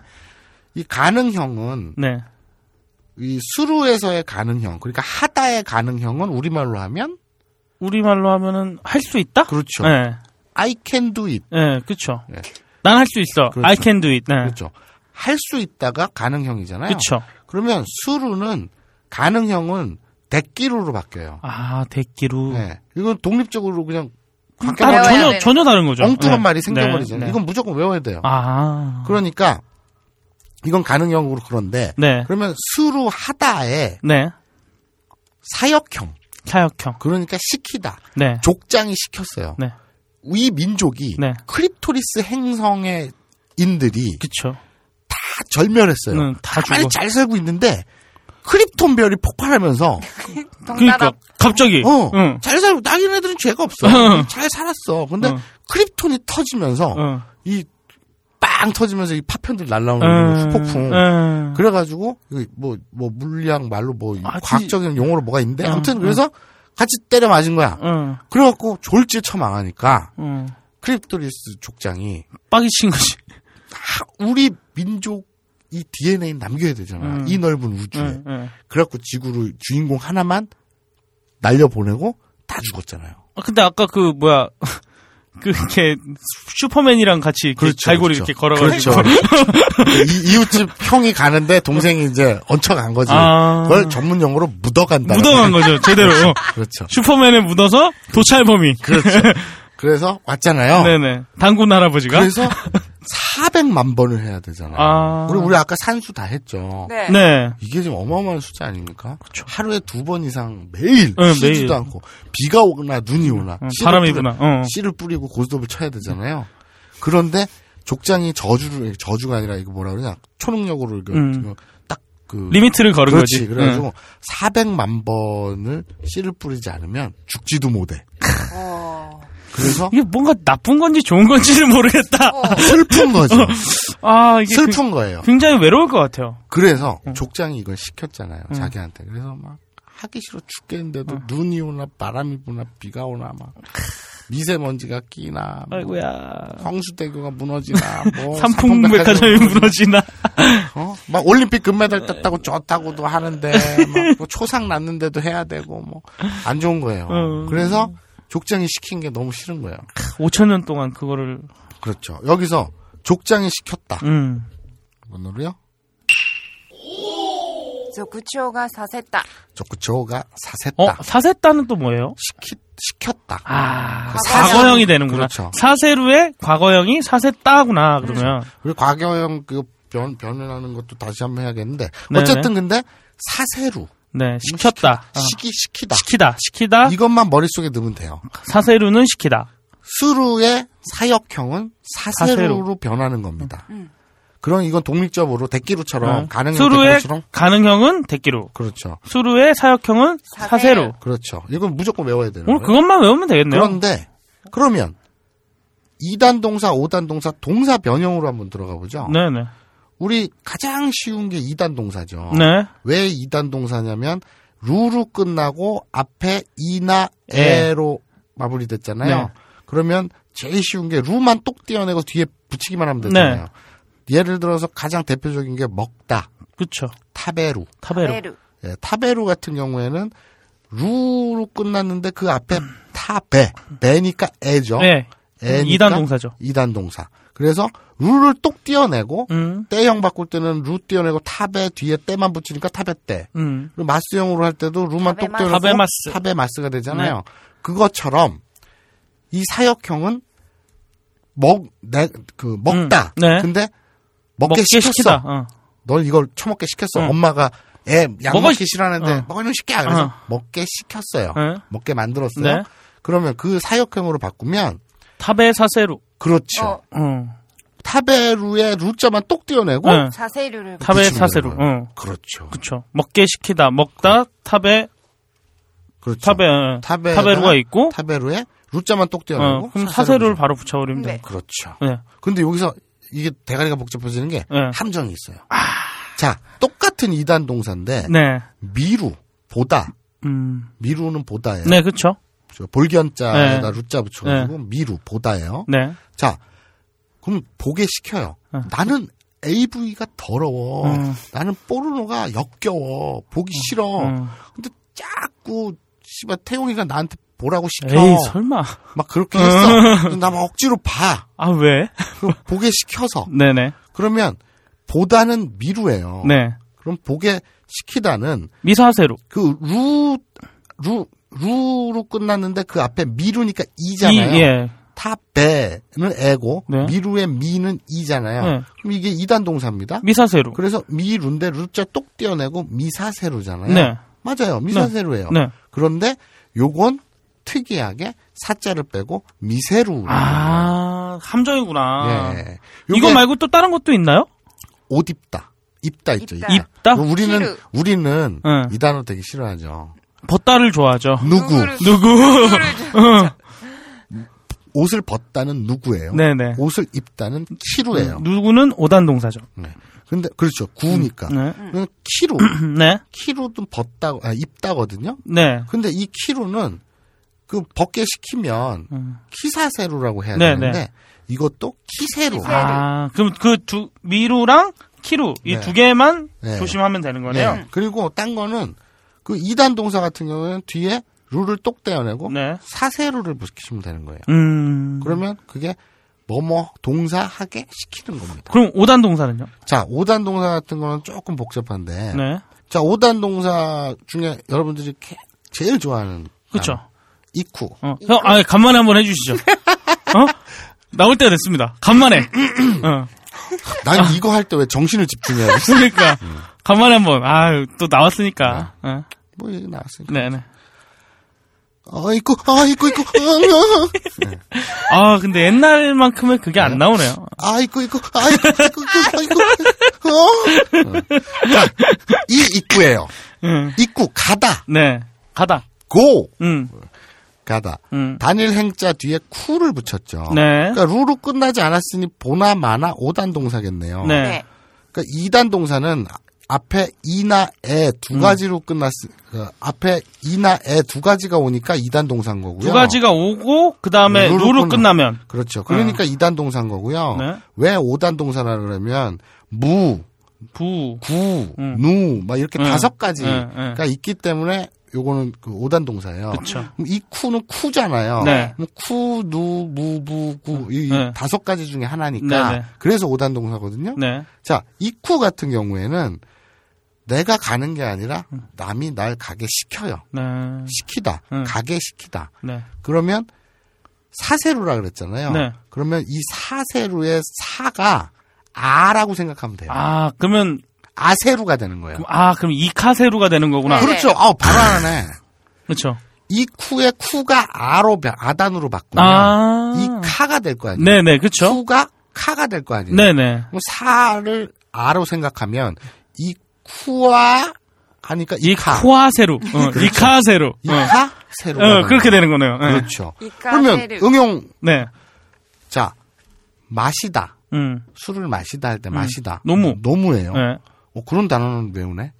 이 가능형은
네.
이 수루에서의 가능형 그러니까 하다의 가능형은 우리말로 하면
우리말로 하면은 할 수 있다?
그렇죠.
예.
I can do it.
예, 그렇죠. 난 할 수 있어. I can do it. 네. 그렇죠.
그렇죠. 할 수 있다가 가능형이잖아요.
그쵸.
러면 수루는 가능형은 대끼루로 바뀌어요.
아, 대끼루.
네. 이건 독립적으로 그냥
그럼
바뀌어버려-
따로 아, 전혀- 외워야 전혀 돼요. 다른 거죠.
엉뚱한
네.
말이 생겨버리잖아요.
네, 네.
이건 무조건 외워야 돼요.
아.
그러니까 이건 가능형으로 그런데
네.
그러면 수루 하다에
네.
사역형.
사역형.
그러니까 시키다.
네.
족장이 시켰어요.
네.
이 민족이 클립토리스 행성의 인들이
그렇죠.
다 절멸했어요.
응,
다
다
가만히
죽어.
잘 살고 있는데 크립톤 별이 폭발하면서
그러니까 갑자기.
어,
응.
잘 살고 나긴 애들은 죄가 없어.
응.
잘 살았어. 근데
응.
크립톤이 터지면서
응.
이 빵 터지면서 어, 이 파편들 날라오는
응.
거예요, 후폭풍.
응.
그래가지고 뭐뭐 뭐 물리학 말로 뭐
아주- 음,
과학적인 용어로 뭐가 있는데
응,
아무튼
응.
그래서 같이 때려 맞은 거야.
응.
그래갖고 졸지에 처망하니까
응.
크립토리스 족장이
빡이 친 거지.
아, 우리 민족 이 DNA 는 남겨야 되잖아.
음.
이 넓은 우주에.
응, 응.
그래갖고 지구를 주인공 하나만 날려보내고 다 죽었잖아요.
아, 근데 아까 그 뭐야 그 이렇게 슈퍼맨이랑 같이 이렇게 갈고리
그렇죠.
이렇게 걸어가지고
그렇죠. 이, 웃집 형이 가는데 동생이 이제 얹혀간 거지.
아.
그걸 전문 용어로 묻어간다.
묻어간 거죠 제대로.
그렇죠.
슈퍼맨에 묻어서 도찰범이.
그렇죠. 그래서 왔잖아요.
네네. 당군 할아버지가.
그래서 400만 번을 해야 되잖아요.
아.
우리 우리 아까 산수 다 했죠.
네. 네.
이게 지금 어마어마한 숫자 아닙니까? 하루에 두 번 이상 매일
그렇죠. 네,
쉬지도
매일.
않고 비가 오거나 눈이 오나
어,
씨를
바람이
뿌려-
부나, 어.
씨를 뿌리고 고스톱을 쳐야 되잖아요. 그런데 족장이 저주를 저주가 아니라 이거 뭐라 그러냐 초능력으로 이거
음.
딱그
리미트를 걸은
그렇지.
거지. 네.
그래가지고
응.
400만 번을 씨를 뿌리지 않으면 죽지도 못해. 그래서
이게 뭔가 나쁜 건지 좋은 건지를 모르겠다.
슬픈 거죠.
어. 아 이게
슬픈
그- 네.
거예요.
굉장히 외로울 것 같아요.
그래서 족장이 이걸 시켰잖아요.
음.
자기한테. 그래서 막 하기 싫어 죽겠는데도
네.
눈이 오나 바람이 부나 비가 오나 막 미세먼지가 끼나 뭐
아이고야.
성수대교가 무너지나 뭐
삼풍백화점이
삼풍백화점이
무너지나. 네.
어? 막 올림픽 금메달 땄다고 좋다고도 하는데 막뭐 초상 났는데도 해야 되고 뭐 안 좋은 거예요.
음.
그래서 족장이 시킨 게 너무 싫은 거예요.
5천 년 동안 그거를.
그렇죠. 여기서 족장이 시켰다.
음.
오늘요?
조구치오가 사셌다.
조구초가 사셌다.
어 사세다는 또 뭐예요?
시키 시켰다.
아, 과거형이 되는구나.
그 그렇죠.
사세루의 과거형이 사세따구나, 그러면.
우리 과거형 그 변, 변하는 것도 다시 한번 해야겠는데.
네네.
어쨌든 근데 사세루.
네, 시켰다.
음, 시키, 시키다.
시키다, 시키다.
이것만 머릿속에 넣으면 돼요.
사세루는 시키다.
수루의 사역형은 사세루로
사세루.
변하는 겁니다. 그럼 이건 독립적으로 대기루처럼
네.
가능한
수루의
대기루처럼
가능형은 대기루.
그렇죠.
수루의 사역형은 사세루.
그렇죠. 이건 무조건 외워야 되는
오늘
거예요.
그것만 외우면 되겠네요.
음. 그런데 그러면 2단 동사, 5단 동사, 동사 변형으로 한번 들어가 보죠.
네네.
우리 가장 쉬운 게 2단 동사죠.
네.
왜 2단 동사냐면 루루 끝나고 앞에 이나
에.
에로 마무리됐잖아요.
예. 네.
그러면 제일 쉬운 게 루만 똑 떼어내고 뒤에 붙이기만 하면
네.
되잖아요. 예를 들어서 가장 대표적인 게 먹다.
그렇죠.
타베루.
타베루.
예, 타베루 같은 경우에는 루로 끝났는데 그 앞에 타베 베니까 에죠.
네. 이단 동사죠.
이단 동사. 그래서 루를 똑 떼어내고
음.
때형 바꿀 때는 루 떼어내고 타베 뒤에 때만 붙이니까 타베 때.
음.
그리고 마스형으로 할 때도 루만 똑
타베마스.
떼어내고
타베마스. 네.
타베마스가 되잖아요. 그것처럼 이 사역형은 먹, 내, 그, 먹다.
음, 네.
근데 먹게, 시켰어.
시키다. 어.
넌 이걸 처먹게 시켰어.
응.
엄마가 애 약
음. 먹어
먹기
시-
싫어하는데
어.
먹으면 쉽게 그래서
어.
먹게 시켰어요.
네.
먹게 만들었어요.
네.
그러면 그 사역형으로 바꾸면
타베 어, 사세루.
그렇죠.
어.
응.
타베루의 루자만 똑 떼어내고
네.
사세류를
타베
붙이는
사세루.
거예요.
응.
그렇죠.
그렇죠. 먹게 시키다. 먹다 타베
그렇죠.
타베 어,
타베
타베루가 있고
타베루에 루자만 똑 떼어내고
어, 그럼
사세루를
사세루를 바로 붙여버리면 돼.
그렇죠.
네.
근데 여기서 이게 대가리가 복잡해지는 게
네.
함정이 있어요. 자, 똑같은 이단 동사인데
네.
미루 보다
음.
미루는 보다예요.
네, 그렇죠.
저 볼견자에다
네.
루자 붙여가지고 미루 보다예요.
네.
자, 그럼 보게 시켜요. 나는 AV가 더러워.
음.
나는 포르노가 역겨워. 보기 싫어.
음.
근데 자꾸 씨발 태용이가 나한테 보라고 시켜.
에이, 설마.
막 그렇게 했어. 그래서 나막 억지로 봐.
아, 왜?
그럼 보게 시켜서.
네, 네.
그러면 보다는 미루예요.
네.
그럼 보게 시키다는
미사세루.
그 루, 루, 루로 끝났는데 그 앞에 미루니까 이잖아요.
이, 예.
타베는 에고
네.
미루의 미는 이잖아요.
네.
그럼 이게 이단 동사입니다.
미사세루.
그래서 미루인데 루자 똑 떼어내고 미사세루잖아요.
네.
맞아요. 미사세루예요.
네.
그런데 요건 특이하게 사자를 빼고 미세루.
아, 함정이구나.
예.
이거 말고 또 다른 것도 있나요?
옷 입다. 입다 있죠. 입다.
입다?
우리는
키루.
우리는
네.
이 단어 되게 싫어하죠.
벗다를 좋아하죠.
누구?
누구? 응.
옷을 벗다는 누구예요?
네네. 음,
옷을 입다는 키루예요.
누구는 오단 동사죠.
근데 그렇죠. 구우니까.
네.
그럼 키루.
네.
키루도 벗다 아, 입다거든요.
네.
근데 이 키루는 그 벗게 시키면 키사세루라고 해야
음. 네,
되는데
네.
이것도 네. 키세루.
아, 그럼 그 두 미루랑 키루 이
네.
두 개만
네.
조심하면 되는 거네요.
네. 그리고 딴 거는 그 이단 동사 같은 경우는 뒤에 루를 똑 떼어내고 사세루를 붙이면 되는 거예요.
네. 음.
그러면 그게 뭐뭐 동사하게 시키는 겁니다.
그럼 오단 동사는요?
자, 5단 동사 같은 거는 조금 복잡한데.
네.
자, 5단 동사 중에 여러분들이 개- 제일 좋아하는
그쵸.
단어, 이쿠.
어. 형, 아, 간만에 한번 해주시죠. 어? 나올 때가 됐습니다. 간만에. 어.
난 이거 할 때 왜 정신을 집중해야 돼?
그러니까 간만에 한번. 아, 또 나왔으니까. 어.
뭐 얘기 나왔으니까.
네네.
아, 이쿠, 아, 이쿠, 이쿠, 아,
아, 근데 옛날만큼은 그게 안 나오네요.
아, 아, 이쿠, 이쿠, 아, 이쿠, 이쿠, 이쿠, 아, 이쿠, 어. 어. 자, 이 이쿠예요.
응.
이쿠 가다,
네. 가다.
고
음.
가다.
음.
단일 행자 뒤에 쿠를 붙였죠.
네.
그러니까 루로 끝나지 않았으니 보나 마나 5단 동사겠네요.
네.
그러니까 2단 동사는 앞에 이나 에
음.
두 가지로 끝났 그 앞에 이나 에 두 가지가 오니까 2단 동사인 거고요.
두 가지가 오고 그다음에
룰을
루로
끝나-
끝나면 음.
그렇죠. 그러니까 2단 동사인 거고요.
네.
왜 5단 동사라 그러면 무,
부.
구,
음.
누, 막 이렇게
음.
다섯 가지가
음, 음.
있기 때문에 요거는 그 5단 동사예요.
그쵸.
그럼 이 쿠는 쿠잖아요.
네.
그럼 쿠, 누, 무, 부, 구, 이
네.
다섯 가지 중에 하나니까
네, 네.
그래서 5단 동사거든요.
네.
자, 이쿠 같은 경우에는 내가 가는 게 아니라
음.
남이 날 가게 시켜요.
네.
시키다.
음.
가게 시키다.
네.
그러면 사세루라 그랬잖아요.
네.
그러면 이 사세루의 사가 아라고 생각하면 돼요.
아, 그러면
아세루가 되는 거예요.
아, 그럼 이카세루가 되는 거구나.
그렇죠. 아, 바로 하네.
그렇죠.
이 쿠의 쿠가 아로 바- 아단으로 바꾸면
아.
이 카가 될 거 아니에요.
네네, 그렇죠.
쿠가 카가 될 거 아니에요.
네네.
그럼 사를 아로 생각하면 이 쿠와 하니까 이 카.
코아세루. 어,
그렇죠.
이카세루.
이카 세로.
네. 어, 그렇게 되는 거네요. 예.
그렇죠.
이카
그러면
세루.
응용
네.
자 마시다
음.
술을 마시다 할 때
음.
마시다
노무.
노무예요.
네.
어, 그런 단어는 외우네.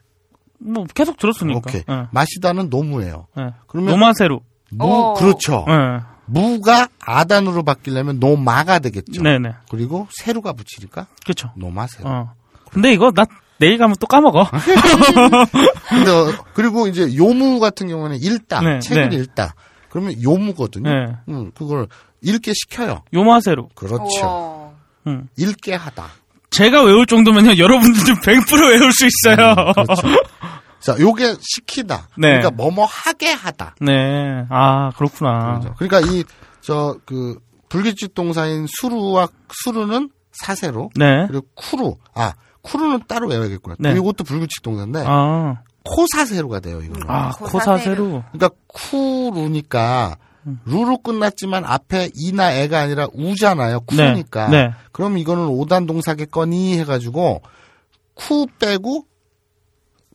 뭐 계속 들었으니까.
오케이.
예.
마시다는 노무예요.
예.
그러면
노마세루.
무
오.
그렇죠.
예.
무가 아단으로 바뀌려면 노마가 되겠죠.
네네.
그리고 세루가 붙이니까
그렇죠.
노마세루.
어. 근데 이거 나 내일 가면 또 까먹어.
네? 근데 어, 그리고 이제 요무 같은 경우는 읽다
네,
책을
네.
읽다 그러면 요무거든요.
네.
음, 그걸 읽게 시켜요.
요마세루.
그렇죠.
음.
읽게 하다.
제가 외울 정도면요 여러분들도 100% 외울 수 있어요.
음, 그렇죠. 자, 요게 시키다.
네.
그러니까 뭐뭐 하게 하다.
네. 아 그렇구나.
그러니까 이 저 그 불규칙 동사인 수루와 수루는 사세로
네.
그리고 쿠루 아 쿠루는 따로 외워야겠구나.
네.
이것도 불규칙 동사인데
아.
코사세로가 돼요 이거.
아, 코사세루.
그러니까 쿠루니까 루로 끝났지만 앞에 이나 애가 아니라 우잖아요. 쿠니까.
네, 네.
그럼 이거는 오단 동사겠거니 해가지고 쿠 빼고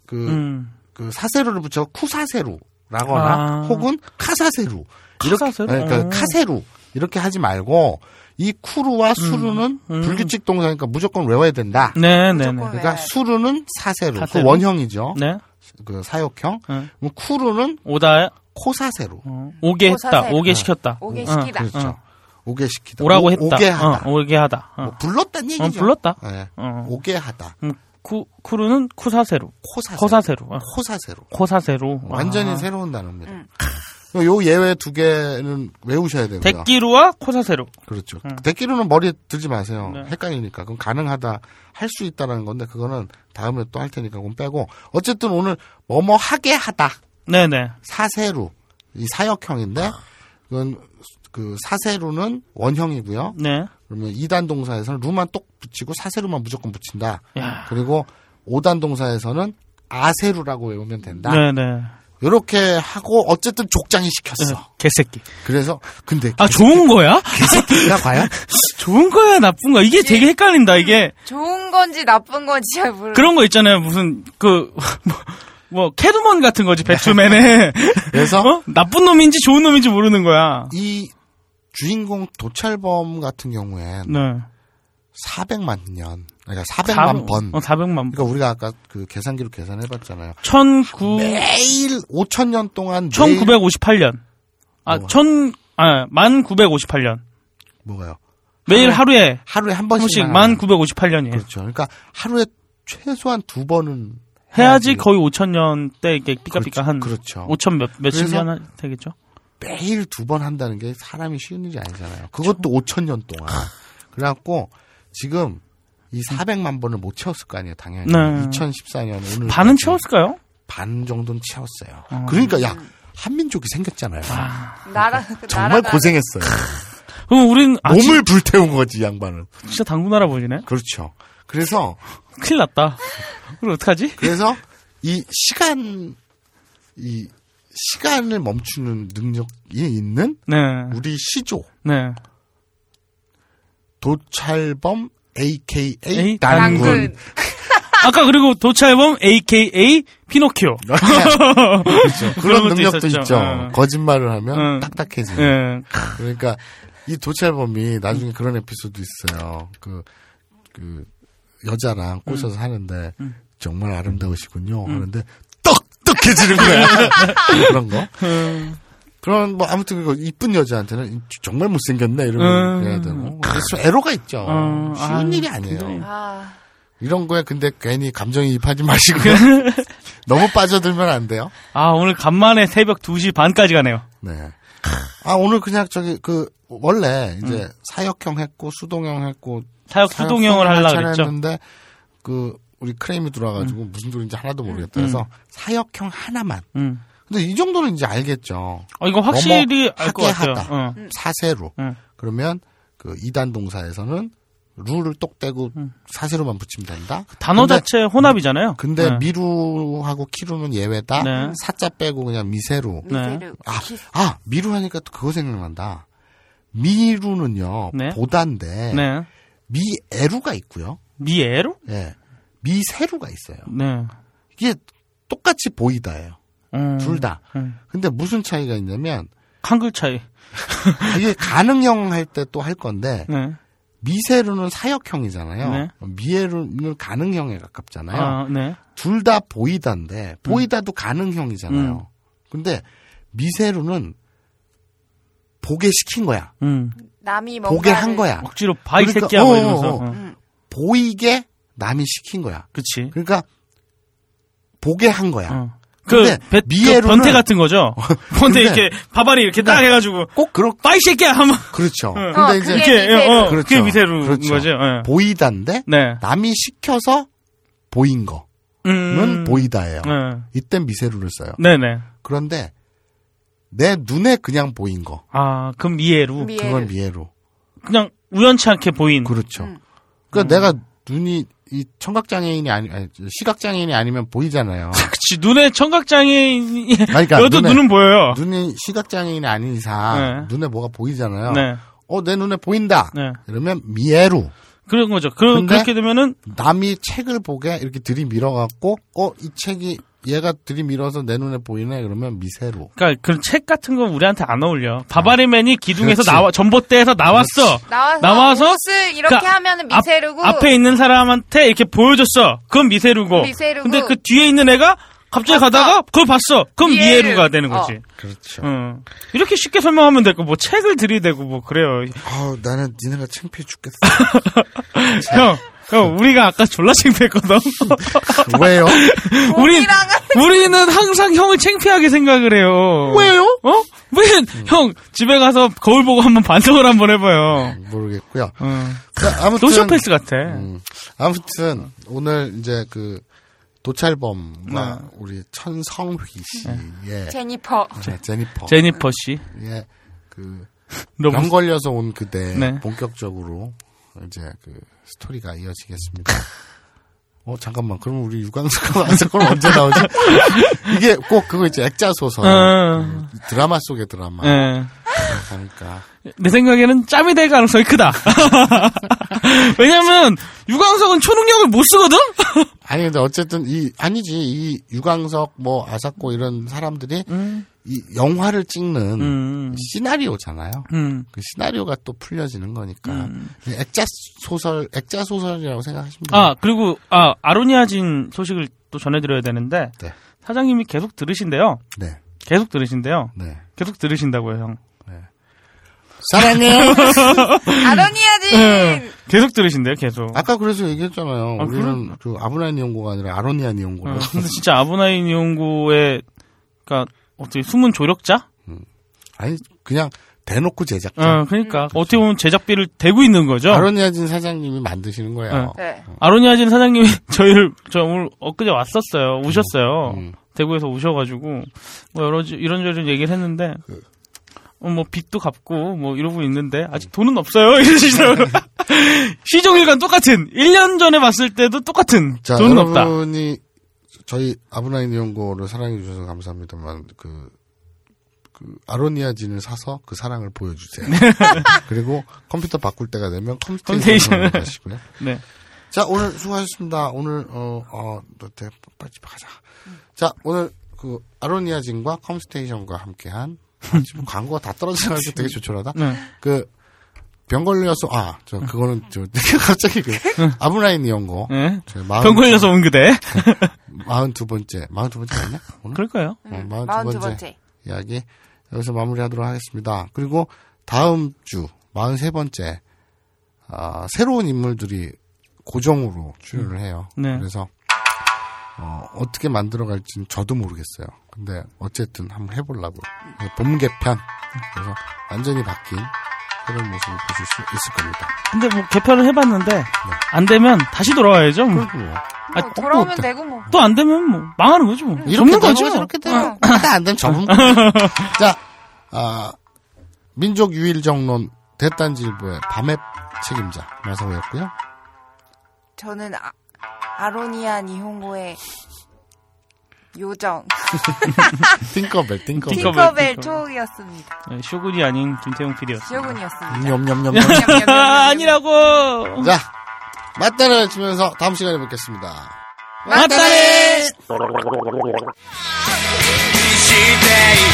그,
음.
그 사세루를 붙여 쿠사세루라거나
아.
혹은 카사세루 이렇게
카사세루?
아니, 그러니까
어.
카세루 이렇게 하지 말고 이 쿠루와 수루는 불규칙 동사니까 무조건 외워야 된다.
음. 네, 네, 네.
그러니까 수루는 사세루,
사세루.
그 원형이죠.
네.
그 사역형.
네.
그럼 쿠루는
오다
코사세로
어. 오게 했다.
어. 코사세로.
오게
네.
시켰다.
오게
어,
시키다.
어.
그렇죠. 오게 시키다.
오라고
오-
했다.
오게 하다. 뭐
어, 오게 하다. 어.
불렀단 얘기죠.
어, 불렀다.
예.
어.
오게 하다.
음, 쿠 쿠루는 쿠사세루.
코사세루.
코사세루. 어.
코사세로.
코사세루.
완전히
아.
새로운 단어입니다. 요 예외 두 개는 외우셔야 되고요.
데끼루와 코사세루.
그렇죠.
음.
데끼로는 머리에 들지 마세요.
네.
헷갈리니까. 그건 가능하다, 할 수 있다라는 건데, 그거는 다음에 또 할 테니까 그건 빼고. 어쨌든 오늘 뭐뭐 하게 하다.
네네.
사세루. 이 사역형인데,
아.
그건 그 사세루는 원형이고요.
네.
그러면 이단 동사에서는 루만 똑 붙이고 사세루만 무조건 붙인다.
야.
그리고 오단 동사에서는 아세루라고 외우면 된다.
네네. 네.
이렇게 하고 어쨌든 족장이 시켰어.
개새끼.
그래서 근데
아 좋은 거야?
개새끼가 과연
좋은 거야 나쁜 거야? 이게 되게 헷갈린다 이게.
좋은 건지 나쁜 건지 잘 모르.
그런 거 있잖아요. 무슨 그 뭐, 뭐 캐드먼 같은 거지 배트맨에.
그래서?
어? 나쁜 놈인지 좋은 놈인지 모르는 거야.
이 주인공 도찰범 같은 경우엔
네.
400만 년 그러니까 400만 번.
어, 400만
그러니까 우리가 아까 그 계산기로 계산해봤잖아요.
19
매일 5천 년 동안 매일
1958년. 아,
뭐가?
천 아, 1958년.
뭐가요?
매일 하루에
하루에 한
한 번씩
번씩만 하는
1958년이에요.
아, 그렇죠. 그러니까 하루에 최소한 두 번은
해야지 거의 5천년 때 이렇게 삐까삐까한
그렇죠.
5천 몇 몇십
그래서-
년 하- 되겠죠.
매일 두 번 한다는 게 사람이 쉬운 일이 아니잖아요.
그렇죠.
그것도 5천 년 동안. 그래갖고 지금 이 400만 번을 못 채웠을 거 아니에요, 당연히.
네.
2014년 오늘
반은 채웠을까요? 아.
반 정도는 채웠어요. 그러니까 야 한민족이 생겼잖아요.
나라
정말
나라가-
고생했어요.
그럼 우린 아,
몸을 불태운 거지 이 양반은.
진짜 당군 할아버지네.
그렇죠. 그래서
큰일 났다. 그럼 어떡하지?
그래서 이 시간 이 시간을 멈추는 능력이 있는
네.
우리 시조
네.
도찰범 AKA
에이,
단군.
단군. 아까 그리고 도차앨범 AKA 피노키오.
그렇죠. 그런
것도
능력도
있었죠.
있죠.
어.
거짓말을 하면
어.
딱딱해지는.
예.
그러니까 이 도찰범이 나중에
음.
그런 에피소드 있어요. 그, 그, 여자랑
음.
꼬셔서 하는데 정말 아름다우시군요. 하는데 떡떡해지는 거야. 그런 거.
음.
그런 뭐 아무튼 그거 이쁜 여자한테는 이- 정말 못생겼네 이러면
음.
해야 되고 그래서 애로가 있죠
어,
쉬운
아유,
일이 아니에요
근데-
이런 거에 근데 괜히 감정이입하지 마시고 너무 빠져들면 안 돼요
아, 오늘 간만에 새벽 2시 반까지 가네요.
네. 아 오늘 그냥 저기 그 원래 이제 사역형 했고 수동형 했고
사역 음. 수동형을 하려고
차례
그랬죠.
했는데 그 우리 크레임이 들어와가지고 무슨 소리인지 하나도 모르겠다.
음.
그래서 사역형 하나만.
음.
근데 이 정도는 이제 알겠죠.
어, 이거 확실히 알것 같아요.
하다.
어.
사세로. 그러면 그 이단 동사에서는 룰을 똑 떼고 사세로만 붙이면 된다.
음. 단어
근데-
자체 혼합이잖아요.
근데
네.
미루하고 키루는 예외다.
네.
사자 빼고 그냥 미세로.
네. 미세로.
아, 아, 미루하니까 또 그거 생각난다. 미루는요
네.
보단데
네.
미에루가 있고요.
미에루?
예, 미세루가 있어요.
네.
이게 똑같이 보이다예요. 둘 다.
음.
근데 무슨 차이가 있냐면
한글 차이.
이게 가능형 할 때 또 할 건데
네.
미세루는 사역형이잖아요.
네.
미에루는 가능형에 가깝잖아요.
아, 네.
둘 다 보이다인데 보이다도 가능형이잖아요.
음.
근데 미세루는 보게 시킨 거야.
음.
남이
보게 한 거야.
억지로 봐, 이
그러니까,
새끼야, 뭐
어,
이러면서.
어, 어.
어.
보이게 남이 시킨 거야.
그치.
그러니까 보게 한 거야.
그,
그러니까. 근데
배, 그
미에로는- 어, 그러니까
변태 같은 거죠. 근데 이렇게 바바리 이렇게 딱 해가지고
꼭 그렇게
빠이 새끼야 하면
그렇죠.
어.
근데
어,
이제
그게 미세루. 어, 그게 미세루인
그렇죠.
거죠. 예.
보이다인데 남이 시켜서 보인 거는
음.
보이다예요.
네.
이땐 미세루를 써요.
네네.
그런데 내 눈에 그냥 보인 거.
아, 그럼 미에루.
음, 그건 미에루.
그냥 우연치 않게 보인.
그렇죠.
음.
그러니까 내가 눈이 이 청각 장애인이 아니 아니, 시각 장애인이 아니면 보이잖아요.
그치, 눈에 청각장애인이.
아니, 그러니까
여도
눈에-
눈은 보여요.
눈이 시각 장애인이 아닌 이상 눈에 뭐가 보이잖아요.
네.
어 내 눈에 보인다. 이러면 미에루.
그런 거죠. 그,
근데
그렇게 되면은.
남이 책을 보게 이렇게 들이밀어 갖고 어 이 책이 얘가 들이밀어서 내 눈에 보이네 그러면 미세루.
그러니까 그런 책 같은 건 우리한테 안 어울려. 바바리맨이 기둥에서
그렇지.
나와 전봇대에서 나왔어.
나와서, 옷을 이렇게
그러니까
하면은 미세르고
앞, 앞에 있는 사람한테 이렇게 보여줬어. 그건 미세루고.
미세루고.
근데 그 뒤에 있는 애가 갑자기 가다가 그걸 봤어. 그럼
미에루.
미에루가 되는 거지.
어.
그렇죠.
응. 이렇게 쉽게 설명하면 되고 뭐 책을 들이대고 뭐 그래요.
아 나는 니네가 창피해 죽겠어.
형, 형 우리가 아까 졸라 창피했거든.
왜요?
우리 우리는 항상 형을 창피하게 생각을 해요.
왜요?
어?
음.
왜형 집에 가서 거울 보고 한번 반성을 한번 해봐요.
음. 모르겠고요.
응.
자, 아무튼
소시오패스 같아.
음. 아무튼 오늘 이제 그 도찰범과
네.
우리 천성휘 씨의
제니퍼.
네, 제니퍼
제니퍼 씨.
예, 그
너무-
병 걸려서 온 그대
네.
본격적으로 이제 그 스토리가 이어지겠습니다. 어 잠깐만 그럼 우리 유광석 안석권 언제 나오지? 이게 꼭 그거 있지 액자 소설
어.
그 드라마 속의 드라마
예.
그러니까
내 생각에는 짬이 될 가능성이 크다. 왜냐면 유광석은 초능력을 못 쓰거든.
아니 근데 어쨌든 이 아니지 이 유광석 뭐 아사코 이런 사람들이
음.
이 영화를 찍는 시나리오잖아요.
음.
그 시나리오가 또 풀려지는 거니까 액자 소설 액자 소설이라고 생각하시면 돼요.
아 그리고 아 아로니아진 소식을 또 전해드려야 되는데 사장님이 계속 들으신대요.
네.
계속 들으신대요.
네.
계속 들으신다고요, 형.
사랑해요.
예, 계속 들으신대요, 계속. 어,
아까 그래서 얘기했잖아요.
아,
우리는 그 아브라인 연구가 아니라 아로니안 연구로.
어, 근데 진짜 아브나인 연구의 그러니까 어떻게 숨은 조력자?
아니 그냥 대놓고 제작.
어,
음.
그러니까 어떻게 보면 제작비를 대고 있는 거죠.
아로니아진 사장님이 만드시는 거예요.
예.
네,
아로니아진 사장님이 저희를 저 오늘 엊그제 왔었어요. 오셨어요.
음,
대구에서 오셔가지고 뭐 여러 지- 이런저런 얘기를 했는데
그.
어, 뭐 빚도 갚고 뭐 이러고 있는데 아직 돈은 없어요 이러시더라고요. 시종일관 똑같은 1년 전에 봤을 때도 똑같은
자,
돈은 없다.
여러분이 저희 아브라인 연구를 사랑해 주셔서 감사합니다만 그, 그 아로니아진을 사서 그 사랑을 보여주세요.
네.
그리고 컴퓨터 바꿀 때가 되면 컴퓨테이션을
컴퓨테이션을
하시고요.
네.
자 오늘 수고하셨습니다. 오늘 어어 너한테 빨리 집에 가자. 자 오늘 그 아로니아진과 컴스테이션과 함께한 아, 지금 광고가 다 떨어져가지고 되게 조촐하다.
네.
그병 걸려서 아 저 그거는 저 갑자기 그 아브라인 연구
네.
저 마흔-
병 걸려서 온 그대.
42번째, 42번째 맞냐? 오늘?
그럴 거예요.
어,
마흔두
42번째,
번째.
이야기 여기서 마무리하도록 하겠습니다. 그리고 다음 주 43번째 아, 새로운 인물들이 고정으로 출연을 해요.
네.
그래서 어, 떻게 만들어갈지는 저도 모르겠어요. 근데 어쨌든 한번 해보려고 봄 개편 그래서 완전히 바뀐 이런 모습을 보실 수 있을 겁니다.
근데 뭐 개편을 해봤는데
네.
안 되면 다시 돌아와야죠. 뭐. 아,
어, 돌아오면 되고 뭐.
또 안 되면 뭐 망하는 거죠. 뭐.
이렇게
접는
되고
거죠.
저렇게 되고 하다 안 되면 접은 거죠. 자, 아, 민족 유일 정론 대단지일보의 밤의 책임자 마사오였고요.
저는 아, 아로니아 니홍고의 요정
띵커벨, 띵커벨.
팅커벨 초이었습니다.
네, 쇼군이 아닌 김태용 PD였어요.
음.
쇼군이었습니다.
냠냠냠.
아, 아니라고.
자, 맞다를 치면서 다음 시간에 뵙겠습니다.
맞다네.
している